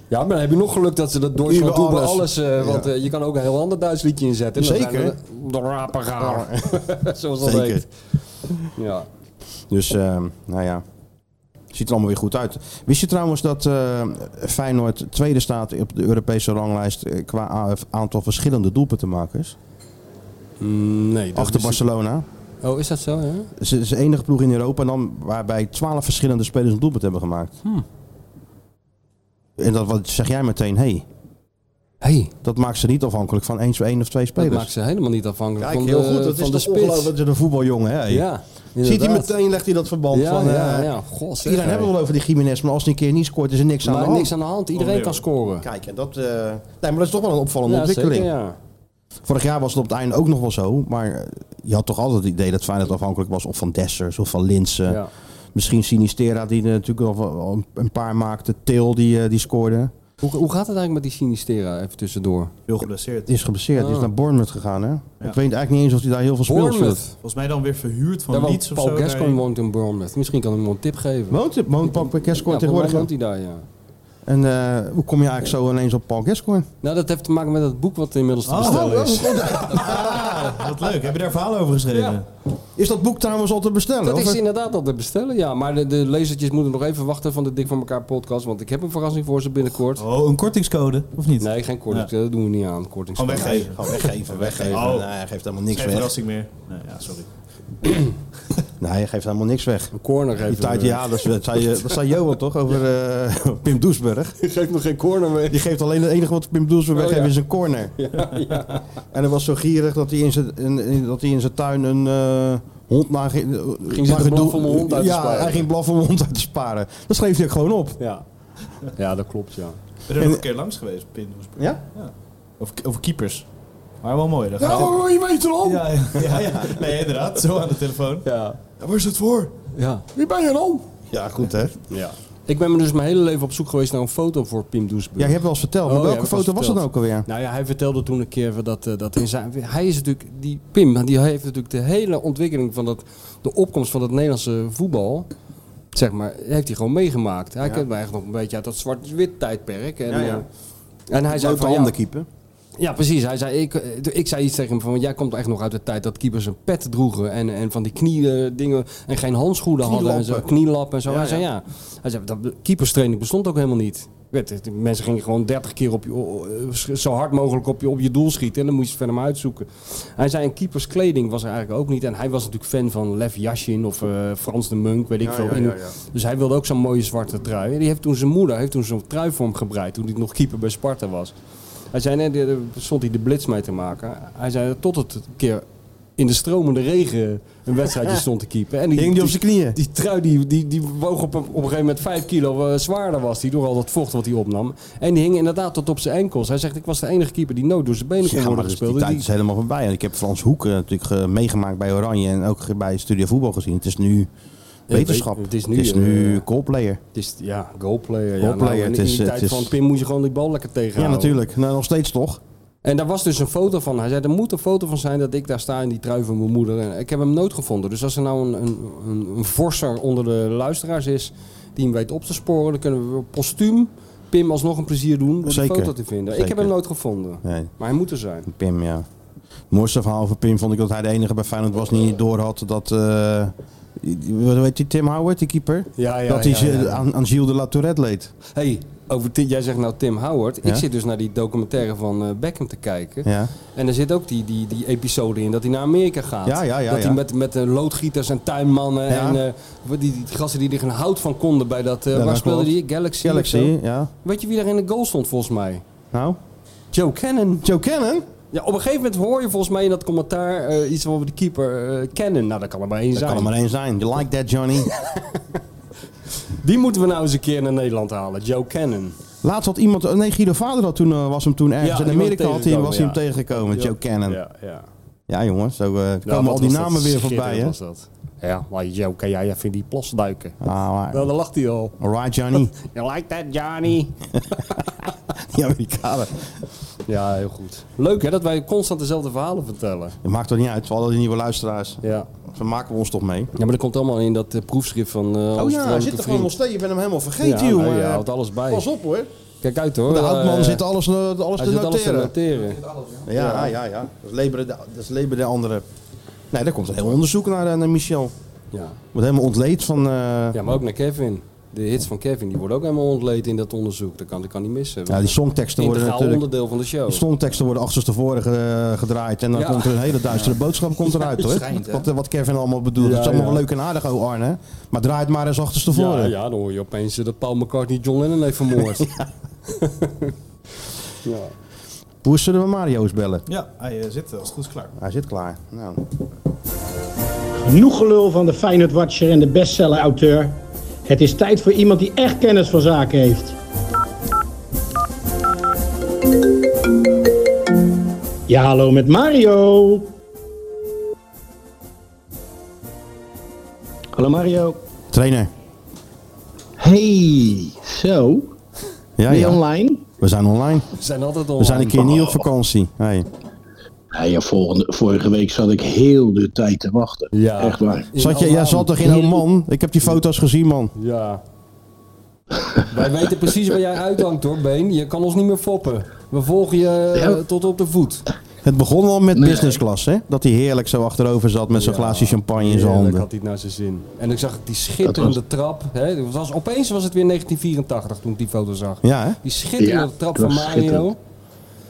Speaker 7: Ja, maar dan heb je nog geluk dat ze dat door zo'n
Speaker 6: Über
Speaker 7: doen bij
Speaker 6: alles.
Speaker 7: alles. eh, want
Speaker 6: Ja.
Speaker 7: eh, je kan ook een heel ander Duits liedje inzetten. En dan
Speaker 6: Zeker.
Speaker 7: zijn we De rapengaar. Zoals dat
Speaker 6: Zeker.
Speaker 7: heet. Ja.
Speaker 6: Dus, ehm, nou ja. Ziet er allemaal weer goed uit. Wist je trouwens dat eh, Feyenoord tweede staat op de Europese ranglijst eh, qua a- aantal verschillende doelpuntenmakers?
Speaker 7: Mm, Nee. dat
Speaker 6: Achter
Speaker 7: is-
Speaker 6: Barcelona.
Speaker 7: Oh, is dat zo? Hè?
Speaker 6: Ze is de enige ploeg in Europa dan waarbij twaalf verschillende spelers een doelpunt hebben gemaakt.
Speaker 7: Hmm.
Speaker 6: En dat wat zeg jij meteen, hé, hey,
Speaker 7: hey,
Speaker 6: dat maakt ze niet afhankelijk van één, één of twee
Speaker 7: dat
Speaker 6: spelers.
Speaker 7: maakt ze helemaal niet afhankelijk
Speaker 6: Kijk,
Speaker 7: van
Speaker 6: heel
Speaker 7: de,
Speaker 6: goed. Dat is
Speaker 7: van de
Speaker 6: toch
Speaker 7: spits.
Speaker 6: ongelooflijk dat je een voetbaljongen, hè?
Speaker 7: Ja,
Speaker 6: Ziet hij
Speaker 7: inderdaad.
Speaker 6: meteen, legt hij dat verband
Speaker 7: Ja,
Speaker 6: van...
Speaker 7: ja,
Speaker 6: eh,
Speaker 7: ja. God, zeg,
Speaker 6: Iedereen
Speaker 7: hey.
Speaker 6: hebben we wel over die Jiménez, maar als hij een keer niet scoort, is er niks aan de
Speaker 7: Maar
Speaker 6: hand.
Speaker 7: niks aan de hand. Iedereen kan scoren.
Speaker 6: Kijk, en dat... eh, Nee, maar dat is toch wel een opvallende
Speaker 7: Ja,
Speaker 6: ontwikkeling.
Speaker 7: zeker, ja.
Speaker 6: Vorig jaar was het op het einde ook nog wel zo, maar eh, je had toch altijd het idee dat Feyenoord afhankelijk was of van Dessers of van Linsen.
Speaker 7: Ja.
Speaker 6: Misschien Sinistera, die er natuurlijk al wel- al een paar maakte. Til, die, eh, die scoorde.
Speaker 7: Hoe, hoe gaat het eigenlijk met die Sinistera even tussendoor?
Speaker 1: Heel geblesseerd.
Speaker 6: Die is geblesseerd, die is
Speaker 7: Ah.
Speaker 6: naar Bournemouth gegaan, hè? Ik weet eigenlijk niet eens of hij daar heel veel speelt.
Speaker 7: Bournemouth.
Speaker 1: Volgens mij dan weer verhuurd
Speaker 7: Daar
Speaker 1: van
Speaker 7: woont
Speaker 1: Leeds of zo.
Speaker 7: Paul Gascoigne
Speaker 1: daarheen.
Speaker 7: woont in Bournemouth. Misschien kan hij hem wel een tip geven.
Speaker 6: Woont, woont Paul Gascoigne
Speaker 7: Ja, volgens mij
Speaker 6: tegenwoordig?
Speaker 7: woont hij daar, ja.
Speaker 6: En eh, hoe kom je eigenlijk zo ineens op Paul Gascoigne?
Speaker 7: Nou, dat heeft te maken met dat boek wat inmiddels te
Speaker 6: Ah,
Speaker 1: Oh,
Speaker 7: bestellen is.
Speaker 6: oh.
Speaker 1: Ah, Wat leuk. Heb je daar verhalen over geschreven?
Speaker 6: Is dat boek trouwens al te bestellen?
Speaker 7: Dat
Speaker 6: of
Speaker 7: is inderdaad al te bestellen, ja. Maar de, de lezertjes moeten nog even wachten van de Dik van elkaar podcast. Want ik heb een verrassing voor ze binnenkort.
Speaker 1: Oh, een kortingscode, of niet?
Speaker 7: Nee, geen korting. Dat doen we niet aan. Korting.
Speaker 1: Gewoon weggeven.
Speaker 6: Gewoon weggeven, weggeven.
Speaker 1: Oh.
Speaker 6: Nee, hij geeft helemaal niks
Speaker 1: Geen
Speaker 6: weg.
Speaker 1: verrassing meer. Nee, ja, sorry.
Speaker 6: Nee, hij geeft helemaal niks weg.
Speaker 7: Een corner eh,
Speaker 6: Die
Speaker 7: geven.
Speaker 6: tijd, ja, dat, is- dat, zei, je- dat zei Johan toch over eh, Pim Doesburg.
Speaker 7: Geef me geen corner mee.
Speaker 6: Die geeft alleen het enige wat Pim Doesburg
Speaker 7: Oh,
Speaker 6: weggeeft
Speaker 7: ja.
Speaker 6: is een corner. En hij was zo gierig dat hij in zijn, in- in- dat hij in zijn tuin een eh, hond naar... Ging
Speaker 7: zitten blaffen om een hond uit te
Speaker 6: ja,
Speaker 7: sparen.
Speaker 6: hij ging blaffen om een hond uit te sparen. Dat schreef hij ook gewoon op.
Speaker 7: Ja. ja, dat klopt, ja.
Speaker 1: Ik ben er nog een keer langs geweest, Pindhoesburg.
Speaker 6: Ja?
Speaker 1: Over, over keepers. Maar wel mooi. Daar gaat
Speaker 7: Oh, je weet het al!
Speaker 1: Ja, ja, ja, ja. Nee, inderdaad. Zo aan de telefoon.
Speaker 7: Ja.
Speaker 1: waar is het voor?
Speaker 7: ja. Wie ben je dan?
Speaker 6: Ja, goed hè.
Speaker 7: Ja. Ik ben me dus mijn hele leven op zoek geweest naar een foto voor Pim Doesburg.
Speaker 6: Ja, je hebt wel eens verteld. Maar
Speaker 7: Oh, ja,
Speaker 6: welke
Speaker 7: dat was
Speaker 6: foto was dat
Speaker 7: verteld.
Speaker 6: nou ook alweer?
Speaker 7: Nou ja, hij vertelde toen een keer dat, eh, dat in zijn... Hij is natuurlijk... Die Pim, die heeft natuurlijk de hele ontwikkeling van dat... De opkomst van het Nederlandse voetbal... Zeg maar, heeft hij gewoon meegemaakt. Hij kent mij echt nog een beetje uit dat zwart-wit tijdperk. En,
Speaker 6: ja.
Speaker 7: eh, en hij zei van... Ja,
Speaker 6: keeper.
Speaker 7: ja, precies. Hij zei, ik, eh, ik zei iets tegen hem van... want Jij komt echt nog uit de tijd dat keepers een pet droegen. En, en van die knieën dingen... En geen handschoenen hadden. En zo,
Speaker 6: Knielappen.
Speaker 7: knielap en zo. hij zei ja. Hij zei, dat keeperstraining bestond ook helemaal niet. Weet, het, de mensen gingen gewoon 30 keer op je, o- o- zo hard mogelijk op je, op je doel schieten. En dan moest je het verder maar uitzoeken. Hij zei, en keeperskleding was er eigenlijk ook niet. En hij was natuurlijk fan van Lev Yashin of eh, Frans de Munk, weet ik veel. En- Dus hij wilde ook zo'n mooie zwarte trui. En die heeft toen zijn moeder heeft toen zo'n trui voor hem gebreid. Toen hij nog keeper bij Sparta was. Hij zei, nee, daar stond hij de blitz mee te maken. Hij zei, tot het een keer in de stromende regen een wedstrijdje stond te keeper. En die,
Speaker 6: Hing die op zijn knieën?
Speaker 7: die trui die, die, die woog op, een- op een gegeven moment 5 kilo eh, zwaarder was die door al dat vocht wat hij opnam. En die hing inderdaad tot op zijn enkels. Hij zegt, ik was de enige keeper die nooit door zijn benen kon
Speaker 6: Ja, maar
Speaker 7: worden
Speaker 6: dat is-
Speaker 7: gespeeld.
Speaker 6: die tijd
Speaker 7: Dus die-
Speaker 6: is helemaal voorbij. En ik heb Frans Hoek eh, natuurlijk eh, meegemaakt bij Oranje en ook bij Studio Voetbal gezien. Het is nu wetenschap.
Speaker 7: weet- het is nu, eh,
Speaker 6: goalplayer.
Speaker 7: het is, ja, goalplayer. Ja,
Speaker 6: Goalplayer,
Speaker 7: nou, in,
Speaker 6: het
Speaker 7: in
Speaker 6: is-
Speaker 7: die
Speaker 6: het
Speaker 7: tijd
Speaker 6: is-
Speaker 7: van Pim moest je gewoon die bal lekker
Speaker 6: Ja,
Speaker 7: tegenhouden.
Speaker 6: natuurlijk. Nou, nog steeds toch?
Speaker 7: En daar was dus een foto van. Hij zei, er moet een foto van zijn dat ik daar sta in die trui van mijn moeder. En ik heb hem nooit gevonden. Dus als er nou een, een, een, een vorser onder de luisteraars is die hem weet op te sporen, dan kunnen we postuum Pim alsnog een plezier doen om
Speaker 6: Zeker.
Speaker 7: die foto te vinden. Ik heb
Speaker 6: Zeker.
Speaker 7: hem nooit gevonden.
Speaker 6: Nee,
Speaker 7: Maar hij moet er zijn.
Speaker 6: Pim, ja. Het mooiste verhaal van Pim vond ik dat hij de enige bij Feyenoord was die niet door had dat... eh, die- wat weet je, Tim Howard, die keeper?
Speaker 7: Ja, ja,
Speaker 6: dat hij ze- Aan, aan Gilles de La Tourette leed.
Speaker 7: eh, Hey, over Tim- jij zegt nou Tim Howard.
Speaker 6: Ja?
Speaker 7: Ik zit dus naar die documentaire van eh, Beckham te kijken.
Speaker 6: Ja.
Speaker 7: En er zit ook die, die, die episode in dat hij naar Amerika gaat.
Speaker 6: Ja, ja, ja,
Speaker 7: dat
Speaker 6: ja.
Speaker 7: hij met, met eh, loodgieters en tuinmannen
Speaker 6: Ja.
Speaker 7: en eh, wat die, die gasten die er geen hout van konden bij dat... eh,
Speaker 6: Ja,
Speaker 7: waar
Speaker 6: dat
Speaker 7: speelde die?
Speaker 6: klopt.
Speaker 7: Galaxy? of
Speaker 6: Galaxy,
Speaker 7: zo?
Speaker 6: ja.
Speaker 7: Weet je wie daar in de goal stond volgens mij?
Speaker 6: Nou?
Speaker 7: Joe Cannon.
Speaker 6: Joe Cannon?
Speaker 7: Ja, op een gegeven moment hoor je volgens mij in dat commentaar eh, iets over de keeper eh Cannon. Nou, dat kan er maar één
Speaker 6: Dat
Speaker 7: zijn.
Speaker 6: kan er maar één zijn. You like that, Johnny?
Speaker 7: Die moeten we nou eens een keer naar Nederland halen. Joe Cannon.
Speaker 6: Laatst had iemand, eh, nee Guido Vader had toen, eh, was hem toen ergens
Speaker 7: Ja,
Speaker 6: in
Speaker 7: iemand
Speaker 6: Amerika had hij,
Speaker 7: tegengekomen,
Speaker 6: was hij hem
Speaker 7: ja.
Speaker 6: tegengekomen, Joe Cannon. Ja,
Speaker 7: Ja, ja.
Speaker 6: jongens, zo eh,
Speaker 7: Nou,
Speaker 6: komen
Speaker 7: wat
Speaker 6: al die
Speaker 7: was dat
Speaker 6: namen weer
Speaker 7: schitterend
Speaker 6: voorbij hè.
Speaker 7: was dat. Ja, maar Joe, kan jij even in die plas duiken?
Speaker 6: Ah, maar.
Speaker 7: Nou, dan lacht hij al.
Speaker 6: Alright, Johnny.
Speaker 7: You like that, Johnny?
Speaker 6: Die Amerikanen.
Speaker 7: Ja, heel goed. Leuk hè, dat wij constant dezelfde verhalen vertellen.
Speaker 6: Het maakt toch niet uit, we hadden die nieuwe luisteraars.
Speaker 7: Ja.
Speaker 6: Daar maken we ons toch mee.
Speaker 7: Ja, maar dat komt allemaal in dat eh, proefschrift van eh
Speaker 8: Oh ja, hij zit er gewoon nog steeds. Je bent hem helemaal
Speaker 7: Ja,
Speaker 8: vergeten,
Speaker 7: nee,
Speaker 8: jongen.
Speaker 7: je houdt alles bij.
Speaker 8: Pas op, hoor.
Speaker 7: Kijk uit hoor.
Speaker 6: De oudman
Speaker 7: eh,
Speaker 6: zit alles, eh, alles
Speaker 7: hij
Speaker 6: te
Speaker 7: zit alles te
Speaker 6: noteren.
Speaker 7: noteren.
Speaker 6: Ja, ja, ja. Dat is Leber de, dat is Leber de andere. Nee, daar komt een heel onderzoek naar, eh, naar Michel.
Speaker 7: Ja.
Speaker 6: Wordt helemaal ontleed van... eh, ja.
Speaker 7: ja, maar ook naar Kevin. De hits van Kevin die worden ook helemaal ontleed in dat onderzoek. Dat kan, dat kan niet missen.
Speaker 6: die songteksten worden
Speaker 7: Integraal
Speaker 6: natuurlijk...
Speaker 7: onderdeel van de show.
Speaker 6: Die songteksten worden achterstevoren eh, gedraaid. En dan
Speaker 7: Ja.
Speaker 6: komt er een hele duistere boodschap komt eruit, hoor.
Speaker 8: schijnt, hè?
Speaker 6: wat, eh, wat Kevin allemaal bedoelt.
Speaker 7: Ja,
Speaker 6: dat is allemaal
Speaker 7: ja.
Speaker 6: wel leuk en aardig, oh Arne. Maar draai het maar eens achterstevoren.
Speaker 7: Ja, ja, dan hoor je opeens eh, dat Paul McCartney John Lennon heeft vermoord. ja.
Speaker 6: Hoe zullen we Mario's bellen?
Speaker 1: Ja, hij eh, zit eh, als het goed is klaar.
Speaker 6: Hij zit klaar. Nou.
Speaker 9: Genoeg gelul van de Feyenoord Watcher en de bestseller auteur. Het is tijd voor iemand die echt kennis van zaken heeft. Ja, hallo met Mario. Hallo Mario.
Speaker 6: Trainer.
Speaker 9: Hey, zo.
Speaker 6: Ja,
Speaker 9: Ben je
Speaker 6: ja.
Speaker 9: online?
Speaker 6: We zijn online.
Speaker 7: We zijn altijd
Speaker 6: We
Speaker 7: online.
Speaker 6: zijn een keer niet op vakantie. Hey.
Speaker 9: Nou ja, volgende, vorige week zat ik heel de tijd te wachten.
Speaker 7: Ja.
Speaker 9: Echt waar.
Speaker 7: In
Speaker 6: Zat je, jij
Speaker 7: Oman.
Speaker 6: zat toch in Oman? Ik heb die foto's gezien, man.
Speaker 7: Ja. Wij weten precies waar jij uithangt hoor, Been. Je kan ons niet meer foppen. We volgen je eh,
Speaker 9: Ja.
Speaker 7: tot op de voet.
Speaker 6: Het begon al met
Speaker 9: Nee.
Speaker 6: business class, hè? Dat hij heerlijk zo achterover zat met zijn
Speaker 7: Ja.
Speaker 6: glaasje champagne in zijn
Speaker 7: Heerlijk
Speaker 6: handen.
Speaker 7: had hij het naar zijn zin. En ik zag die schitterende trap. Hè. Het Was, opeens was het weer 1984 toen ik die foto zag.
Speaker 6: Ja, hè?
Speaker 7: Die schitterende
Speaker 9: Ja,
Speaker 7: trap
Speaker 9: het
Speaker 7: van
Speaker 9: was
Speaker 7: Mario.
Speaker 9: schitterend.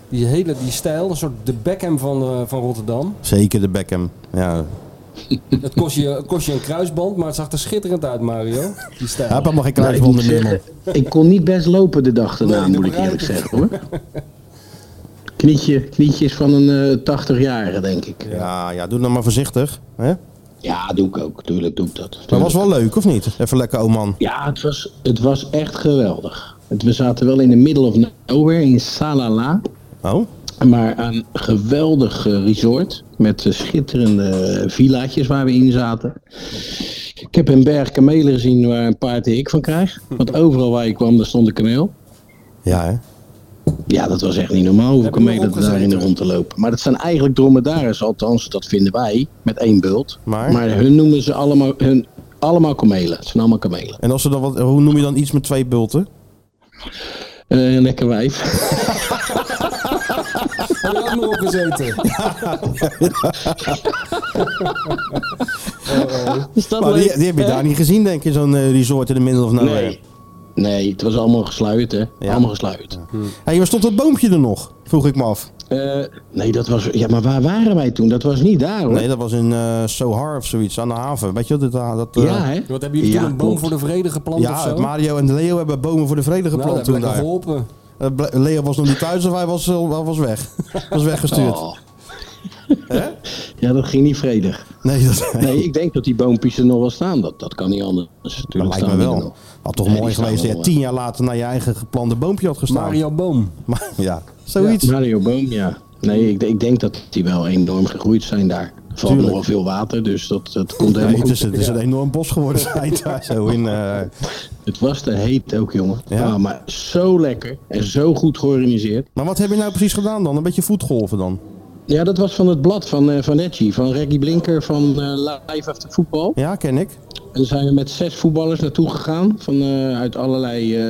Speaker 7: Die hele die stijl, een soort de Beckham van, eh, van Rotterdam.
Speaker 6: Zeker de Beckham. Ja. Hij
Speaker 7: Het kost je, kost je een kruisband, maar het zag er schitterend uit, Mario. Die stijl.
Speaker 6: heeft allemaal geen
Speaker 9: Nou, ik, moet
Speaker 6: kruiswonden meer, man.
Speaker 9: zeggen, ik kon niet best lopen de dag daarna,
Speaker 7: Nee, dat
Speaker 9: moet ik
Speaker 7: begrijp
Speaker 9: eerlijk
Speaker 7: ik.
Speaker 9: zeggen hoor. Knietje, knietjes van een eh 80-jarige, denk ik.
Speaker 6: Ja, ja, doe dan maar voorzichtig. Hè?
Speaker 9: Ja, doe ik ook. Tuurlijk doe ik dat.
Speaker 6: Dat was
Speaker 9: Tuurlijk.
Speaker 6: wel leuk, of niet? Even lekker oh, Oman.
Speaker 9: Ja, het was, het was echt geweldig. Het, we zaten wel in de middle of nowhere in Salala.
Speaker 6: Oh?
Speaker 9: Maar een geweldig eh, resort met eh, schitterende eh, villaatjes waar we in zaten. Ik heb een berg kamelen gezien waar een paard ik van krijg. Want overal waar ik kwam, daar stond een kameel.
Speaker 6: Ja, hè?
Speaker 9: Ja, dat was echt niet normaal hoeveel
Speaker 7: Heb je
Speaker 9: kamelen
Speaker 7: nog
Speaker 9: er daar in de
Speaker 7: opgezeten?
Speaker 9: rond te lopen. Maar dat zijn eigenlijk dromedarissen, althans dat vinden wij, met één bult.
Speaker 6: Maar?
Speaker 9: hun noemen ze allemaal, hun, allemaal kamelen. Het zijn allemaal kamelen.
Speaker 6: En als er dan wat, hoe noem je dan iets met twee bulten?
Speaker 9: Eh, Een lekker wijf.
Speaker 7: Heb je ook nog opgezeten?
Speaker 9: Is dat
Speaker 6: Maar
Speaker 9: leuk?
Speaker 6: die, die heb je daar niet gezien, denk je, zo'n eh, resort in de middle of nowhere.
Speaker 9: Nee. Nee, het was allemaal gesluit, hè? Allemaal gesluit.
Speaker 6: Hé, waar stond dat boompje er nog? Vroeg ik me af.
Speaker 9: Eh, nee, dat was. Ja, maar waar waren wij toen? Dat was niet daar, hoor.
Speaker 6: Nee, dat was in eh Sohar of zoiets, aan de haven. Weet je wat? Dat, dat, eh,
Speaker 9: ja, hè?
Speaker 7: Wat hebben jullie
Speaker 9: ja,
Speaker 7: toen een boom
Speaker 9: klopt.
Speaker 7: voor de vrede geplant of zo?
Speaker 6: Ja, Mario en Leo hebben bomen voor de vrede
Speaker 7: nou,
Speaker 6: geplant
Speaker 7: dat
Speaker 6: toen
Speaker 7: heb ik
Speaker 6: daar.
Speaker 7: geholpen.
Speaker 6: Eh, Ble- Leo was nog niet thuis of hij was, eh, was weg. Was weggestuurd.
Speaker 9: Oh. ja, dat ging niet vredig.
Speaker 6: Nee, dat,
Speaker 9: Nee, ik denk dat die boompjes er nog wel staan. Dat, dat kan niet anders.
Speaker 6: dat
Speaker 9: Natuurlijk
Speaker 6: lijkt me
Speaker 9: staan die er
Speaker 6: wel.
Speaker 9: nog.
Speaker 6: Had toch
Speaker 9: Nee,
Speaker 6: mooi
Speaker 9: die
Speaker 6: geweest
Speaker 9: staan
Speaker 6: dat
Speaker 9: wel,
Speaker 6: tien jaar later naar je eigen geplande boompje had gestaan.
Speaker 7: Mario Boom.
Speaker 6: Maar, ja, zoiets.
Speaker 9: Mario Boom, ja. Nee, ik, ik denk dat die wel enorm gegroeid zijn daar. Er valt nog
Speaker 6: Tuurlijk.
Speaker 9: wel veel water, dus dat, dat komt
Speaker 6: Nee,
Speaker 9: helemaal
Speaker 6: het,
Speaker 9: goed.
Speaker 6: is, het is een enorm bos geworden, zei hij daar zo in. eh,
Speaker 9: Het was te heet ook, jongen.
Speaker 6: Ja.
Speaker 9: Ah, maar zo lekker en zo goed georganiseerd.
Speaker 6: Maar wat heb je nou precies gedaan dan? Een beetje voetgolven dan?
Speaker 9: Ja, dat was van het blad van, eh van Edgy, van Reggie Blinker van eh Live After Voetbal.
Speaker 6: Ja, ken ik.
Speaker 9: En daar zijn we met zes voetballers naartoe gegaan. Van, eh, uit allerlei, eh,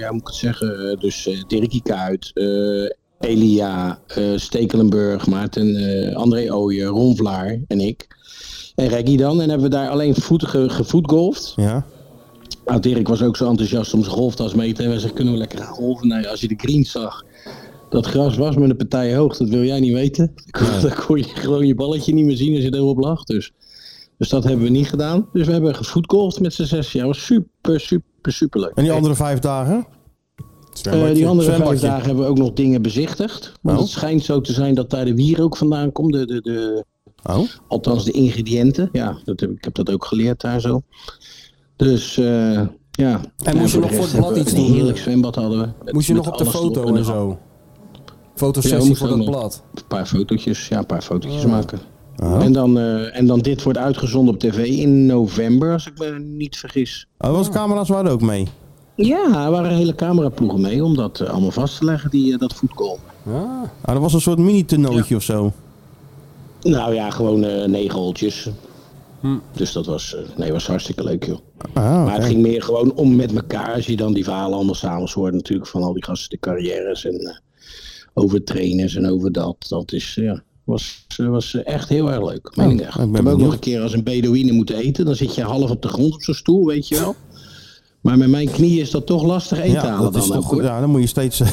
Speaker 9: ja, hoe moet ik het zeggen? eh, Dus eh Dirkie Kuyt, eh, Elia, eh, Stekelenburg, Maarten, eh André Ooyen, Ron Vlaar en ik. En Reggie dan. En hebben we daar alleen voet ge, gevoetgolfd.
Speaker 6: Ja.
Speaker 9: Nou, Dirk was ook zo enthousiast om zijn golftas mee te hebben. Hij zegt, kunnen we lekker gaan golven? Nou, ja, als je de greens zag, dat gras was met een partij hoog. Dat wil jij niet weten. Dan kon je gewoon je balletje niet meer zien als je erop lag. Dus, dus dat hebben we niet gedaan. Dus we hebben gevoetgolfd met z'n zes jaar. was super, super, super leuk.
Speaker 6: En die andere vijf dagen?
Speaker 9: Eh, die andere vijf
Speaker 6: zwembadje. Oh.
Speaker 9: dagen hebben we ook nog dingen bezichtigd. Want het schijnt zo te zijn dat daar de wier ook vandaan komt. De, de, de,
Speaker 6: Oh.
Speaker 9: Althans, de ingrediënten. Ja, dat heb, ik heb dat ook geleerd daar zo. Dus eh, ja. En
Speaker 7: moest je nog voor het blad iets
Speaker 9: Een
Speaker 7: doen?
Speaker 9: heerlijk zwembad hadden we. Met-
Speaker 7: Moest je
Speaker 9: met
Speaker 7: nog op de
Speaker 9: alles erop
Speaker 7: foto en
Speaker 9: eraan.
Speaker 7: zo?
Speaker 9: Ja, we
Speaker 7: Fotosessie
Speaker 9: moesten
Speaker 7: voor dat
Speaker 9: allemaal
Speaker 7: blad. Oh.
Speaker 9: Een paar fotootjes, ja, een paar fotootjes maken.
Speaker 6: Oh.
Speaker 9: En, dan, eh, en dan dit wordt uitgezonden op tv in november, als ik me niet vergis.
Speaker 6: Oh, onze camera's waren ook mee.
Speaker 9: Ja, er waren hele cameraploegen mee om dat eh, allemaal vast te leggen, die, eh, dat voetbal.
Speaker 6: Ah, dat was een soort mini-toernooitje of zo.
Speaker 9: Nou ja, gewoon eh, negen holtjes. Dus dat was, eh, nee, was hartstikke leuk, joh.
Speaker 6: Ah,
Speaker 9: Maar
Speaker 6: oké.
Speaker 9: het ging meer gewoon om met elkaar. Als je dan die verhalen allemaal s'avonds hoort natuurlijk van al die gasten, de carrières en eh, over trainers en over dat. Dat is, ja, was, eh, was eh, echt heel erg leuk. Meen ik echt.
Speaker 6: Oh, ben
Speaker 9: Ik heb ook nog
Speaker 6: benieuwd.
Speaker 9: een keer als een Bedouine moeten eten. Dan zit je half op de grond op zo'n stoel, weet je wel. Maar met mijn knieën is dat toch lastig eten
Speaker 6: Ja,
Speaker 9: halen
Speaker 6: dat is
Speaker 9: dan ook,
Speaker 6: toch,
Speaker 9: hoor.
Speaker 6: ja, dan moet je steeds,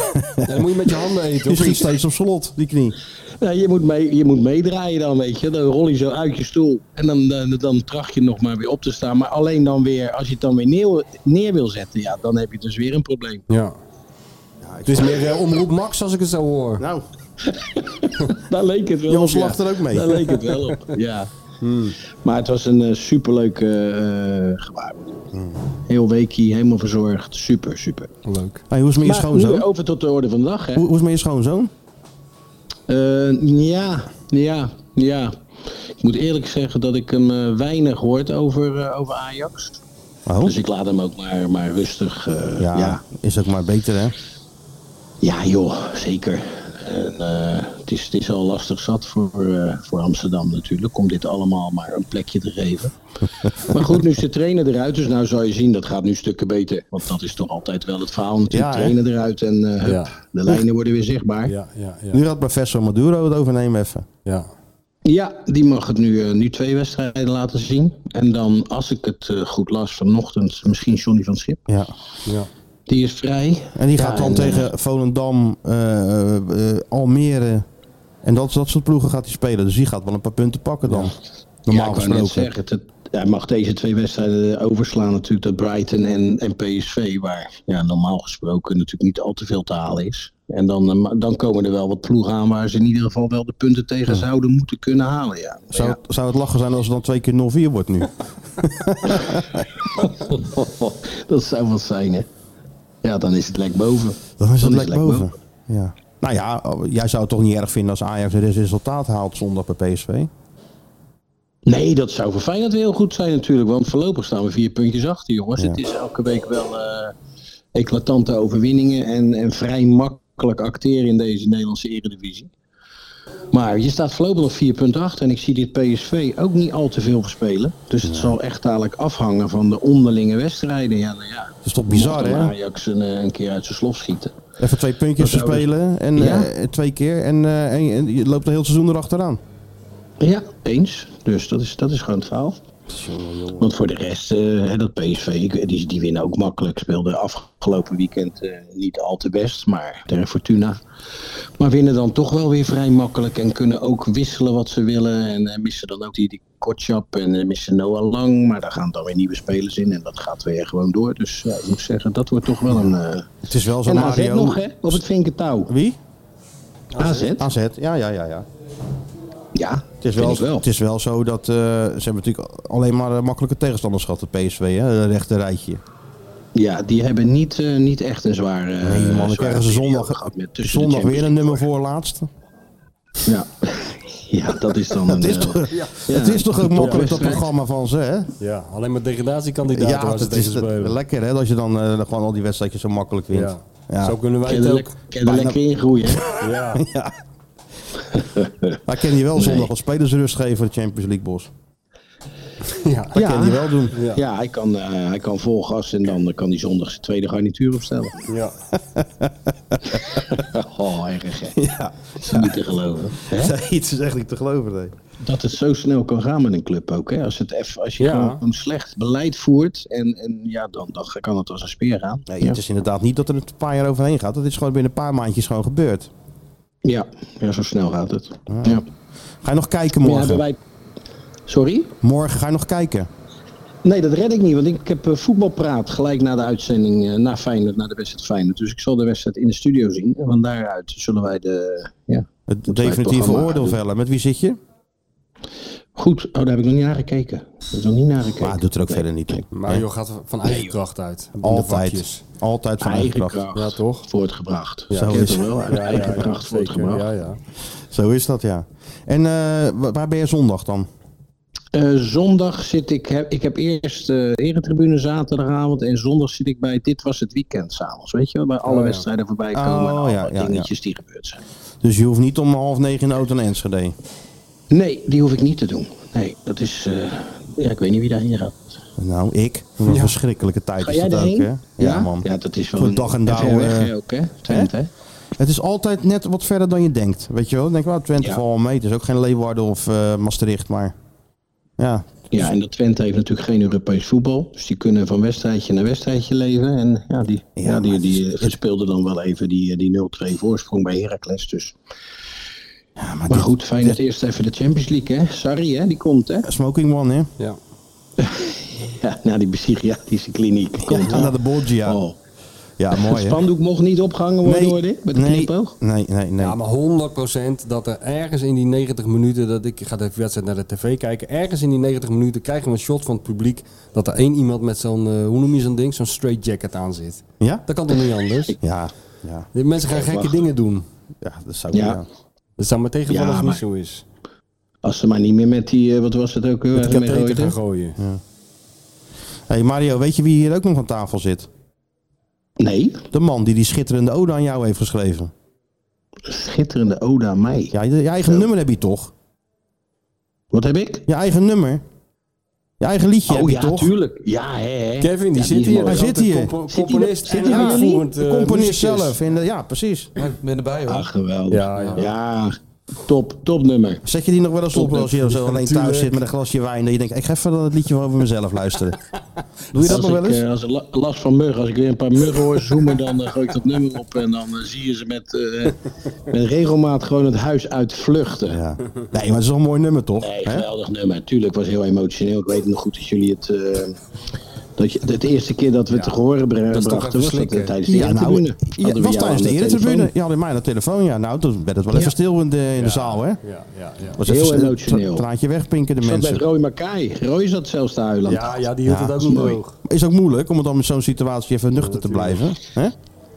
Speaker 7: Dan moet je met je handen eten.
Speaker 6: je
Speaker 7: Of
Speaker 6: schiet
Speaker 7: iets.
Speaker 6: steeds op slot, die knie.
Speaker 9: Ja, je, moet mee, je moet meedraaien dan, weet je. Dan rol je zo uit je stoel. En dan, dan, dan tracht je nog maar weer op te staan. Maar alleen dan weer, als je het dan weer neer, neer wil zetten, ja, dan heb je dus weer een probleem.
Speaker 7: Ja. Het is meer eh, omroep Max als ik het zo hoor.
Speaker 6: Nou,
Speaker 9: Daar leek het wel
Speaker 6: Jos
Speaker 9: op.
Speaker 6: lacht er ook mee. Hmm.
Speaker 9: Daar leek het wel op, ja. Maar het was een eh, superleuke eh gewaarwording.
Speaker 6: Hmm.
Speaker 9: Heel weekie, helemaal verzorgd. Super, super.
Speaker 7: Leuk.
Speaker 6: hey, hoe is het met je
Speaker 9: Maar nu
Speaker 6: schoonzoon?
Speaker 9: weer over tot de orde van de dag, hè.
Speaker 6: Hoe, hoe is het met je schoonzoon?
Speaker 9: Eh, ja, ja, ja. Ik moet eerlijk zeggen dat ik hem eh, weinig hoort over, eh, over Ajax.
Speaker 6: Oh,
Speaker 9: Dus ik laat hem ook maar, maar rustig. eh,
Speaker 6: ja,
Speaker 9: ja. Ja.
Speaker 6: is ook maar beter, hè?
Speaker 9: joh, zeker. En, eh, het, is, het is al lastig zat voor, eh, voor Amsterdam natuurlijk, om dit allemaal maar een plekje te geven. maar goed, nu is de trainer eruit, dus nou zal je zien, dat gaat nu stukken beter. Want dat is toch altijd wel het verhaal, natuurlijk.
Speaker 6: Ja, hè?
Speaker 9: trainer eruit en eh, hup,
Speaker 7: Ja.
Speaker 9: de lijnen worden weer zichtbaar. Ja,
Speaker 7: Ja, ja, ja.
Speaker 6: Nu gaat professor Maduro het overnemen even.
Speaker 7: ja.
Speaker 9: die mag het nu, eh, nu twee wedstrijden laten zien. En dan, als ik het eh, goed las vanochtend, misschien Johnny van Schip.
Speaker 6: Ja.
Speaker 7: ja.
Speaker 9: Die is vrij.
Speaker 6: En die
Speaker 9: Ja,
Speaker 6: gaat dan
Speaker 9: en, eh,
Speaker 6: tegen Volendam, eh, eh, eh, Almere en dat, dat soort ploegen gaat hij spelen. Dus die gaat wel een paar punten pakken dan. Normaal
Speaker 9: ja, ik wou net
Speaker 6: gesproken.
Speaker 9: zeggen, dat, hij mag deze twee wedstrijden eh, overslaan natuurlijk, dat Brighton en, en PSV, waar ja, normaal gesproken natuurlijk niet al te veel te halen is. En dan, eh, ma- dan komen er wel wat ploegen aan waar ze in ieder geval wel de punten tegen zouden moeten kunnen halen. Ja.
Speaker 6: Zou,
Speaker 9: Ja.
Speaker 6: het- zou het lachen zijn als het dan twee keer 0-4 wordt nu?
Speaker 9: dat zou wat zijn, hè? Ja, dan is het lek boven.
Speaker 6: Dan is het lek boven. Ja. Nou ja, oh, jij zou het toch niet erg vinden als Ajax het resultaat haalt zondag bij PSV?
Speaker 9: Nee, dat zou voor Feyenoord heel goed zijn natuurlijk. Want voorlopig staan we vier puntjes achter, jongens. Het is elke week wel eh, eclatante overwinningen en, en vrij makkelijk acteren in deze Nederlandse eredivisie. Maar je staat voorlopig nog vier punten achter en ik zie dit PSV ook niet al te veel verspelen. Dus het zal echt dadelijk afhangen van de onderlinge wedstrijden. Ja, nou ja.
Speaker 6: Dat is toch bizar,
Speaker 9: mocht dan
Speaker 6: hè?
Speaker 9: Ajax een, eh, een keer uit zijn slof schieten.
Speaker 6: Even twee puntjes
Speaker 9: Dat zou dus-
Speaker 6: spelen en
Speaker 9: Ja.
Speaker 6: eh, twee keer en, eh, en, en je loopt een heel seizoen erachteraan.
Speaker 9: Ja, eens. Dus dat is, dat is gewoon het verhaal. Want voor de rest, eh, hè, dat PSV, ik- die, die winnen ook makkelijk. Speelden afgelopen weekend eh, niet al te best, maar tegen Fortuna. Maar winnen dan toch wel weer vrij makkelijk en kunnen ook wisselen wat ze willen. En eh, missen dan ook die, die Kotschap en eh, missen Noah Lang. Maar daar gaan dan weer nieuwe spelers in en dat gaat weer gewoon door. Dus ja, ik moet zeggen, dat wordt toch wel een... eh
Speaker 6: Het is wel zo,
Speaker 9: en AZ
Speaker 6: Mario.
Speaker 9: nog, hè? Op het vinkentouw.
Speaker 6: Wie?
Speaker 9: AZ?
Speaker 6: AZ, ja, ja, ja, ja.
Speaker 9: Ja,
Speaker 6: Ah. Het is, wel,
Speaker 9: wel.
Speaker 6: het is wel zo dat eh, ze hebben natuurlijk alleen maar eh, makkelijke tegenstanders gehad, de PSV, hè? de rechter rijtje.
Speaker 9: Ja, die hebben niet, eh, niet echt een zware. eh,
Speaker 6: Nee, man, dan
Speaker 9: zware
Speaker 6: krijgen ze
Speaker 9: periode
Speaker 6: zondag,
Speaker 9: gehad met tussen de
Speaker 6: zondag weer een
Speaker 9: Champions
Speaker 6: nummer voor laatst.
Speaker 9: League. Ja. ja, dat is dan.
Speaker 6: Het is,
Speaker 9: eh,
Speaker 6: toch,
Speaker 9: ja.
Speaker 6: het is toch ook
Speaker 9: Een
Speaker 6: makkelijk dat
Speaker 9: topwedstrijd.
Speaker 6: programma van ze, hè?
Speaker 7: Ja, alleen maar degradatiekandidaten
Speaker 6: Ja,
Speaker 7: waar ze
Speaker 6: dat is
Speaker 7: tegen
Speaker 6: het-
Speaker 7: spelen.
Speaker 6: lekker, hè? Dat je dan eh, gewoon al die wedstrijdjes zo makkelijk wint.
Speaker 7: Ja.
Speaker 6: Ja.
Speaker 7: Zo kunnen wij
Speaker 9: Kan je
Speaker 7: het
Speaker 9: er
Speaker 7: ook.
Speaker 9: lek- kan je er lekker in groeien. hè?
Speaker 7: Ja.
Speaker 6: Maar ik ken je wel zondag
Speaker 9: Nee.
Speaker 6: wat spelers rust geven, de Champions League, Bos.
Speaker 7: ja.
Speaker 6: Dat kan je wel doen.
Speaker 7: Ja.
Speaker 9: Ja, hij kan, eh, hij kan vol gas en dan kan hij zondag zijn tweede garnituur opstellen.
Speaker 7: ja.
Speaker 9: Oh, erg hè. Dat is niet te geloven. Hè?
Speaker 6: Iets is echt niet te geloven, nee.
Speaker 9: Dat het zo snel kan gaan met een club ook. Hè? Als, het eff- als je
Speaker 7: Ja.
Speaker 9: gewoon een slecht beleid voert, en, en ja, dan, dan kan het als een speer gaan.
Speaker 6: Nee, dus- het is inderdaad niet dat er een paar jaar overheen gaat. Dat is gewoon binnen een paar maandjes gewoon gebeurd.
Speaker 9: Ja, ja, zo snel gaat het.
Speaker 6: Ah.
Speaker 9: Ja.
Speaker 6: Ga je nog kijken
Speaker 9: Ja, hebben
Speaker 6: morgen?
Speaker 9: wij... Sorry?
Speaker 6: Morgen ga je nog kijken?
Speaker 9: Nee, dat red ik niet, want ik heb eh, voetbalpraat gelijk na de uitzending eh, na Feyenoord, na de wedstrijd Feyenoord. Dus ik zal de wedstrijd in de studio zien en van daaruit zullen wij de... Ja,
Speaker 6: Het
Speaker 9: moeten wij
Speaker 6: definitieve
Speaker 9: programma
Speaker 6: oordeel
Speaker 9: doen.
Speaker 6: vellen. Met wie zit je?
Speaker 9: Goed, oh, daar heb ik nog niet naar gekeken. Daar heb ik nog niet naar gekeken.
Speaker 6: Maar het doet er ook verder niet toe.
Speaker 7: Mario gaat van eigen kracht uit. In de vakjes.
Speaker 6: Altijd. Altijd van eigen kracht.
Speaker 7: Ja, toch?
Speaker 9: voortgebracht.
Speaker 6: Zo
Speaker 9: Ik heb
Speaker 6: is-
Speaker 9: er wel uit eigen kracht
Speaker 7: Zeker,
Speaker 9: voortgebracht.
Speaker 7: ja, ja.
Speaker 6: Zo is dat, ja. En eh, wa- waar ben je zondag dan?
Speaker 9: Eh, zondag zit ik, heb, ik heb eerst eh eretribune zaterdagavond en zondag zit ik bij Dit Was Het Weekend s'avonds, weet je wel, waar alle
Speaker 7: ja.
Speaker 9: wedstrijden voorbij
Speaker 6: Oh,
Speaker 9: komen en alle
Speaker 6: ja, ja,
Speaker 9: dingetjes die gebeurd zijn.
Speaker 6: Dus je hoeft niet om half negen in de auto naar Enschede.
Speaker 9: Nee, die hoef ik niet te doen. Nee, dat is, eh, ja, ik weet niet wie daarheen gaat.
Speaker 6: Nou, ik. Wat een verschrikkelijke tijd
Speaker 9: Ga
Speaker 6: is
Speaker 9: jij
Speaker 6: dat ook,
Speaker 9: daarheen?
Speaker 6: hè? Ja, man.
Speaker 9: Ja, dat is wel
Speaker 6: Voor
Speaker 9: een
Speaker 6: dag en dauw,
Speaker 9: ver weg,
Speaker 6: eh,
Speaker 9: hè, ook, hè? Twente, hè?
Speaker 6: Het is altijd net wat verder dan je denkt. Weet je wel? Dan denk ik, wel, Twente
Speaker 9: Ja.
Speaker 6: valt wel mee. Het is ook geen Leeuwarden of eh, Maastricht, maar... Ja,
Speaker 9: Ja, en dat Twente heeft natuurlijk geen Europees voetbal. Dus die kunnen van wedstrijdje naar wedstrijdje leven. En ja, die, ja, die, die verspeelden dan wel even die, die 0-2 voorsprong bij Heracles. Dus. maar
Speaker 6: dit-
Speaker 9: goed, fijn dat eerst even de Champions League, hè? Sarri, hè? Die komt, hè?
Speaker 6: Smoking One, hè?
Speaker 7: ja.
Speaker 9: Ja, naar die psychiatrische kliniek. Komt,
Speaker 6: Ja,
Speaker 9: hè?
Speaker 6: naar de Borgia.
Speaker 9: Oh.
Speaker 6: Ja, mooi,
Speaker 9: het
Speaker 6: hè?
Speaker 9: spandoek mocht niet opgehangen worden, hoorde ik, met de
Speaker 6: nee,
Speaker 9: knipoog.
Speaker 6: nee, nee, nee.
Speaker 7: Ja, maar 100% dat er ergens in die 90 minuten, dat ik ga de wedstrijd naar de tv kijken, ergens in die 90 minuten krijgen we een shot van het publiek dat er één iemand met zo'n, eh, hoe noem je zo'n ding, zo'n straight jacket aan zit.
Speaker 6: Ja?
Speaker 7: Dat kan toch niet anders?
Speaker 6: Ja, ja.
Speaker 7: Die mensen gaan gekke
Speaker 9: wacht.
Speaker 7: dingen doen.
Speaker 6: Ja, dat zou ik
Speaker 9: Ja.
Speaker 6: ja.
Speaker 7: Dat zou maar tegenvallen
Speaker 9: Ja,
Speaker 7: als het niet
Speaker 9: maar-
Speaker 7: zo is.
Speaker 9: Als ze maar niet meer met die, eh, wat was het ook, eh,
Speaker 7: Met
Speaker 9: waar
Speaker 7: de
Speaker 9: ze mee
Speaker 7: katheter
Speaker 9: gooiden?
Speaker 7: gaan gooien.
Speaker 6: hey, Mario, weet je wie hier ook nog aan tafel zit?
Speaker 9: Nee,
Speaker 6: De man die die schitterende ode aan jou heeft geschreven.
Speaker 9: schitterende ode aan mij.
Speaker 6: Ja, je, je eigen nummer heb je toch?
Speaker 9: Wat heb ik?
Speaker 6: Je eigen nummer? Je eigen liedje heb
Speaker 9: oh
Speaker 6: je
Speaker 9: ja,
Speaker 6: toch?
Speaker 9: tuurlijk. Ja, hè, hè.
Speaker 7: Kevin, die
Speaker 9: Ja,
Speaker 7: zit
Speaker 9: is
Speaker 7: hier.
Speaker 9: mooi.
Speaker 6: Hij zit hier. Eh,
Speaker 7: Compo-
Speaker 9: Zit die
Speaker 7: Componist
Speaker 9: nog-
Speaker 7: en
Speaker 9: zit die nou- nog niet?
Speaker 7: uitvoerend,
Speaker 6: De
Speaker 7: eh,
Speaker 6: componist
Speaker 7: muzikus.
Speaker 6: zelf. In de- ja, precies.
Speaker 8: Ik ben erbij hoor.
Speaker 9: Ah, geweldig.
Speaker 7: Ja,
Speaker 9: Ja,
Speaker 7: ja.
Speaker 9: top, top nummer.
Speaker 6: Zet je die nog wel eens op als je zo alleen
Speaker 7: Tuurlijk.
Speaker 6: thuis zit met een glasje wijn? Dat je denkt, ik ga even het liedje wel over mezelf luisteren. Doe je dat
Speaker 9: als
Speaker 6: nog wel
Speaker 9: ik,
Speaker 6: eens?
Speaker 9: eh, als ik la- last van muggen, als ik weer een paar muggen hoor zoomen, dan eh, gooi ik dat nummer op en dan eh, zie je ze met, eh, met regelmaat gewoon het huis uit vluchten.
Speaker 6: Ja. Nee, maar het is wel een mooi nummer toch?
Speaker 9: Nee,
Speaker 6: Hè?
Speaker 9: geweldig nummer. Tuurlijk was heel emotioneel. Ik weet nog goed dat jullie het. eh, dat je, de eerste keer dat we het te horen bra-
Speaker 7: is toch even
Speaker 9: brachten, was dat
Speaker 7: slikken.
Speaker 9: eh, tijdens de
Speaker 6: Ja, nou,
Speaker 9: eretribune.
Speaker 6: ja,
Speaker 9: Hadden we
Speaker 6: was tijdens
Speaker 9: jou aan
Speaker 6: de
Speaker 9: telefoon.
Speaker 6: eretribune. Je had in mij aan de telefoon. Ja, nou, toen werd het wel even stil in de, in de zaal, hè?
Speaker 7: Ja, ja, ja.
Speaker 6: Was
Speaker 9: Heel
Speaker 6: even een
Speaker 9: emotioneel.
Speaker 6: tra- Traantje wegpinken de
Speaker 9: Ik zat bij
Speaker 6: mensen.
Speaker 9: Roy Makai. Roy zat zelfs te huilen.
Speaker 7: Ja, ja, die hield
Speaker 6: Ja,
Speaker 7: het ook
Speaker 9: is
Speaker 7: nog
Speaker 9: mooi.
Speaker 7: droog.
Speaker 6: Is ook moeilijk om het dan met zo'n situatie even nuchter te blijven. Hè?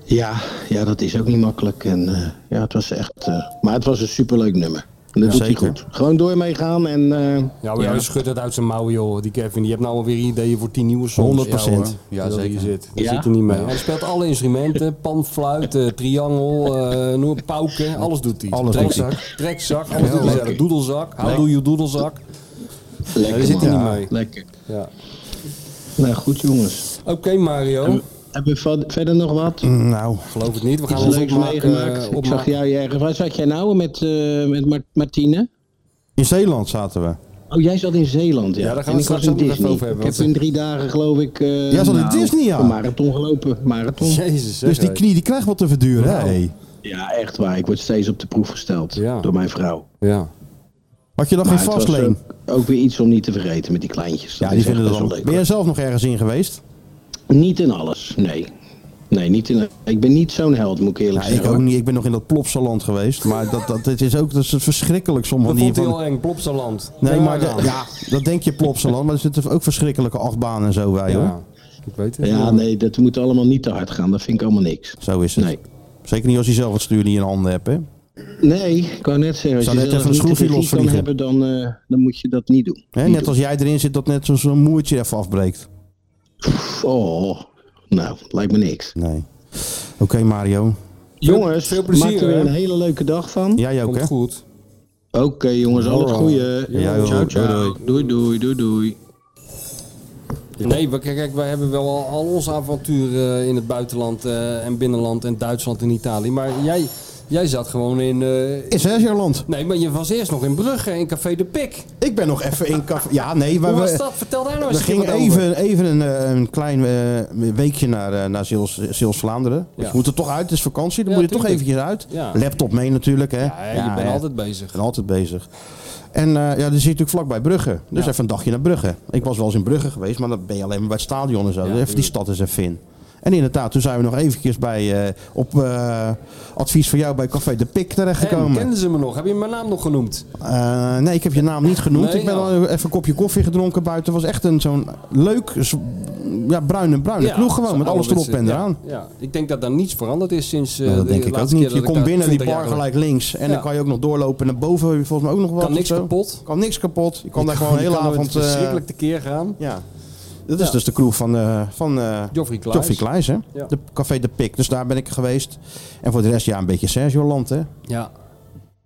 Speaker 9: Ja, ja, dat is ook niet makkelijk. En, eh, ja, het was echt, eh, maar het was een superleuk nummer. En dat doet
Speaker 6: zeker.
Speaker 9: hij goed. Gewoon door mee gaan en eh,
Speaker 7: Ja, maar hij schudt het uit zijn mouwen, joh. Die Kevin, die hebt nou alweer ideeën voor tien nieuwe songs.
Speaker 6: 100%.
Speaker 7: Ja, dat hier zit. Daar
Speaker 9: Ja?
Speaker 7: zit hij niet mee. Hij speelt alle instrumenten. Panfluit, eh, triangel, eh, noem het, pauken. Alles doet hij.
Speaker 6: Alles doet
Speaker 7: trekzak, trekzak. Alles doet hij zelf. Doedelzak. How do you doedelzak?
Speaker 9: lekker
Speaker 7: Daar zit hij
Speaker 9: man.
Speaker 7: niet mee.
Speaker 9: Lekker.
Speaker 7: Ja.
Speaker 9: Nou goed jongens.
Speaker 7: Oké, Mario.
Speaker 9: Hebben we va- verder nog wat?
Speaker 6: Nou,
Speaker 7: Geloof het niet. We gaan
Speaker 9: Iets
Speaker 7: ons
Speaker 9: leuks
Speaker 7: opmaken.
Speaker 9: meegemaakt?
Speaker 7: eh,
Speaker 9: Ik zag
Speaker 7: opmaken.
Speaker 9: jou ergens. Waar zat jij nou met, eh, met Mar- Martine?
Speaker 6: in Zeeland zaten we.
Speaker 9: Oh, jij zat in Zeeland, ja.
Speaker 7: Ja, daar gaan we
Speaker 9: En ik
Speaker 7: straks
Speaker 9: was in
Speaker 7: ook nog even
Speaker 9: Disney.
Speaker 7: over hebben,
Speaker 9: Ik heb
Speaker 7: want-
Speaker 9: in drie dagen geloof ik... eh,
Speaker 6: eh, Jij zat in Disney, ja.
Speaker 9: Een marathon gelopen. Marathon.
Speaker 7: Jezus, zeg,
Speaker 6: Dus die
Speaker 7: hé.
Speaker 6: knie die krijgt wat te verduren, hè? Hey.
Speaker 9: Ja, echt waar. Ik word steeds op de proef gesteld
Speaker 7: Ja.
Speaker 9: door mijn vrouw.
Speaker 7: Ja.
Speaker 6: Had je dan geen
Speaker 9: Maar het was
Speaker 6: vastleen?
Speaker 9: ook, ook weer iets om niet te vergeten met die kleintjes.
Speaker 6: Ja,
Speaker 9: Dat
Speaker 6: die
Speaker 9: is echt
Speaker 6: vinden dat
Speaker 9: best wel
Speaker 6: wel.
Speaker 9: leuk.
Speaker 6: Ben jij zelf nog ergens in geweest?
Speaker 9: Niet in alles, nee. Nee, niet in, ik ben niet zo'n held, moet ik eerlijk
Speaker 6: Ja, ik
Speaker 9: zeggen.
Speaker 6: ook niet. Ik ben nog in dat Plopsaland geweest. Maar dat, dat, het is ook dat is verschrikkelijk soms.
Speaker 7: Dat
Speaker 6: die
Speaker 7: vond hij
Speaker 6: van-
Speaker 7: heel eng. Plopsaland.
Speaker 6: Nee,
Speaker 7: Daar
Speaker 6: maar de-
Speaker 7: aan.
Speaker 6: ja, dat denk je Plopsaland. Maar er zitten ook verschrikkelijke achtbanen en zo bij, hoor.
Speaker 7: Ja. Ik weet het.
Speaker 9: Ja, nee, dat moet allemaal niet te hard gaan. Dat vind ik allemaal niks.
Speaker 6: Zo is het.
Speaker 9: Nee.
Speaker 6: Zeker niet als je zelf het stuur niet in handen hebt, hè?
Speaker 9: Nee, ik wou net zeggen. Als
Speaker 6: Zou
Speaker 9: je
Speaker 6: net
Speaker 9: zelf
Speaker 6: even een
Speaker 9: niet de
Speaker 6: schroefje
Speaker 9: regie kan
Speaker 6: losvliegen.
Speaker 9: hebben, dan, eh, dan moet je dat niet doen.
Speaker 6: Hè,
Speaker 9: Niet
Speaker 6: net als jij erin zit, dat net zo'n zo'n moertje even afbreekt.
Speaker 9: doen. Oh, nou, lijkt me niks.
Speaker 6: Nee. Oké, Mario.
Speaker 9: Jongens,
Speaker 7: veel plezier,
Speaker 9: maak er weer
Speaker 7: hè?
Speaker 9: een hele leuke dag van.
Speaker 6: Jij ook,
Speaker 7: Komt
Speaker 6: hè?
Speaker 7: goed.
Speaker 9: Oké, jongens, al het goede.
Speaker 6: Ja, joh.
Speaker 9: ciao, ciao.
Speaker 6: Doei,
Speaker 9: doei, doei, doei, doei.
Speaker 7: Nee, we, kijk, kijk, wij hebben wel al, al onze avonturen eh, in het buitenland eh, en binnenland en Duitsland en Italië. Maar jij, jij zat gewoon in... eh,
Speaker 6: Is Hesjerland.
Speaker 7: nee, maar je was eerst nog in Brugge, in Café de Pik.
Speaker 6: Ik ben nog even in café. Ja, nee, maar
Speaker 7: Hoe was
Speaker 6: we,
Speaker 7: dat? Vertel daar nou eens
Speaker 6: we
Speaker 7: een keer
Speaker 6: gingen
Speaker 7: wat over.
Speaker 6: even, even een, eh, een klein eh, weekje naar, eh, naar Zeels- Zeels-Vlaanderen. Dus
Speaker 7: Ja.
Speaker 6: je moet er toch uit, het is vakantie, dan
Speaker 7: Ja,
Speaker 6: moet je er toch
Speaker 7: tuurlijk.
Speaker 6: eventjes uit.
Speaker 7: Ja.
Speaker 6: Laptop mee natuurlijk, hè.
Speaker 7: Ja, je bent
Speaker 6: hè.
Speaker 7: altijd bezig.
Speaker 6: Ik ben altijd bezig. En eh, ja, dan zit je natuurlijk vlakbij Brugge. Dus even een dagje naar Brugge. Ik was wel eens in Brugge geweest, maar dan ben je alleen maar bij het stadion en zo. even die stad eens even in. En inderdaad, toen zijn we nog eventjes bij, eh, op eh, advies van jou bij Café de Pik
Speaker 7: En
Speaker 6: terechtgekomen.
Speaker 7: kenden ze me nog? Heb je mijn naam nog genoemd?
Speaker 6: Eh, nee, ik heb je naam niet genoemd.
Speaker 7: Nee,
Speaker 6: ik ben
Speaker 7: nou.
Speaker 6: al even een kopje koffie gedronken buiten. Het was echt een zo'n leuk, z- ja, bruine, bruine ploeg gewoon.
Speaker 7: ze
Speaker 6: Met alles
Speaker 7: allemaal
Speaker 6: erop en
Speaker 7: ja,
Speaker 6: eraan.
Speaker 7: Ja, ik denk dat daar niets veranderd is sinds eh,
Speaker 6: Nou, dat
Speaker 7: de
Speaker 6: denk ik ook
Speaker 7: laatste
Speaker 6: niet.
Speaker 7: keer
Speaker 6: Je
Speaker 7: dat ik
Speaker 6: komt
Speaker 7: daar
Speaker 6: binnen die
Speaker 7: 20
Speaker 6: bar
Speaker 7: jaar
Speaker 6: gelijk links. En
Speaker 7: Ja.
Speaker 6: dan kan je ook nog doorlopen. En naar boven heb je volgens mij ook nog wat.
Speaker 7: Kan
Speaker 6: of
Speaker 7: niks
Speaker 6: zo.
Speaker 7: kapot.
Speaker 6: Kan niks kapot. Je kan daar gewoon
Speaker 7: Je
Speaker 6: de hele
Speaker 7: kan nooit
Speaker 6: avond... eh,
Speaker 7: verschrikkelijk tekeer gaan.
Speaker 6: ja. Dat is
Speaker 7: Ja.
Speaker 6: dus de crew van, eh van eh
Speaker 7: Joffrey Klaas.
Speaker 6: Toffie Klaas, hè?
Speaker 7: Ja.
Speaker 6: De Café de Pik. Dus daar ben ik geweest. En voor de rest, ja, een beetje Sergio Land, hè?
Speaker 7: Ja.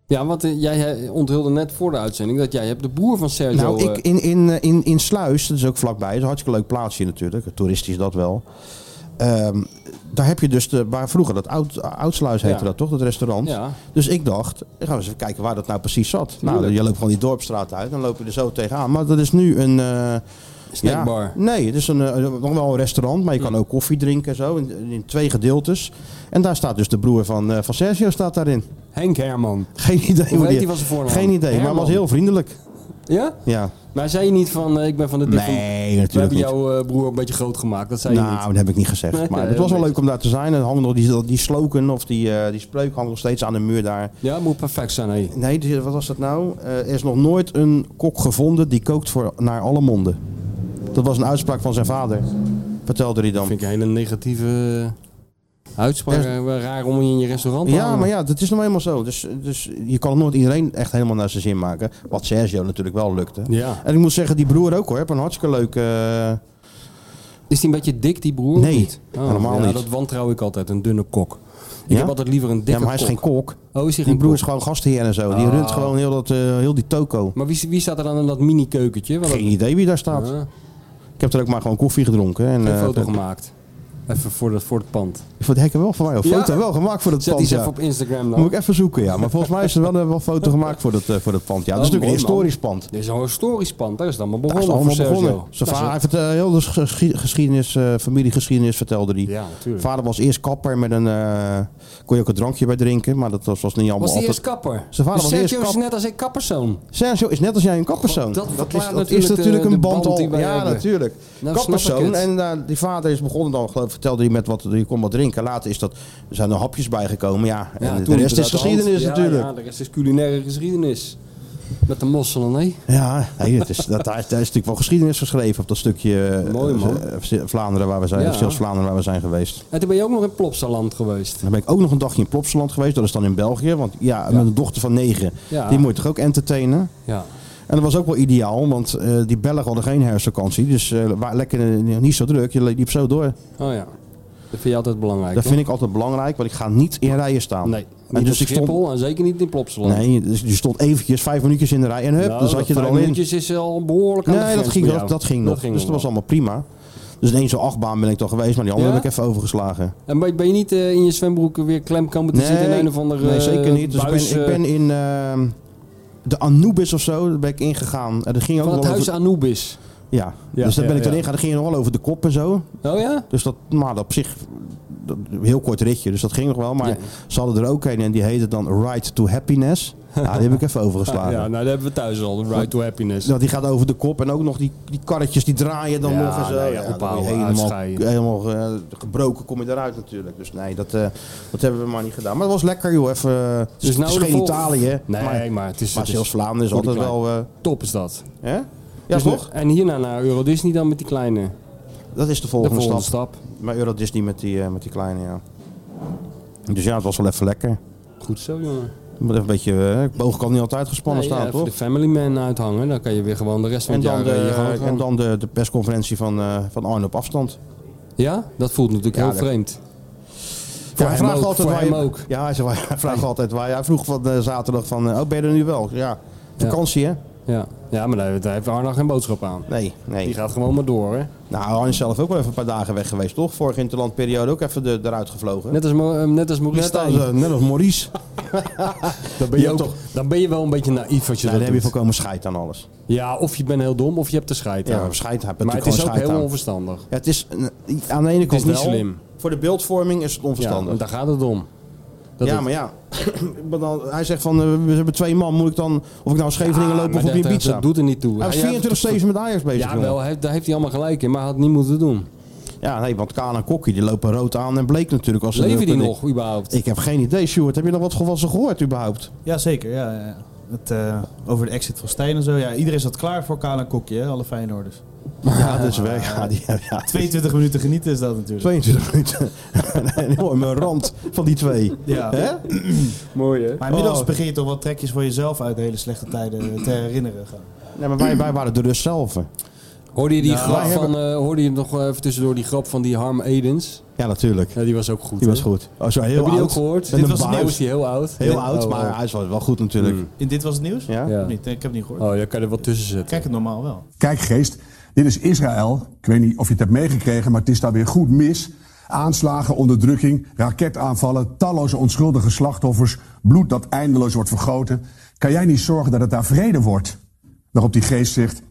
Speaker 7: Ja, want eh, jij eh, onthulde net voor de uitzending dat jij hebt de broer van Sergio.
Speaker 6: Nou, ik
Speaker 7: eh,
Speaker 6: in, in, eh, in, in Sluis, dat is ook vlakbij, dat is een hartstikke leuk plaatsje natuurlijk, toeristisch dat wel. Ehm, daar heb je dus, de, waar vroeger dat oud, Oudsluis heette
Speaker 7: Ja.
Speaker 6: dat toch, dat restaurant.
Speaker 7: Ja.
Speaker 6: Dus ik dacht, dan gaan we eens even kijken waar dat nou precies zat. Nou,
Speaker 7: Tuurlijk.
Speaker 6: je loopt gewoon die dorpstraat uit, dan loop je er zo tegenaan. Maar dat is nu een... eh,
Speaker 7: snackbar.
Speaker 6: ja, nee, het is een, eh, nog wel een restaurant, maar je kan ook koffie drinken en zo, in, in twee gedeeltes. En daar staat dus de broer van, eh, van Sergio staat daarin.
Speaker 7: Henk Herman.
Speaker 6: Geen idee
Speaker 7: Hoe heet
Speaker 6: die-
Speaker 7: die van zijn voornaam?
Speaker 6: Geen idee, maar
Speaker 7: Herman.
Speaker 6: was heel vriendelijk.
Speaker 7: Ja?
Speaker 6: Ja.
Speaker 7: Maar zei je niet van, eh, ik ben van de dik van-
Speaker 6: Nee,
Speaker 7: We
Speaker 6: natuurlijk
Speaker 7: hebben
Speaker 6: niet.
Speaker 7: jouw eh, broer een beetje groot gemaakt, dat zei je
Speaker 6: Nou,
Speaker 7: niet.
Speaker 6: dat heb ik niet gezegd.
Speaker 7: Nee,
Speaker 6: Maar
Speaker 7: nee,
Speaker 6: het was wel
Speaker 7: nee.
Speaker 6: leuk om daar te zijn. En hangen nog die, die sloken of die, eh, die spreuk hangt nog steeds aan de muur daar.
Speaker 7: Ja, moet perfect zijn, hé.
Speaker 6: Nee, die- wat was dat nou? Eh, er is nog nooit een kok gevonden die kookt voor, naar alle monden. Dat was een uitspraak van zijn vader. Vertelde hij dan.
Speaker 7: Vind ik een hele negatieve eh, uitspraak.
Speaker 6: Echt?
Speaker 7: Eh, wel Raar om je in je restaurant te
Speaker 6: Ja,
Speaker 7: hangen.
Speaker 6: maar ja, dat is nou eenmaal zo. Dus, dus je kan nooit iedereen echt helemaal naar zijn zin maken. Wat Sergio natuurlijk wel lukte.
Speaker 7: Ja.
Speaker 6: En ik moet zeggen, die broer ook hoor. Heb een hartstikke leuke... eh,
Speaker 7: Is die een beetje dik, die broer? of
Speaker 6: Nee,
Speaker 7: niet? Oh.
Speaker 6: helemaal
Speaker 7: ja,
Speaker 6: niet.
Speaker 7: Dat wantrouw ik altijd, een dunne kok. Ik
Speaker 6: Ja?
Speaker 7: heb altijd liever een dikke Ah.
Speaker 6: ja, maar hij is
Speaker 7: kok.
Speaker 6: geen kok.
Speaker 7: Oh, is hij
Speaker 6: Die
Speaker 7: geen
Speaker 6: broer
Speaker 7: broer?
Speaker 6: is gewoon gastheer en zo. Die runt gewoon heel, dat, eh, heel die toko.
Speaker 7: Maar wie, wie staat er dan in dat mini-keukentje? Want
Speaker 6: Geen idee wie daar staat.
Speaker 7: dat- Ja,
Speaker 6: Ik heb er ook maar gewoon koffie gedronken. En,
Speaker 7: Een
Speaker 6: eh,
Speaker 7: foto
Speaker 6: dat-
Speaker 7: gemaakt. Even voor, dat, voor het pand.
Speaker 6: Voor het hekken wel van mij. Een
Speaker 7: Ja?
Speaker 6: foto wel gemaakt voor dat
Speaker 7: Zet die
Speaker 6: pand.
Speaker 7: eens
Speaker 6: ja.
Speaker 7: even op Instagram dan.
Speaker 6: Moet ik even zoeken, ja. Maar volgens mij is er wel een wel foto gemaakt voor dat, eh, voor dat pand. Ja, dat is
Speaker 7: Oh,
Speaker 6: natuurlijk een
Speaker 7: mooi, man.
Speaker 6: historisch pand.
Speaker 7: Dit is een historisch pand, daar is het allemaal
Speaker 6: Daar is
Speaker 7: begonnen
Speaker 6: het allemaal
Speaker 7: voor Sergio.
Speaker 6: begonnen. Zijn
Speaker 7: Nou,
Speaker 6: vader heeft het, eh, heel de geschi- geschiedenis, eh, familiegeschiedenis vertelde hij.
Speaker 7: zo- Ja, natuurlijk.
Speaker 6: Vader was eerst kapper met een... eh, kon je ook een drankje bij drinken, maar dat was, was niet allemaal
Speaker 7: was die
Speaker 6: altijd...
Speaker 7: eerst kapper?
Speaker 6: Zijn vader
Speaker 7: Dus
Speaker 6: was eerst
Speaker 7: Sergio
Speaker 6: kap-
Speaker 7: is net als ik kapperzoon.
Speaker 6: Sergio is net als jij een kappersoon.
Speaker 7: God, dat
Speaker 6: is,
Speaker 7: verklaart
Speaker 6: dat is
Speaker 7: natuurlijk de-
Speaker 6: natuurlijk
Speaker 7: de
Speaker 6: een band,
Speaker 7: band die
Speaker 6: al.
Speaker 7: wij
Speaker 6: Ja,
Speaker 7: hebben. Nou,
Speaker 6: natuurlijk.
Speaker 7: snap ik
Speaker 6: kappersoon.
Speaker 7: het.
Speaker 6: En eh, die vader is begonnen dan, geloof ik, vertelde hij met wat, je kon wat drinken. Later is dat, er zijn er hapjes bijgekomen, ja. En de
Speaker 7: toen
Speaker 6: rest
Speaker 7: het
Speaker 6: is
Speaker 7: uit de hand-
Speaker 6: geschiedenis
Speaker 7: ja,
Speaker 6: natuurlijk.
Speaker 7: Ja, de rest is culinaire geschiedenis. Met de mosselen, nee?
Speaker 6: Ja, nee, het is, dat, daar, is, daar is natuurlijk wel geschiedenis geschreven op dat stukje eh,
Speaker 7: Mooi, man.
Speaker 6: eh, Vlaanderen waar we zijn,
Speaker 7: Ja.
Speaker 6: zelfs Vlaanderen waar we zijn geweest.
Speaker 7: En toen ben je ook nog in Plopsaland geweest.
Speaker 6: Dan ben ik ook nog een dagje in Plopsaland geweest, dat is dan in België. Want ja,
Speaker 7: Ja.
Speaker 6: met een dochter van negen,
Speaker 7: Ja.
Speaker 6: die moet je toch ook entertainen.
Speaker 7: Ja.
Speaker 6: En dat was ook wel ideaal, want eh, die Belgen hadden geen herfstvakantie. Dus eh, wa- lekker eh, niet zo druk, je liep zo door.
Speaker 7: Oh ja. Dat vind je altijd belangrijk.
Speaker 6: Dat vind ik altijd belangrijk, want ik ga niet in rijen staan.
Speaker 7: Nee.
Speaker 6: En
Speaker 7: Niet
Speaker 6: dus
Speaker 7: dus
Speaker 6: ik
Speaker 7: op
Speaker 6: stond-
Speaker 7: Schiphol en zeker niet in Plopsaland.
Speaker 6: Nee, dus je stond eventjes vijf minuutjes in de rij en hup,
Speaker 7: Nou,
Speaker 6: dan zat je er
Speaker 7: vijf
Speaker 6: al in.
Speaker 7: minuutjes is al behoorlijk aan de
Speaker 6: Nee, dat
Speaker 7: grens
Speaker 6: ging,
Speaker 7: bij
Speaker 6: dat,
Speaker 7: jou.
Speaker 6: dat ging nog. dus dat was allemaal prima. Dus in één zo'n achtbaan ben ik toch geweest, maar die andere
Speaker 7: Ja?
Speaker 6: heb ik even overgeslagen.
Speaker 7: En ben, ben je niet eh, in je zwembroek weer klem komen te zitten in een of andere
Speaker 6: nee, zeker niet. Dus ik ben-
Speaker 7: buis,
Speaker 6: ik, ben,
Speaker 7: eh,
Speaker 6: in ehm, de Anubis of zo, daar ben ik ingegaan. En dat ging ook
Speaker 7: van het
Speaker 6: wel
Speaker 7: huis
Speaker 6: over...
Speaker 7: Anubis.
Speaker 6: Ja,
Speaker 7: Ja,
Speaker 6: dus daar ben
Speaker 7: ja,
Speaker 6: ik dan
Speaker 7: ja.
Speaker 6: ingegaan. Dat ging nog wel over de kop en zo.
Speaker 7: Oh ja?
Speaker 6: Dus dat, maar dat op zich, dat- heel kort ritje, dus dat ging nog wel. Maar
Speaker 7: Ja.
Speaker 6: ze hadden er ook een en die heette dan Ride to Happiness. Ja, die heb ik even overgeslagen.
Speaker 7: Ja, nou dat hebben we thuis al. de Right to happiness.
Speaker 6: Nou, die gaat over de kop en ook nog die, die karretjes die draaien dan
Speaker 7: Ja,
Speaker 6: nog en zo.
Speaker 7: nee,
Speaker 6: dan
Speaker 7: ophouden,
Speaker 6: ben je helemaal,
Speaker 7: uitscheiden.
Speaker 6: helemaal eh, gebroken kom je eruit natuurlijk. Dus nee, dat, eh, dat hebben we maar niet gedaan. Maar dat was lekker joh, even... eh, het is-
Speaker 7: nou
Speaker 6: het is
Speaker 7: de
Speaker 6: geen
Speaker 7: vol-
Speaker 6: Italië, hè.
Speaker 7: Nee,
Speaker 6: maar,
Speaker 7: maar, het is,
Speaker 6: maar
Speaker 7: het
Speaker 6: zelfs
Speaker 7: is
Speaker 6: Vlaanderen is altijd
Speaker 7: klein.
Speaker 6: wel... eh,
Speaker 7: top is dat.
Speaker 6: hè? Ja,
Speaker 7: Dus nu-
Speaker 6: toch?
Speaker 7: En hierna naar Euro Disney dan met die kleine. De
Speaker 6: Dat is de volgende,
Speaker 7: volgende stap.
Speaker 6: stap. Maar Euro Disney met die, eh, met die kleine, ja. Dus ja, het was wel even lekker.
Speaker 7: Goed zo, jongen.
Speaker 6: Moet even een beetje... eh, ik boog kan niet altijd gespannen
Speaker 7: Nee, ja,
Speaker 6: staan,
Speaker 7: even
Speaker 6: toch?
Speaker 7: de family man uithangen. Dan kan je weer gewoon de rest van
Speaker 6: En
Speaker 7: het
Speaker 6: dan,
Speaker 7: jaar... eh, je gang
Speaker 6: de,
Speaker 7: gaan.
Speaker 6: en dan de, de persconferentie van, eh, van Arne op afstand.
Speaker 7: Ja, dat voelt natuurlijk
Speaker 6: Ja,
Speaker 7: heel
Speaker 6: dat-
Speaker 7: vreemd.
Speaker 6: Ja,
Speaker 7: Voor
Speaker 6: hij
Speaker 7: hem
Speaker 6: vraagt
Speaker 7: ook,
Speaker 6: altijd
Speaker 7: voor
Speaker 6: waar
Speaker 7: hem
Speaker 6: je,
Speaker 7: ook.
Speaker 6: Ja, hij, zei, hij vraagt altijd waar je. Hij vroeg van eh, zaterdag van, eh, oh ben je er nu wel? Ja. Vakantie hè?
Speaker 7: Ja, ja maar daar heeft- daar heeft Arna geen boodschap aan.
Speaker 6: Nee, nee.
Speaker 7: Die gaat gewoon maar door, hè.
Speaker 6: Nou, Arne is zelf ook wel even een paar dagen weg geweest, toch? Vorige interlandperiode ook even de, eruit gevlogen.
Speaker 7: Net als, Mo- eh, net als Maurice
Speaker 6: Net als,
Speaker 7: Stijn.
Speaker 6: eh, net als Maurice.
Speaker 7: dan, ben je
Speaker 6: Ja,
Speaker 7: ook,
Speaker 6: toch.
Speaker 7: dan ben je wel een beetje naïef als je
Speaker 6: Ja, Nou, dan
Speaker 7: dat
Speaker 6: heb je
Speaker 7: doet.
Speaker 6: volkomen scheid aan alles.
Speaker 7: Ja, of je bent heel dom of je hebt de scheid
Speaker 6: Ja,
Speaker 7: aan.
Speaker 6: scheid heb
Speaker 7: Maar
Speaker 6: natuurlijk
Speaker 7: het is
Speaker 6: gewoon
Speaker 7: ook
Speaker 6: scheid
Speaker 7: heel
Speaker 6: aan.
Speaker 7: onverstandig.
Speaker 6: Ja, het is eh, aan de ene kant
Speaker 7: niet
Speaker 6: wel.
Speaker 7: slim.
Speaker 6: Voor de beeldvorming is het
Speaker 7: Ja,
Speaker 6: onverstandig.
Speaker 7: want daar gaat het om. Dat
Speaker 6: Ja,
Speaker 7: het-
Speaker 6: maar ja. Maar dan- hij zegt van, eh, we hebben twee man, moet ik dan... Of ik nou Scheveningen
Speaker 7: Ah,
Speaker 6: loop
Speaker 7: maar
Speaker 6: of op
Speaker 7: dat-
Speaker 6: je
Speaker 7: dat-
Speaker 6: pizza.
Speaker 7: Dat doet er niet toe.
Speaker 6: Hij
Speaker 7: Hij-
Speaker 6: was
Speaker 7: hij-
Speaker 6: 24 steeds met Ajax bezig,
Speaker 7: Ja,
Speaker 6: jongen.
Speaker 7: wel, hij- daar heeft hij allemaal gelijk in, maar hij had niet moeten doen.
Speaker 6: Ja, nee, want Kaan en Kokkie die lopen rood aan en bleek natuurlijk. Als ze
Speaker 7: Leven
Speaker 6: de-
Speaker 7: die
Speaker 6: de-
Speaker 7: nog, überhaupt?
Speaker 6: Ik heb geen idee, Sjoerd. Heb je nog wat gewassen gehoord überhaupt?
Speaker 1: Jazeker, ja. ja. Het, eh, over de exit van Stijn en zo. Ja, iedereen zat klaar voor Kaan en Kokje, hè? alle Feyenoorders.
Speaker 6: Ja, dus wij gaan die, ja,
Speaker 1: 22 minuten genieten is dat natuurlijk.
Speaker 6: 22 minuten. en hoor me rand van die twee.
Speaker 1: Ja.
Speaker 6: Hè?
Speaker 7: Mooi, hè?
Speaker 1: Maar inmiddels
Speaker 6: Oh.
Speaker 1: begin je toch wel trekjes voor jezelf uit de hele slechte tijden te herinneren. Gaan.
Speaker 6: Nee, maar wij, wij waren de rust zelf.
Speaker 7: Hoorde je, die
Speaker 6: Nou,
Speaker 7: grap
Speaker 6: wij
Speaker 7: van, eh, hoorde je nog even tussendoor die grap van die Harm Edens?
Speaker 6: Ja, natuurlijk.
Speaker 7: Ja, die was ook goed.
Speaker 6: Die was
Speaker 7: hè?
Speaker 6: goed. Oh, zo, heel
Speaker 7: Heb je die
Speaker 6: oud.
Speaker 7: ook
Speaker 6: Met
Speaker 7: gehoord? Dit
Speaker 6: een
Speaker 7: was
Speaker 6: baard.
Speaker 7: nieuws. Die heel oud.
Speaker 6: Heel
Speaker 7: Ja.
Speaker 6: oud,
Speaker 7: Oh, Hmm.
Speaker 6: maar hij is wel wel goed natuurlijk.
Speaker 1: In dit was het nieuws?
Speaker 6: Ja?
Speaker 7: Ja.
Speaker 1: Of Niet, ik heb het niet gehoord.
Speaker 7: Oh, daar kan je er wat tussen zetten.
Speaker 1: Kijk het normaal wel.
Speaker 10: Kijk, geest, dit is Israël. Ik weet niet of je het hebt meegekregen, maar het is daar weer goed mis. Aanslagen, onderdrukking, raketaanvallen, talloze onschuldige slachtoffers, bloed dat eindeloos wordt vergoten. Kan jij niet zorgen dat het daar vrede wordt? Waarop die geest zegt: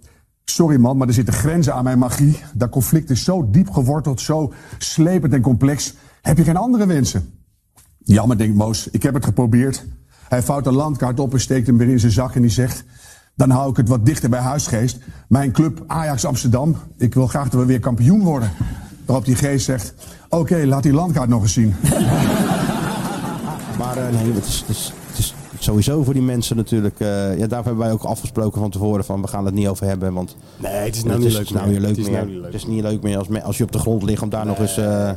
Speaker 10: Sorry man, maar er zitten grenzen aan mijn magie. Dat conflict is zo diep geworteld, zo slepend en complex. Heb je geen andere wensen? Jammer, denkt Moos. Ik heb het geprobeerd. Hij vouwt een landkaart op en steekt hem weer in zijn zak en die zegt... Dan hou ik het wat dichter bij huisgeest. Mijn club Ajax Amsterdam. Ik wil graag dat we weer kampioen worden. Waarop die geest zegt... Oké, laat die landkaart nog eens zien.
Speaker 6: Maar eh, nee, het is, het, is, het is sowieso voor die mensen natuurlijk. eh, ja, daarvoor hebben wij ook afgesproken van tevoren van we gaan het niet over hebben. Want
Speaker 7: Nee, het is
Speaker 6: het
Speaker 7: nou niet
Speaker 6: is
Speaker 7: leuk
Speaker 6: nou
Speaker 7: meer.
Speaker 6: niet leuk
Speaker 7: Het is
Speaker 6: meer.
Speaker 7: nou niet leuk
Speaker 6: Het is niet leuk meer als, me- als je op de grond ligt om daar nog eens. eh,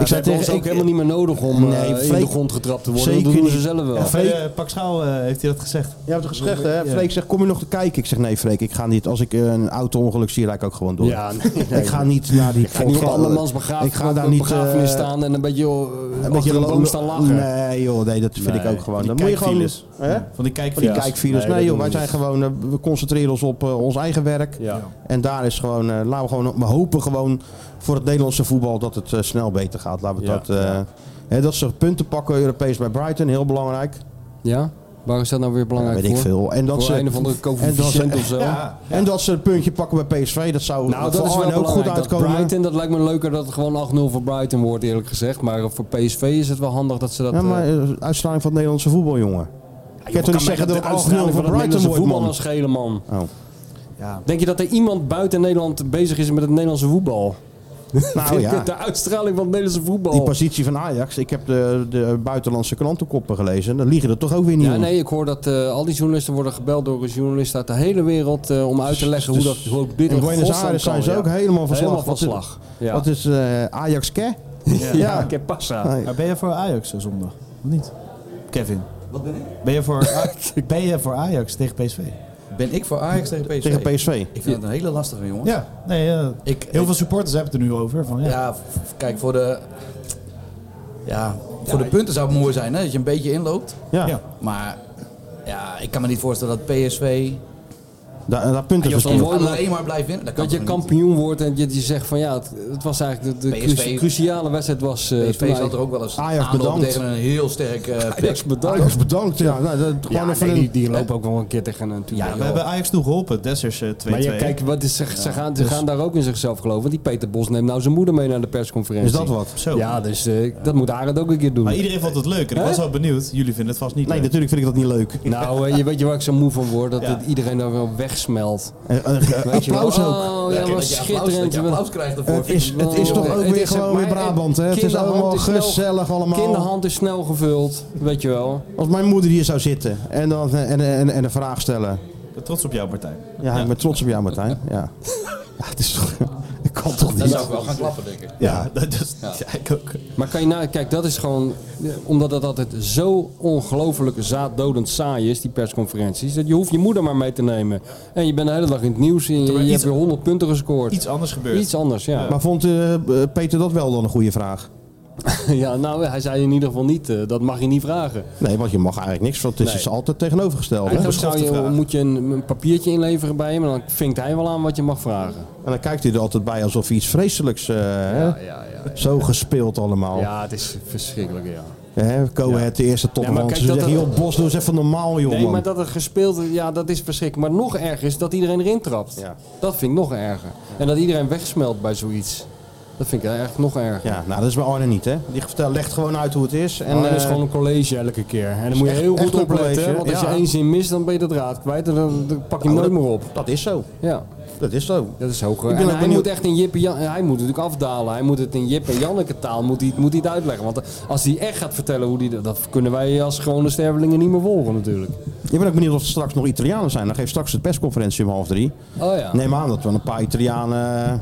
Speaker 7: Ik zei tegen ons ook helemaal niet meer nodig om
Speaker 6: Nee,
Speaker 7: eh, in
Speaker 6: Freek-
Speaker 7: de grond getrapt te worden.
Speaker 6: Zeker
Speaker 7: dat doen ze
Speaker 6: niet.
Speaker 7: zelf wel.
Speaker 1: Ja,
Speaker 7: Ja,
Speaker 1: bij, eh, Pak Schaal eh, heeft hij dat gezegd.
Speaker 6: Je hebt het gezegd, hè? Freek zegt: Kom je nog te kijken? Ik zeg: Nee, Freek, ik ga niet. Als ik eh, een auto-ongeluk zie, rijd ik ook gewoon door.
Speaker 7: nee, nee.
Speaker 6: Ik ga niet naar die.
Speaker 7: Ik ga niet op
Speaker 6: pot-
Speaker 7: andermans begraaf,
Speaker 6: Ik ga daar niet.
Speaker 7: begrafenis
Speaker 6: eh,
Speaker 7: staan en een beetje, joh, een beetje een
Speaker 6: lolo-
Speaker 7: boom staan lachen.
Speaker 6: Nee, joh, nee, dat vind ik ook gewoon.
Speaker 1: die
Speaker 6: Dan moet je gewoon.
Speaker 1: kijkfiles.
Speaker 6: Hè?
Speaker 1: Van die kijk
Speaker 6: Van die
Speaker 1: ja.
Speaker 6: kijkvirus.
Speaker 7: Nee,
Speaker 6: Nee,
Speaker 7: dat
Speaker 6: joh,
Speaker 7: doen
Speaker 6: wij
Speaker 7: we
Speaker 6: zijn gewoon, eh, we concentreren ons op eh, ons eigen werk.
Speaker 7: Ja.
Speaker 6: En daar is gewoon, eh, laten we gewoon, we hopen gewoon voor het Nederlandse voetbal dat het eh, snel beter gaat. Laten we
Speaker 7: Ja.
Speaker 6: dat, eh, hè, dat ze punten pakken Europees bij Brighton, heel belangrijk.
Speaker 7: Ja? Waar is dat nou weer belangrijk
Speaker 6: weet ik
Speaker 7: voor?
Speaker 6: veel. En dat
Speaker 7: voor
Speaker 6: ze-
Speaker 7: een of andere
Speaker 6: en dat ze-
Speaker 7: coëfficiënt of zo?
Speaker 6: En dat ze een puntje pakken bij PSV, dat zou
Speaker 7: Nou, dat
Speaker 6: voor
Speaker 7: is wel
Speaker 6: Arne ook goed
Speaker 7: belangrijk. dat
Speaker 6: uitkomen.
Speaker 7: Brighton, dat lijkt me leuker dat het gewoon 8-0 voor Brighton wordt, eerlijk gezegd. Maar eh, voor PSV is het wel handig dat ze dat...
Speaker 6: ja, maar
Speaker 7: eh,
Speaker 6: eh, uitstraling van het Nederlandse voetbal, jongen. Ik kan toch niet zeggen dat
Speaker 7: de
Speaker 6: het 8 voor
Speaker 7: uitstraling van het
Speaker 6: Brighton
Speaker 7: Nederlandse
Speaker 6: wordt,
Speaker 7: voetbal
Speaker 6: man.
Speaker 7: als gele man.
Speaker 6: Oh.
Speaker 7: Denk je dat er iemand buiten Nederland bezig is met het Nederlandse voetbal?
Speaker 6: Nou ja,
Speaker 7: De uitstraling van het Nederlandse voetbal.
Speaker 6: die positie van Ajax, ik heb de, de buitenlandse krantenkoppen gelezen. Dan liegen er toch ook weer niet
Speaker 7: Ja,
Speaker 6: om.
Speaker 7: nee, ik hoor dat eh, al die journalisten worden gebeld door journalisten uit de hele wereld eh, om uit te leggen hoe, dat, hoe dit
Speaker 6: Dus In
Speaker 7: in
Speaker 6: Buenos
Speaker 7: godsnaam
Speaker 6: Aires
Speaker 7: kan,
Speaker 6: zijn ze
Speaker 7: ja.
Speaker 6: ook helemaal van slag.
Speaker 7: Helemaal van
Speaker 6: Wat is-
Speaker 7: slag. Ja.
Speaker 6: Wat is eh, Ajax Ke?
Speaker 7: ja, Ah, que pasa?
Speaker 6: Nee.
Speaker 1: Maar Nou, ben je voor Ajax eh, zondag? Of niet? Kevin. Wat ben ik? Ben je voor, A- ben je voor Ajax tegen PSV?
Speaker 8: Ben ik voor Ajax tegen PSV?
Speaker 6: Tegen PSV.
Speaker 8: Ik vind het een hele lastige, jongen.
Speaker 1: Ja. Nee, ja.
Speaker 8: Ik-
Speaker 1: Heel
Speaker 8: ik-
Speaker 1: veel supporters hebben het er nu over. Van, ja.
Speaker 8: Ja, f- f- kijk, voor de... Ja, voor de punten zou het mooi zijn, hè? Dat je een beetje inloopt.
Speaker 6: Ja.
Speaker 1: Ja.
Speaker 8: Maar ja, ik kan me niet voorstellen dat PSV...
Speaker 6: Daar, daar punten
Speaker 8: Als
Speaker 6: verschil.
Speaker 8: je
Speaker 7: mooi dat-
Speaker 8: alleen maar blijft winnen, dat kan
Speaker 7: Dat je
Speaker 8: toch niet?
Speaker 7: kampioen wordt en je, je zegt van ja, het, het was eigenlijk de, de
Speaker 8: PSV
Speaker 7: cruci- cruciale wedstrijd was. eh, toen
Speaker 8: PSV
Speaker 7: hij-
Speaker 8: zat er ook wel eens
Speaker 6: Ajax
Speaker 8: aanlopen
Speaker 6: bedankt.
Speaker 8: tegen een heel sterk eh
Speaker 7: Ajax
Speaker 8: pik.
Speaker 7: bedankt.
Speaker 6: Ah, Ajax bedankt. Ja, nou, dat,
Speaker 7: Ja,
Speaker 6: gewoon even
Speaker 7: nee,
Speaker 6: een-
Speaker 7: die, die lopen ook wel een keer tegen een toe.
Speaker 1: Ja, we hebben Ajax toen geholpen. Dessers eh, 2-2.
Speaker 7: maar ja, kijk, wat is, ze, ze, gaan,
Speaker 6: Dus-
Speaker 7: ze gaan daar ook in zichzelf geloven. Want die Peter Bos neemt nou zijn moeder mee naar de persconferentie.
Speaker 6: Is dat wat?
Speaker 1: Zo.
Speaker 7: Ja, dus eh, dat moet Arend ook een keer doen.
Speaker 1: Maar iedereen vond het leuk. En ik
Speaker 7: Hè?
Speaker 1: was wel benieuwd. Jullie vinden het vast niet
Speaker 6: Nee,
Speaker 1: leuk.
Speaker 6: natuurlijk vind ik dat niet leuk.
Speaker 7: Nou, eh, je weet je waar ik zo moe van word? Dat
Speaker 1: Ja.
Speaker 7: het- iedereen daar wel wegsmelt.
Speaker 6: Eh, eh,
Speaker 7: Weet je wel?
Speaker 6: applaus ook.
Speaker 7: Oh, ja,
Speaker 8: Lekker
Speaker 7: wat
Speaker 8: dat je applaus-
Speaker 7: schitterend.
Speaker 8: Dat je applaus krijgt ervoor.
Speaker 6: Het is, het is toch ook
Speaker 7: Het
Speaker 6: weer
Speaker 7: is zeg
Speaker 6: gewoon weer
Speaker 7: maar-
Speaker 6: Brabant, hè? Het is
Speaker 7: kinderhand
Speaker 6: allemaal
Speaker 7: is snel-
Speaker 6: gezellig allemaal.
Speaker 7: Kinderhand is snel gevuld, weet je wel.
Speaker 6: Als mijn moeder hier zou zitten en, dan, eh, en, en, en een vraag stellen.
Speaker 1: Ik ben Trots op jou, Martijn.
Speaker 6: Ja, ik ben trots op jou, Martijn. Ja, ja het is toch... Ik kan toch
Speaker 8: Dan
Speaker 6: niet.
Speaker 8: zou ik wel gaan klappen, denk ik.
Speaker 1: Ja, dat is ja, ik ook.
Speaker 7: Maar kan je nou, kijk, dat is gewoon, eh, omdat het altijd zo ongelooflijk zaaddodend saai is, die persconferenties. Dat je hoeft je moeder maar mee te nemen. En je bent de hele dag in het nieuws en je, je
Speaker 1: iets-
Speaker 7: hebt weer 100 punten gescoord.
Speaker 1: Iets anders gebeurd.
Speaker 7: Iets anders, ja.
Speaker 6: Maar vond eh, Peter dat wel dan een goede vraag?
Speaker 7: ja. Nou, hij zei in ieder geval niet, eh, dat mag je niet vragen.
Speaker 6: Nee, want je mag eigenlijk niks, want het is
Speaker 7: Nee.
Speaker 6: altijd tegenovergesteld. hè?
Speaker 7: Eigenlijk
Speaker 1: dat is
Speaker 7: zou
Speaker 1: de
Speaker 7: je,
Speaker 1: vraag.
Speaker 7: moet je een, een papiertje inleveren bij hem en dan vinkt hij wel aan wat je mag vragen.
Speaker 6: En dan kijkt hij er altijd bij alsof hij iets vreselijks... eh, hè?
Speaker 7: ja, ja.
Speaker 6: Zo gespeeld allemaal.
Speaker 7: Ja, het is verschrikkelijk, ja.
Speaker 6: Hè, Cohen de eerste
Speaker 7: Ja, maar
Speaker 6: topman.
Speaker 7: kijk,
Speaker 6: Ze
Speaker 7: dat
Speaker 6: zeggen,
Speaker 7: dat-
Speaker 6: joh, Bos, doe eens even normaal, joh,
Speaker 7: Nee, maar
Speaker 6: man.
Speaker 7: dat er gespeeld ja, dat is verschrikkelijk. Maar nog erger is dat iedereen erin trapt.
Speaker 6: Ja.
Speaker 7: Dat vind ik nog erger. En dat iedereen wegsmelt bij zoiets. Dat vind ik echt nog erg.
Speaker 6: Ja, nou dat is bij Arne niet hè. Die vertel, legt gewoon uit hoe het is. En,
Speaker 7: En dat is
Speaker 6: eh,
Speaker 7: gewoon een college elke keer. En dan moet je
Speaker 6: echt-
Speaker 7: heel
Speaker 6: echt
Speaker 7: goed
Speaker 6: een
Speaker 7: opletten.
Speaker 6: college,
Speaker 7: hè, want als
Speaker 6: ja.
Speaker 7: je één zin mist, dan ben je de draad kwijt. En dan, dan pak je hem
Speaker 6: Nou,
Speaker 7: nooit
Speaker 6: dat-
Speaker 7: meer op.
Speaker 6: Dat is zo.
Speaker 7: Ja,
Speaker 6: Dat is zo.
Speaker 7: dat is hoger.
Speaker 6: Ik ben
Speaker 7: En
Speaker 6: ook
Speaker 7: hij
Speaker 6: benieuwd-
Speaker 7: moet echt in Jip en Jan, eh, Hij moet natuurlijk afdalen. Hij moet het in Jip en Janneke taal moet hij, moet hij het uitleggen. Want als hij echt gaat vertellen hoe hij... dat- Dat kunnen wij als gewone stervelingen niet meer volgen natuurlijk.
Speaker 6: Ik ben ook benieuwd of er straks nog Italianen zijn. Dan geeft straks de persconferentie om half drie.
Speaker 7: Oh ja.
Speaker 6: Neem aan dat we een paar Italianen eh,